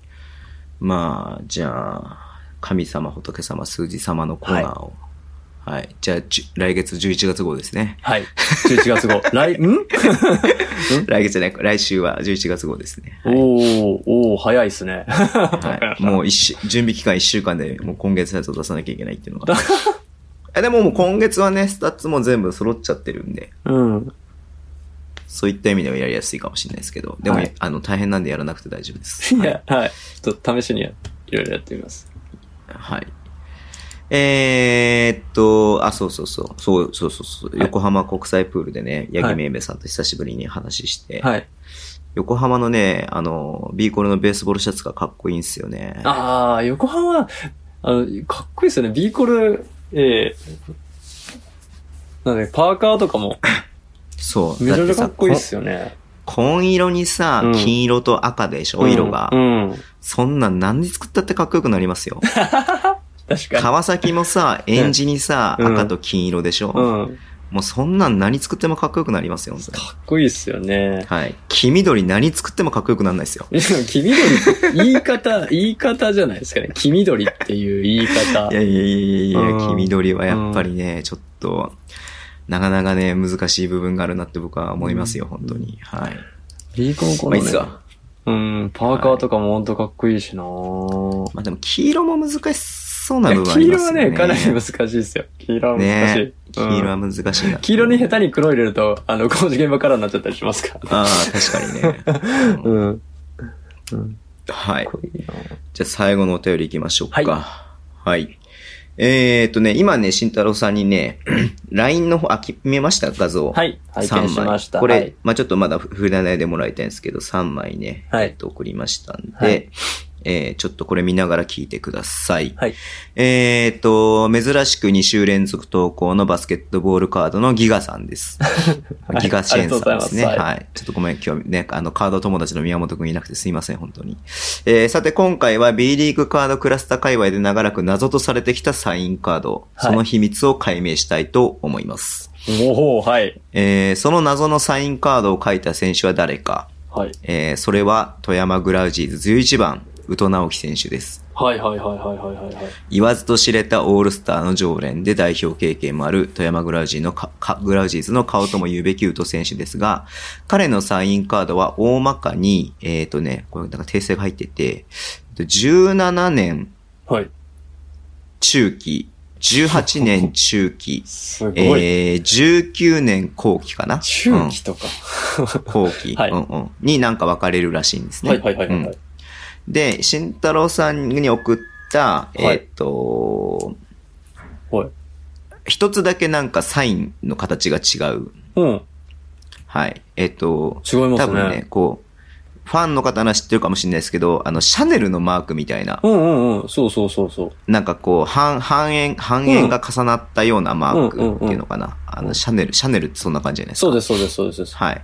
[SPEAKER 2] まあ、じゃあ、神様、仏様、数字様のコーナーを。はい。じゃあ、じゅ来月11月号ですね。
[SPEAKER 3] はい。11月 (laughs) 号。来、ん
[SPEAKER 2] 来月じゃない、来週は11月号ですね。
[SPEAKER 3] おー、おー、早いっすね。
[SPEAKER 2] はい。もう一週、準備期間1週間で、もう今月のやつを出さなきゃいけないっていうの
[SPEAKER 3] (laughs)
[SPEAKER 2] が。えでももう今月はね、スタッツも全部揃っちゃってるんで、
[SPEAKER 3] うん。
[SPEAKER 2] そういった意味ではやりやすいかもしれないですけど、でも、
[SPEAKER 3] はい
[SPEAKER 2] あの、大変なんでやらなくて大丈夫です。
[SPEAKER 3] いや、 (laughs) はい。ちょっと試しにやいろいろやってみます。
[SPEAKER 2] はい。えーっと、あ、そうそうそう、そうそうそうそう、
[SPEAKER 3] はい
[SPEAKER 2] 横浜国際プールでね、八
[SPEAKER 3] は
[SPEAKER 2] 木
[SPEAKER 3] い
[SPEAKER 2] めいめいさんと久しぶりに話して、
[SPEAKER 3] はい。
[SPEAKER 2] 横浜のね、あの、ビーコルのベースボールシャツがかっこいいんすよね。
[SPEAKER 3] ああ、横浜、あの、かっこいいですよね。ビーコル、ええなんで、パーカーとかも、
[SPEAKER 2] そう。
[SPEAKER 3] めちゃめちゃかっこいいっ
[SPEAKER 2] だてさ
[SPEAKER 3] すよね。
[SPEAKER 2] こ紺色にさ
[SPEAKER 3] うん、
[SPEAKER 2] 金色と赤でしょ、色が。
[SPEAKER 3] うん。うん
[SPEAKER 2] そんなん何に作ったってかっこよくなります
[SPEAKER 3] (laughs)
[SPEAKER 2] よ。
[SPEAKER 3] 確か
[SPEAKER 2] 川崎も
[SPEAKER 3] (laughs)
[SPEAKER 2] さ、エンジにさ、
[SPEAKER 3] うん
[SPEAKER 2] 赤と金色でしょ、
[SPEAKER 3] に。うん。
[SPEAKER 2] もうそんなん何作ってもかっこよくなりますよ、本当に
[SPEAKER 3] かっこいいっすよね。
[SPEAKER 2] はい。黄緑何作ってもかっこよくならないですよ。
[SPEAKER 3] いや黄緑って言い方、 (laughs) 言い方じゃないですかね。黄緑っていう言い方
[SPEAKER 2] い。やいやいやいやいや、
[SPEAKER 3] うん
[SPEAKER 2] 黄緑はやっぱりね、ちょっと、なかなかね、難しい部分があるなって僕は思いますよ、本当に。はい。
[SPEAKER 3] ビーコルこ
[SPEAKER 2] まあいい
[SPEAKER 3] の
[SPEAKER 2] っ
[SPEAKER 3] ね
[SPEAKER 2] すわ。
[SPEAKER 3] うん、パーカーとかもほんとかっこいいしな
[SPEAKER 2] まあでも、黄色も難しそうない部
[SPEAKER 3] や
[SPEAKER 2] 分あ
[SPEAKER 3] 黄
[SPEAKER 2] りま
[SPEAKER 3] 色
[SPEAKER 2] す
[SPEAKER 3] は
[SPEAKER 2] よね。
[SPEAKER 3] ね、かなり難しいですよ。黄色は難しい。
[SPEAKER 2] ね
[SPEAKER 3] うん
[SPEAKER 2] 黄色は難しいなって思う。
[SPEAKER 3] 黄色に下手に黒入れると、あの、工事現場からになっちゃったりしますか
[SPEAKER 2] ああ、確
[SPEAKER 3] (laughs)
[SPEAKER 2] かにね。
[SPEAKER 3] うん。うん。
[SPEAKER 2] はい。
[SPEAKER 3] こいいな
[SPEAKER 2] じゃあ最後のお便り行きましょうか。
[SPEAKER 3] は
[SPEAKER 2] はい。えーっとね、今ね、慎太郎さんにね、LINE (clears throat) の方、あ、き見えました画像。
[SPEAKER 3] はい。拝
[SPEAKER 2] 三枚
[SPEAKER 3] 見しました。
[SPEAKER 2] これ、
[SPEAKER 3] はい
[SPEAKER 2] まあちょっとまだ振らないでもらいたいんですけど、3枚ね、
[SPEAKER 3] はい
[SPEAKER 2] えっと送りましたんで、
[SPEAKER 3] はい
[SPEAKER 2] えーちょっとこれ見ながら聞いてください。
[SPEAKER 3] はい。
[SPEAKER 2] えーっと、珍しく2週連続投稿のバスケットボールカードのギガさん
[SPEAKER 3] (laughs)
[SPEAKER 2] です。
[SPEAKER 3] はい
[SPEAKER 2] ギガチェーンさんですね。
[SPEAKER 3] ありがとうございます
[SPEAKER 2] はい。ちょっとごめん、今日ね、あの、カード友達の宮本くんいなくてすいません、本当に。えーさて今回は B リーグカードクラスター界隈で長らく謎とされてきたサインカード、
[SPEAKER 3] はい
[SPEAKER 2] その秘密を解明したいと思います。
[SPEAKER 3] おおはい。
[SPEAKER 2] えーその謎のサインカードを書いた選手は誰か、
[SPEAKER 3] はい。
[SPEAKER 2] えーそれは富山グラウジーズ11番、宇都直樹選手です。
[SPEAKER 3] はいはいはいはいはいはいはい。
[SPEAKER 2] 言わずと知れたオールスターの常連で代表経験もある富山グラウジーのかかグラウジーズの顔とも言うべき宇都選手ですが、彼のサインカードは大まかに、えっ、とね、これなんか訂正が入ってて、えっと17年
[SPEAKER 3] はい。、
[SPEAKER 2] 中期、18年中期
[SPEAKER 3] (laughs) すごい。
[SPEAKER 2] えー19年後期かな
[SPEAKER 3] 中期とか。
[SPEAKER 2] 後期、
[SPEAKER 3] はい
[SPEAKER 2] うんうん、になんか分かれるらしいんですね。
[SPEAKER 3] はいはいはいは
[SPEAKER 2] う
[SPEAKER 3] いは
[SPEAKER 2] ん
[SPEAKER 3] い。
[SPEAKER 2] で、慎太郎さんに送った、
[SPEAKER 3] い
[SPEAKER 2] えーっと、
[SPEAKER 3] はい。
[SPEAKER 2] 一つだけなんかサインの形が違う。
[SPEAKER 3] うん。
[SPEAKER 2] はい。えーっと、
[SPEAKER 3] 違いま
[SPEAKER 2] 多
[SPEAKER 3] す
[SPEAKER 2] 分
[SPEAKER 3] ね
[SPEAKER 2] ね、。こう、ファンの方なら知ってるかもしれないですけど、あの、シャネルのマークみたいな
[SPEAKER 3] う、んうんうん。そうそうそうそう。
[SPEAKER 2] なんかこう、半、半円、半円が重なったようなマークっていうのかな。あの、シャネル、シャネルってそんな感じじゃないですか
[SPEAKER 3] そうですそうですそうですそうです。
[SPEAKER 2] はい。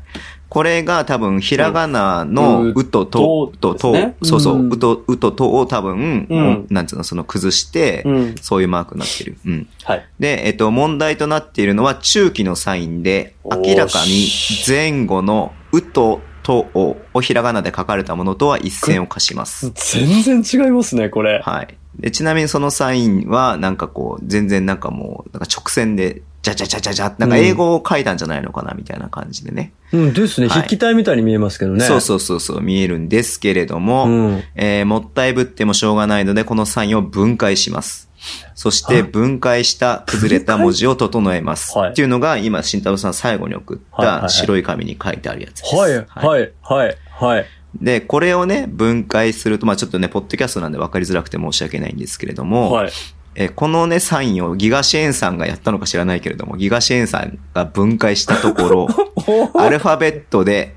[SPEAKER 2] これが多分、ひらがなの、
[SPEAKER 3] うん
[SPEAKER 2] うとと、
[SPEAKER 3] う
[SPEAKER 2] と
[SPEAKER 3] です
[SPEAKER 2] と、
[SPEAKER 3] ね
[SPEAKER 2] そうそうう、
[SPEAKER 3] ん
[SPEAKER 2] うと、うととを多分、
[SPEAKER 3] うん
[SPEAKER 2] なんつうの、その崩して、
[SPEAKER 3] うん。
[SPEAKER 2] そういうマークになってる。うん。
[SPEAKER 3] はい。
[SPEAKER 2] で、えっと、問題となっているのは中期のサインで、
[SPEAKER 3] おー
[SPEAKER 2] 明らかに前後のうととををひらがなで書かれたものとは一線を貸します。
[SPEAKER 3] 全然違いますね、これ。
[SPEAKER 2] はい。で、ちなみにそのサインは、なんかこう、全然なんかもう、なんか直線で、じゃじゃじゃじゃじゃ、なんか英語を書いたんじゃないのかな、みたいな感じでね。
[SPEAKER 3] うん、ですね。
[SPEAKER 2] はい
[SPEAKER 3] 筆記体みたいに見えますけどね。
[SPEAKER 2] そうそうそうそう、見えるんですけれども、
[SPEAKER 3] うん。
[SPEAKER 2] えーもったいぶってもしょうがないので、このサインを分解します。そして、
[SPEAKER 3] あ
[SPEAKER 2] 分解した、崩れた文字を整えます。
[SPEAKER 3] はい
[SPEAKER 2] っていうのが、今、慎太郎さん最後に送っ
[SPEAKER 3] はいはいは
[SPEAKER 2] た
[SPEAKER 3] い
[SPEAKER 2] 白い紙に書いてあるやつです。
[SPEAKER 3] はい、はい、はい、はい。
[SPEAKER 2] で、これをね、分解すると、まあちょっとね、ポッドキャストなんで分かりづらくて申し訳ないんですけれども、
[SPEAKER 3] はい。
[SPEAKER 2] えーこのね、サインをギガシエンさんがやったのか知らないけれども、ギガシエンさんが分解したと
[SPEAKER 3] (laughs)
[SPEAKER 2] ころ、アルファベットで、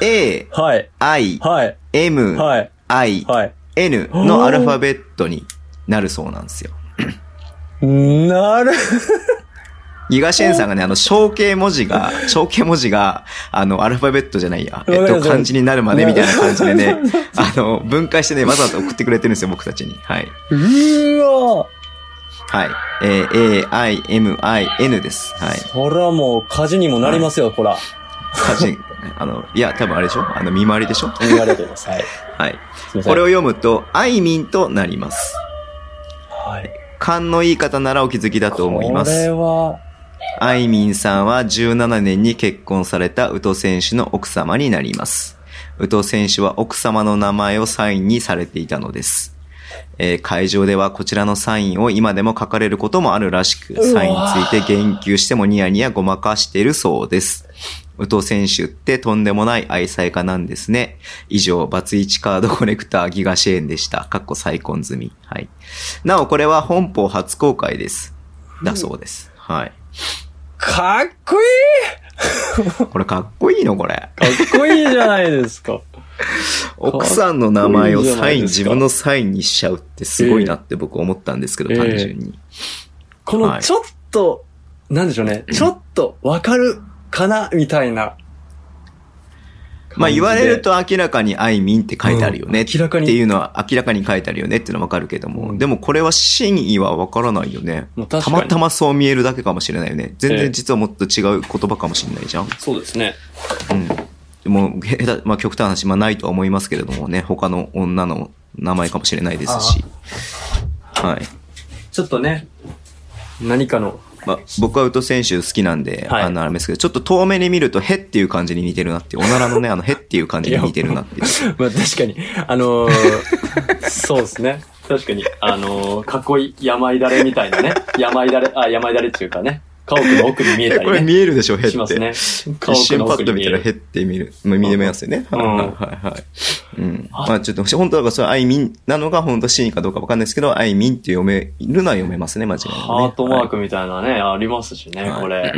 [SPEAKER 2] A、
[SPEAKER 3] はい。
[SPEAKER 2] I、
[SPEAKER 3] はい。
[SPEAKER 2] M、
[SPEAKER 3] はい。
[SPEAKER 2] I、
[SPEAKER 3] はい。
[SPEAKER 2] N のアルファベットになるそうなんですよ。
[SPEAKER 3] なる。
[SPEAKER 2] ギガシエンさんがね、あの、象形文字 (laughs) が、象形文字が、あの、アルファベットじゃないや、えっ
[SPEAKER 3] わかりま
[SPEAKER 2] と、
[SPEAKER 3] した
[SPEAKER 2] 漢字になるまでみたいな感じでね、 (laughs) あの、分解してね、わざわざ送ってくれてるんですよ、僕たちに。はい。
[SPEAKER 3] うーわ
[SPEAKER 2] はい。えー A、I、M、I、N です。はい。
[SPEAKER 3] そらもう火事にもなりますよ、こら。
[SPEAKER 2] 歌詞、 (laughs) あの、いや、多分あれでしょあの、見回りでしょ
[SPEAKER 3] ありがとうございます。はい。
[SPEAKER 2] はい。
[SPEAKER 3] すいません。
[SPEAKER 2] これを読むと、あいみんとなります。
[SPEAKER 3] はい。
[SPEAKER 2] 勘のいい方ならお気づきだと思いま
[SPEAKER 3] これ
[SPEAKER 2] す。
[SPEAKER 3] は、
[SPEAKER 2] あいみんさんは17年に結婚された宇都選手の奥様になります。宇都選手は奥様の名前をサインにされていたのです。えー会場ではこちらのサインを今でも書かれることもあるらしく、
[SPEAKER 3] うわ
[SPEAKER 2] サインについて言及してもニヤニヤごまかしているそうです。宇都選手ってとんでもない愛妻家なんですね。以上、バツイチカードコネクターギガシェーンでした。かっこ再婚済み。はい。なお、これは本邦初公開です。だそうです。はい。
[SPEAKER 3] かっこい
[SPEAKER 2] これかっこいいのこれ。
[SPEAKER 3] いかっこいいじゃないですか。
[SPEAKER 2] 奥さんの名前を
[SPEAKER 3] かっこ
[SPEAKER 2] サ
[SPEAKER 3] いい
[SPEAKER 2] イン、
[SPEAKER 3] じゃないですか
[SPEAKER 2] 自分のサインにしちゃうってすごいなって僕思ったんですけど、
[SPEAKER 3] ええ
[SPEAKER 2] 単純に。
[SPEAKER 3] このちょっと、なんでしょうね。ちょっとわかるかな、みたいな。
[SPEAKER 2] まあ言われる、と明らかにあいみんって書いてあるよね、
[SPEAKER 3] うん明らか
[SPEAKER 2] っ
[SPEAKER 3] に
[SPEAKER 2] ていうのは明らかに書いてあるよねっていうのはわかるけども、
[SPEAKER 3] うん
[SPEAKER 2] でもこれは真意はわからないよね。
[SPEAKER 3] もう確
[SPEAKER 2] た
[SPEAKER 3] かに
[SPEAKER 2] またまそう見えるだけかもしれないよね。全
[SPEAKER 3] ええ
[SPEAKER 2] 然実はもっと違う言葉かもしれないじゃん。
[SPEAKER 3] そうですね。
[SPEAKER 2] うん。でも下手、まあ極端な話、まあないとは思いますけれどもね、他の女の名前かもしれないですし。はい。
[SPEAKER 3] ちょっとね、何かの、
[SPEAKER 2] まあ、僕はウト選手好きなんで、
[SPEAKER 3] はい
[SPEAKER 2] あの、あれですけど、ちょっと遠目に見ると、へっていう感じに似てるなっていう、おならのね、あの、へっていう感じに似てるなっていう。
[SPEAKER 3] (laughs) まあ確かに、あのーそうですね。確かに、あのーかっこいい、山いだれみたいなね。山いだれ、あ、山いだれっていうかね。家屋の奥に見えた
[SPEAKER 2] えこれ
[SPEAKER 3] りね。
[SPEAKER 2] 見えるでしょ、へって。
[SPEAKER 3] しますね。
[SPEAKER 2] 一瞬パッと見たら、
[SPEAKER 3] る
[SPEAKER 2] へって見る、まあ見えますよね。
[SPEAKER 3] うん
[SPEAKER 2] はいはいはい。うん。まあちょっと、本当だから、それ、あいみんなのが本当真意かどうかわかんないですけど、あいみんって読めるのは読めますね、間違いなくね。
[SPEAKER 3] ハートマー
[SPEAKER 2] は
[SPEAKER 3] クみたいなね、ありますしね、
[SPEAKER 2] はい
[SPEAKER 3] これ。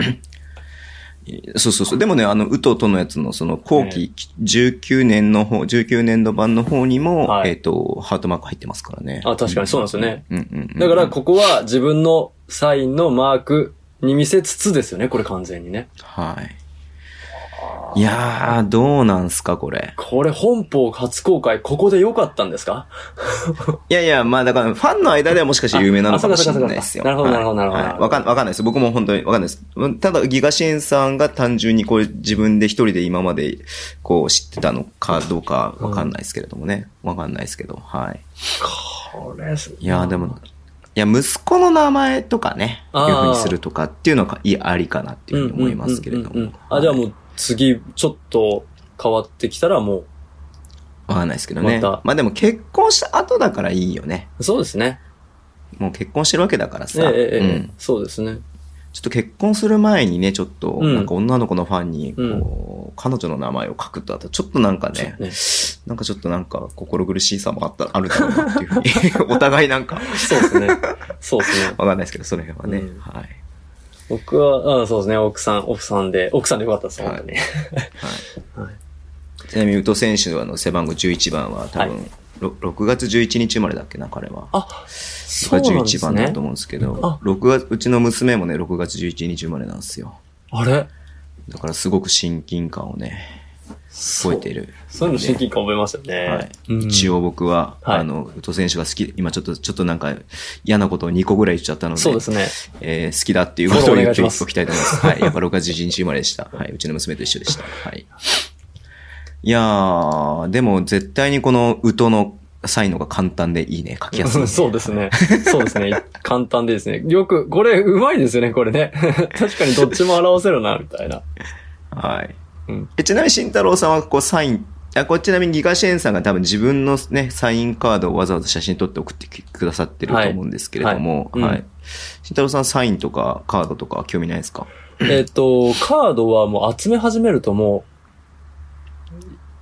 [SPEAKER 2] いそうそうそう。でもね、あの、ウトとのやつの、その、後
[SPEAKER 3] え
[SPEAKER 2] 期、19年の方、19年度版の方にも、
[SPEAKER 3] はい
[SPEAKER 2] えっと、ハートマーク入ってますからね。
[SPEAKER 3] あ、確かにそうなんですよね。
[SPEAKER 2] うんうんうんうん
[SPEAKER 3] だから、ここは自分のサインのマークに見せつつですよね、これ完全にね。
[SPEAKER 2] はい。いやー、どうなんすか、これ。
[SPEAKER 3] これ本邦初公開、ここで良かったんですか
[SPEAKER 2] いやいや、まあだから、ファンの間ではもしかして有名なのかもしれないですよ。
[SPEAKER 3] あそうかそうかそうかな
[SPEAKER 2] はい
[SPEAKER 3] るほどなるほどなるほど
[SPEAKER 2] はいわかん、わかんないです。僕も本当にわかんないです。ただ、ギガシエンさんが単純にこれ自分で一人で今までこう知ってたのかどうかわかんないですけれどもね。わかんないですけど、はい。
[SPEAKER 3] これす、
[SPEAKER 2] いやー、でも、いや、息子の名前とかね、い
[SPEAKER 3] あー
[SPEAKER 2] うふうにするとかっていうのが、いや、ありかなっていうふうに思いますけれど
[SPEAKER 3] うんうんうんうん
[SPEAKER 2] も。
[SPEAKER 3] あ、じゃあもう次、ちょっと変わってきたらも
[SPEAKER 2] わかんないですけどね。
[SPEAKER 3] また
[SPEAKER 2] まあでも結婚した後だからいいよね。
[SPEAKER 3] う、そうですね。
[SPEAKER 2] もう結婚してるわけだから
[SPEAKER 3] え
[SPEAKER 2] さ、
[SPEAKER 3] えええええ
[SPEAKER 2] うん、
[SPEAKER 3] そうですね。
[SPEAKER 2] ちょっと結婚する前にね、ちょっと、
[SPEAKER 3] うん
[SPEAKER 2] なんか女の子のファンにこう、彼女の名前を書くとあと、ちょっとなんかね、
[SPEAKER 3] ね
[SPEAKER 2] なんかちょっとなんか心苦しいさもあった、あるだろうなっていうふう
[SPEAKER 3] (laughs)
[SPEAKER 2] に、お互いなんか、
[SPEAKER 3] そうですね。 (laughs) そうですね。
[SPEAKER 2] わかんないですけど、その辺はね、
[SPEAKER 3] うん
[SPEAKER 2] はい。
[SPEAKER 3] 僕は、あそうですね、奥さん、奥さんで、奥さんで良かったです、
[SPEAKER 2] はい
[SPEAKER 3] 本当に。
[SPEAKER 2] はい
[SPEAKER 3] はい
[SPEAKER 2] ちなみに、宇都選手のあの背番号11番は多分、ろ6月11日生まれだっけな、彼は。
[SPEAKER 3] あ、そう
[SPEAKER 2] が
[SPEAKER 3] なんで
[SPEAKER 2] 11
[SPEAKER 3] す
[SPEAKER 2] 番だ
[SPEAKER 3] ね
[SPEAKER 2] と。思うんですけど、
[SPEAKER 3] あ
[SPEAKER 2] 6月、うちの娘もね、6月11日生まれなんですよ。
[SPEAKER 3] あれ
[SPEAKER 2] だからすごく親近感をね、覚えている。
[SPEAKER 3] そういうの親近感覚えますよね。
[SPEAKER 2] はい
[SPEAKER 3] うん
[SPEAKER 2] 一応僕は、
[SPEAKER 3] はい
[SPEAKER 2] あの、宇都選手が好き、今ちょっと、ちょっとなんか嫌なことを2個ぐらい言っちゃったので、
[SPEAKER 3] そうですね。
[SPEAKER 2] えー好きだっていうことを
[SPEAKER 3] フォローお
[SPEAKER 2] 言
[SPEAKER 3] 願
[SPEAKER 2] っ
[SPEAKER 3] いして
[SPEAKER 2] お
[SPEAKER 3] ます
[SPEAKER 2] きたいと思います。
[SPEAKER 3] (laughs)
[SPEAKER 2] はい。やっぱ6月11日生まれでした。はい。うちの娘と一緒でした。はい。いやー、でも絶対にこの宇都のサインの方が簡単でいいね。書きやすい、ね。
[SPEAKER 3] (laughs) そうですね。そうですね。簡単でですね。よく、これ、うまいですよね、これね。 (laughs) 確かにどっちも表せるな、みたいな。
[SPEAKER 2] はい。
[SPEAKER 3] うん
[SPEAKER 2] えちなみに慎太郎さんはこうサイン、あこれちなみにギガシェーンさんが多分自分のね、サインカードをわざわざ写真撮って送ってきくださってると思うんですけれども、
[SPEAKER 3] はい
[SPEAKER 2] は
[SPEAKER 3] う
[SPEAKER 2] い
[SPEAKER 3] ん。
[SPEAKER 2] 慎太郎さんサインとかカードとか興味ないですか
[SPEAKER 3] えっと、カードはもう集め始めるともう、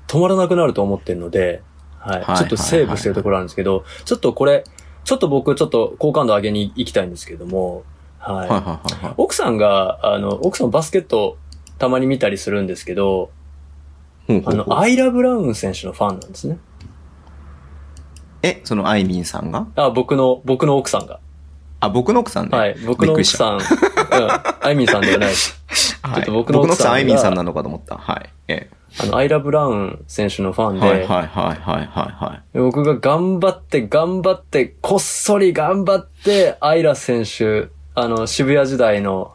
[SPEAKER 3] 止まらなくなると思ってるので、はい。
[SPEAKER 2] はい
[SPEAKER 3] ちょっとセーブしてるところあるんですけど、ちょっとこれ、ちょっと僕、ちょっと好感度上げに行きたいんですけども、はい。
[SPEAKER 2] はいはいはいはい。
[SPEAKER 3] 奥さんが、あの、奥さんバスケットたまに見たりするんですけど、
[SPEAKER 2] ほうほ
[SPEAKER 3] あ
[SPEAKER 2] うほう
[SPEAKER 3] の、アイラ・ブラウン選手のファンなんですね。
[SPEAKER 2] え、そのあいみんさんが
[SPEAKER 3] あ、僕の、僕の奥さんが。
[SPEAKER 2] あ、僕の奥さんね。
[SPEAKER 3] はい。僕の奥さん、うん。アイミンさんではないです。
[SPEAKER 2] はい。
[SPEAKER 3] ちょっと僕
[SPEAKER 2] 僕
[SPEAKER 3] の
[SPEAKER 2] の
[SPEAKER 3] 奥
[SPEAKER 2] 奥さ
[SPEAKER 3] さんが
[SPEAKER 2] ん、あいみんさんなのかと思った。はい。え
[SPEAKER 3] あの、アイラ・ブラウン選手のファ
[SPEAKER 2] え。
[SPEAKER 3] ンで、
[SPEAKER 2] はいはいはいはいは
[SPEAKER 3] 僕が頑張って、頑張って、こっそり頑張って、アイラ選手、あの、渋谷時代の、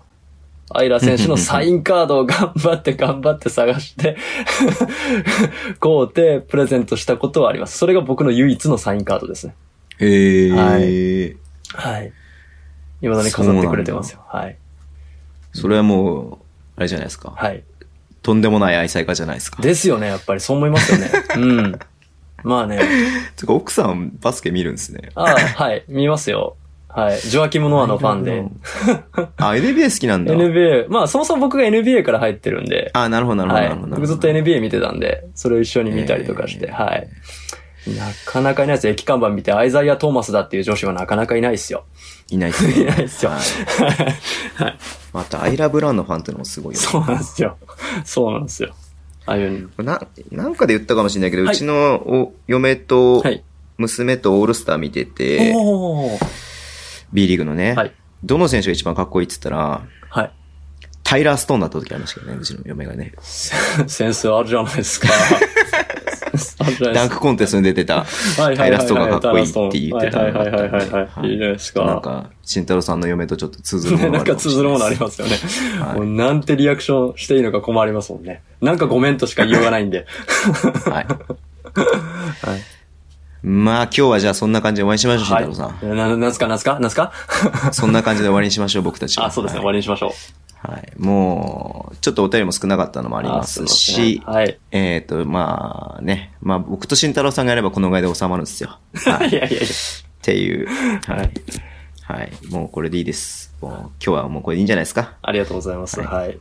[SPEAKER 3] アイラ選手のサインカードを頑張って、頑張って探して、 (laughs) こうて、プレゼントしたことはあります。それが僕の唯一のサインカードですね。
[SPEAKER 2] い。ええ。
[SPEAKER 3] はい。今だに飾ってくれてますよ。はい。
[SPEAKER 2] それはもう、あれじゃないですか。
[SPEAKER 3] はい。
[SPEAKER 2] とんでもない愛妻家じゃないですか。
[SPEAKER 3] ですよね、やっぱり。そう思いますよね。うん。まあね。
[SPEAKER 2] つうか、奥さん、バスケ見るんですね。
[SPEAKER 3] ああ、はい。見ますよ。はい。ジョアキム・ノアのファンで。
[SPEAKER 2] あ、NBA 好きなんだ。
[SPEAKER 3] NBA、まあそもそも僕が NBA から入ってるんで、
[SPEAKER 2] あ、なるほどなるほど
[SPEAKER 3] は
[SPEAKER 2] なる
[SPEAKER 3] い。
[SPEAKER 2] ほど。
[SPEAKER 3] 僕ずっと NBA 見てたんで、それを一緒に見たりとかして、
[SPEAKER 2] えー
[SPEAKER 3] はい。なかなかいないですよ。駅看板見て、アイザイア・トーマスだっていう女子はなかなかいないですよ。 (laughs)
[SPEAKER 2] いないっすね。
[SPEAKER 3] いないっすよ
[SPEAKER 2] は
[SPEAKER 3] はい。
[SPEAKER 2] また、アイラブランのファンってのもすごいよね
[SPEAKER 3] (laughs) そうなんですよ。そうなんですよ。ああいう
[SPEAKER 2] な、なんかで言ったかもしれないけど、
[SPEAKER 3] はいう
[SPEAKER 2] ちのお嫁と
[SPEAKER 3] の。はい。
[SPEAKER 2] 娘とオールスター見てて、
[SPEAKER 3] おー
[SPEAKER 2] B リーグのね、
[SPEAKER 3] はい
[SPEAKER 2] どの選手が一番かっこいいって言ったら、
[SPEAKER 3] はい。 (laughs)
[SPEAKER 2] タイラー・ストーンだった時ありましたけどね、うちの嫁がね。
[SPEAKER 3] センスあるじゃな
[SPEAKER 2] (laughs)
[SPEAKER 3] いですか。あるじゃない
[SPEAKER 2] ダ
[SPEAKER 3] で
[SPEAKER 2] ンクコンテストに出てた、
[SPEAKER 3] すか。はい
[SPEAKER 2] タ
[SPEAKER 3] はいはいは
[SPEAKER 2] イラー・
[SPEAKER 3] い
[SPEAKER 2] ストーンがかっこいいって言ってた
[SPEAKER 3] はい
[SPEAKER 2] のが
[SPEAKER 3] はい
[SPEAKER 2] あったん
[SPEAKER 3] は
[SPEAKER 2] で
[SPEAKER 3] いはいはいはい。いいじゃないですか。
[SPEAKER 2] なんか、慎太郎さんの嫁とちょっと通ずるものが
[SPEAKER 3] (laughs) な
[SPEAKER 2] あ
[SPEAKER 3] ん
[SPEAKER 2] る
[SPEAKER 3] か通ずるものありますよね。
[SPEAKER 2] はい
[SPEAKER 3] もうなんてリアクションしていいのか困りますもんね。なんかごめんとしか言いようがないんで。
[SPEAKER 2] す。はい。まあ、今日はじゃあそんな感じで終わりにしましょう、慎
[SPEAKER 3] はい。
[SPEAKER 2] 太郎さん。
[SPEAKER 3] な、なんすかなんすかなんすか (laughs)
[SPEAKER 2] そんな感じで終わりにしましょう、僕たちは。
[SPEAKER 3] あ、そうですね。
[SPEAKER 2] はい
[SPEAKER 3] 終わりにしましょう。
[SPEAKER 2] はい。もう、ちょっとお便りも少なかったのもありますし、
[SPEAKER 3] あすい (laughs)
[SPEAKER 2] えっ、と、まあね、まあ僕と慎太郎さんがやればこのぐらいで収まるんですよ。
[SPEAKER 3] ません
[SPEAKER 2] は。
[SPEAKER 3] (laughs) はいい。
[SPEAKER 2] っ
[SPEAKER 3] いやいやいや。
[SPEAKER 2] ていう。は
[SPEAKER 3] はいい。
[SPEAKER 2] はい。もうこれでいいです。もう今日はもうこれでいいんじゃないですか。
[SPEAKER 3] ありがとうございます。
[SPEAKER 2] はい
[SPEAKER 3] はい。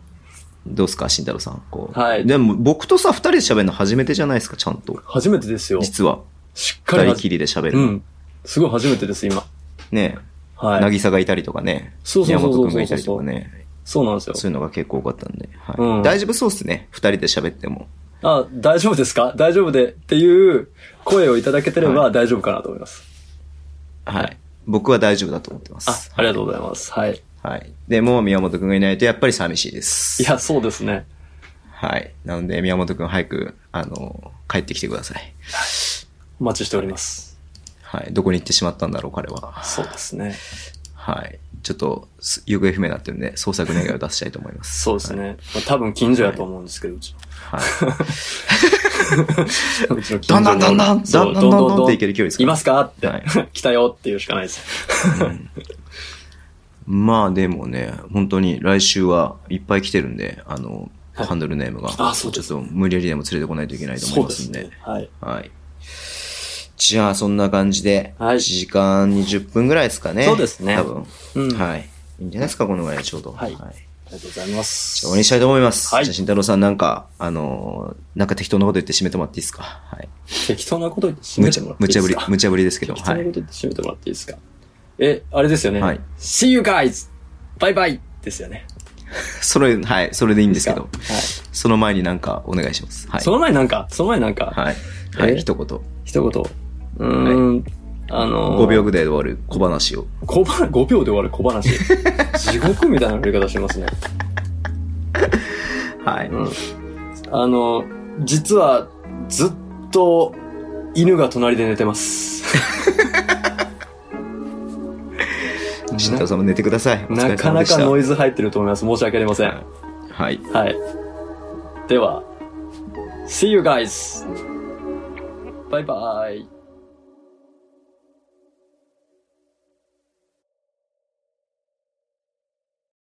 [SPEAKER 2] どうですか、慎太郎さん。こう。
[SPEAKER 3] はい
[SPEAKER 2] でも僕とさ、二人で喋るの初めてじゃないですか、ちゃんと。
[SPEAKER 3] 初めてですよ。
[SPEAKER 2] 実は。
[SPEAKER 3] しっか
[SPEAKER 2] 二
[SPEAKER 3] り
[SPEAKER 2] 人
[SPEAKER 3] は
[SPEAKER 2] きりで喋る
[SPEAKER 3] う
[SPEAKER 2] の。
[SPEAKER 3] ん。すごい初めてです、今。
[SPEAKER 2] ね
[SPEAKER 3] は
[SPEAKER 2] 渚
[SPEAKER 3] い。
[SPEAKER 2] がいたりとかね。
[SPEAKER 3] そうそうそうそうそう
[SPEAKER 2] 宮本くんがいたりとかね。
[SPEAKER 3] そうなんですよ。
[SPEAKER 2] そういうのが結構多かったんで。はい。
[SPEAKER 3] うん
[SPEAKER 2] 大丈夫そうですね。二人で喋っても。
[SPEAKER 3] あ、大丈夫ですか大丈夫でっていう声をいただけてれば大丈夫かなと思います。
[SPEAKER 2] はい。僕は大丈夫だと思ってま
[SPEAKER 3] あ
[SPEAKER 2] す。、
[SPEAKER 3] ありがとうございます。はい。
[SPEAKER 2] はい。でも、宮本くんがいないとやっぱり寂しいで
[SPEAKER 3] い
[SPEAKER 2] す。
[SPEAKER 3] や、そうですね。
[SPEAKER 2] はい。なので、宮本くん早く、あの、帰ってきてください。
[SPEAKER 3] お待ちしております。
[SPEAKER 2] はい。どこに行ってしまったんだろう、彼は。
[SPEAKER 3] そうですね。
[SPEAKER 2] はい。ちょっと、す行方不明になってるんで、捜索願いを出したいと思い
[SPEAKER 3] (laughs)
[SPEAKER 2] ます。
[SPEAKER 3] そうですね。まあ、多分近所やと思うんですけど、うち
[SPEAKER 2] はい。
[SPEAKER 3] の。うちの近
[SPEAKER 2] ど
[SPEAKER 3] 所
[SPEAKER 2] ん
[SPEAKER 3] の
[SPEAKER 2] どんどんどん、
[SPEAKER 3] そ
[SPEAKER 2] ど
[SPEAKER 3] うん
[SPEAKER 2] どんどんどんっていける距離ですか
[SPEAKER 3] い (laughs) ますかって、
[SPEAKER 2] はい
[SPEAKER 3] 来たよっていうしかないです。
[SPEAKER 2] まあでもね、本当に来週はいっぱい来てるんで、あの、
[SPEAKER 3] はい
[SPEAKER 2] ハンドルネームが。
[SPEAKER 3] あそうです
[SPEAKER 2] ちょっと無理やりでも連れてこないといけないと思い
[SPEAKER 3] そう
[SPEAKER 2] ま
[SPEAKER 3] ですす
[SPEAKER 2] んで。
[SPEAKER 3] ね。はい。
[SPEAKER 2] はい。じゃあ、そんな感じで、
[SPEAKER 3] はい
[SPEAKER 2] 1時間20分ぐらいですかね。
[SPEAKER 3] そうですね
[SPEAKER 2] 多分。
[SPEAKER 3] うん
[SPEAKER 2] はい。いいんじゃないですか、このぐらいでちょうど。
[SPEAKER 3] はい
[SPEAKER 2] じゃあ
[SPEAKER 3] ありがとうございます。
[SPEAKER 2] 終わりにしたいと思います。
[SPEAKER 3] はい
[SPEAKER 2] じゃあ、慎太郎さん、なんか、あのーなんか適当なこと言って締めてもらっていいですか。はい。
[SPEAKER 3] 適当なこと言って締
[SPEAKER 2] む
[SPEAKER 3] め
[SPEAKER 2] ち
[SPEAKER 3] て
[SPEAKER 2] ゃ
[SPEAKER 3] もら、って
[SPEAKER 2] む
[SPEAKER 3] いい
[SPEAKER 2] ち
[SPEAKER 3] で
[SPEAKER 2] ゃぶ
[SPEAKER 3] す
[SPEAKER 2] り
[SPEAKER 3] か、
[SPEAKER 2] むちゃぶりですけど。
[SPEAKER 3] 適当
[SPEAKER 2] は
[SPEAKER 3] なこと
[SPEAKER 2] い。
[SPEAKER 3] 言って締めてもらっていいですか、え、あれですよね。
[SPEAKER 2] はい
[SPEAKER 3] See you guys! バイバイですよね。
[SPEAKER 2] それ、はい。それでいいんですけど
[SPEAKER 3] は、
[SPEAKER 2] その前になんかお願いします。はい
[SPEAKER 3] い。。その前なんか、その前なんか、
[SPEAKER 2] はい。はい。
[SPEAKER 3] え
[SPEAKER 2] 一言。
[SPEAKER 3] 一言。うーん、あのー
[SPEAKER 2] 5秒ぐらいで終わる小話を。
[SPEAKER 3] 小話、5秒で終わる小話。 (laughs) 地獄みたいな振り方してますね。
[SPEAKER 2] はい。
[SPEAKER 3] うん。あの、実はずっと犬が隣で寝てます。
[SPEAKER 2] 慎太郎さんも寝てください。お疲
[SPEAKER 3] な
[SPEAKER 2] れ
[SPEAKER 3] か
[SPEAKER 2] 様
[SPEAKER 3] な
[SPEAKER 2] でした
[SPEAKER 3] かノイズ入ってると思います。申し訳ありません。は
[SPEAKER 2] はい。
[SPEAKER 3] い。では、See you guys! バイバイ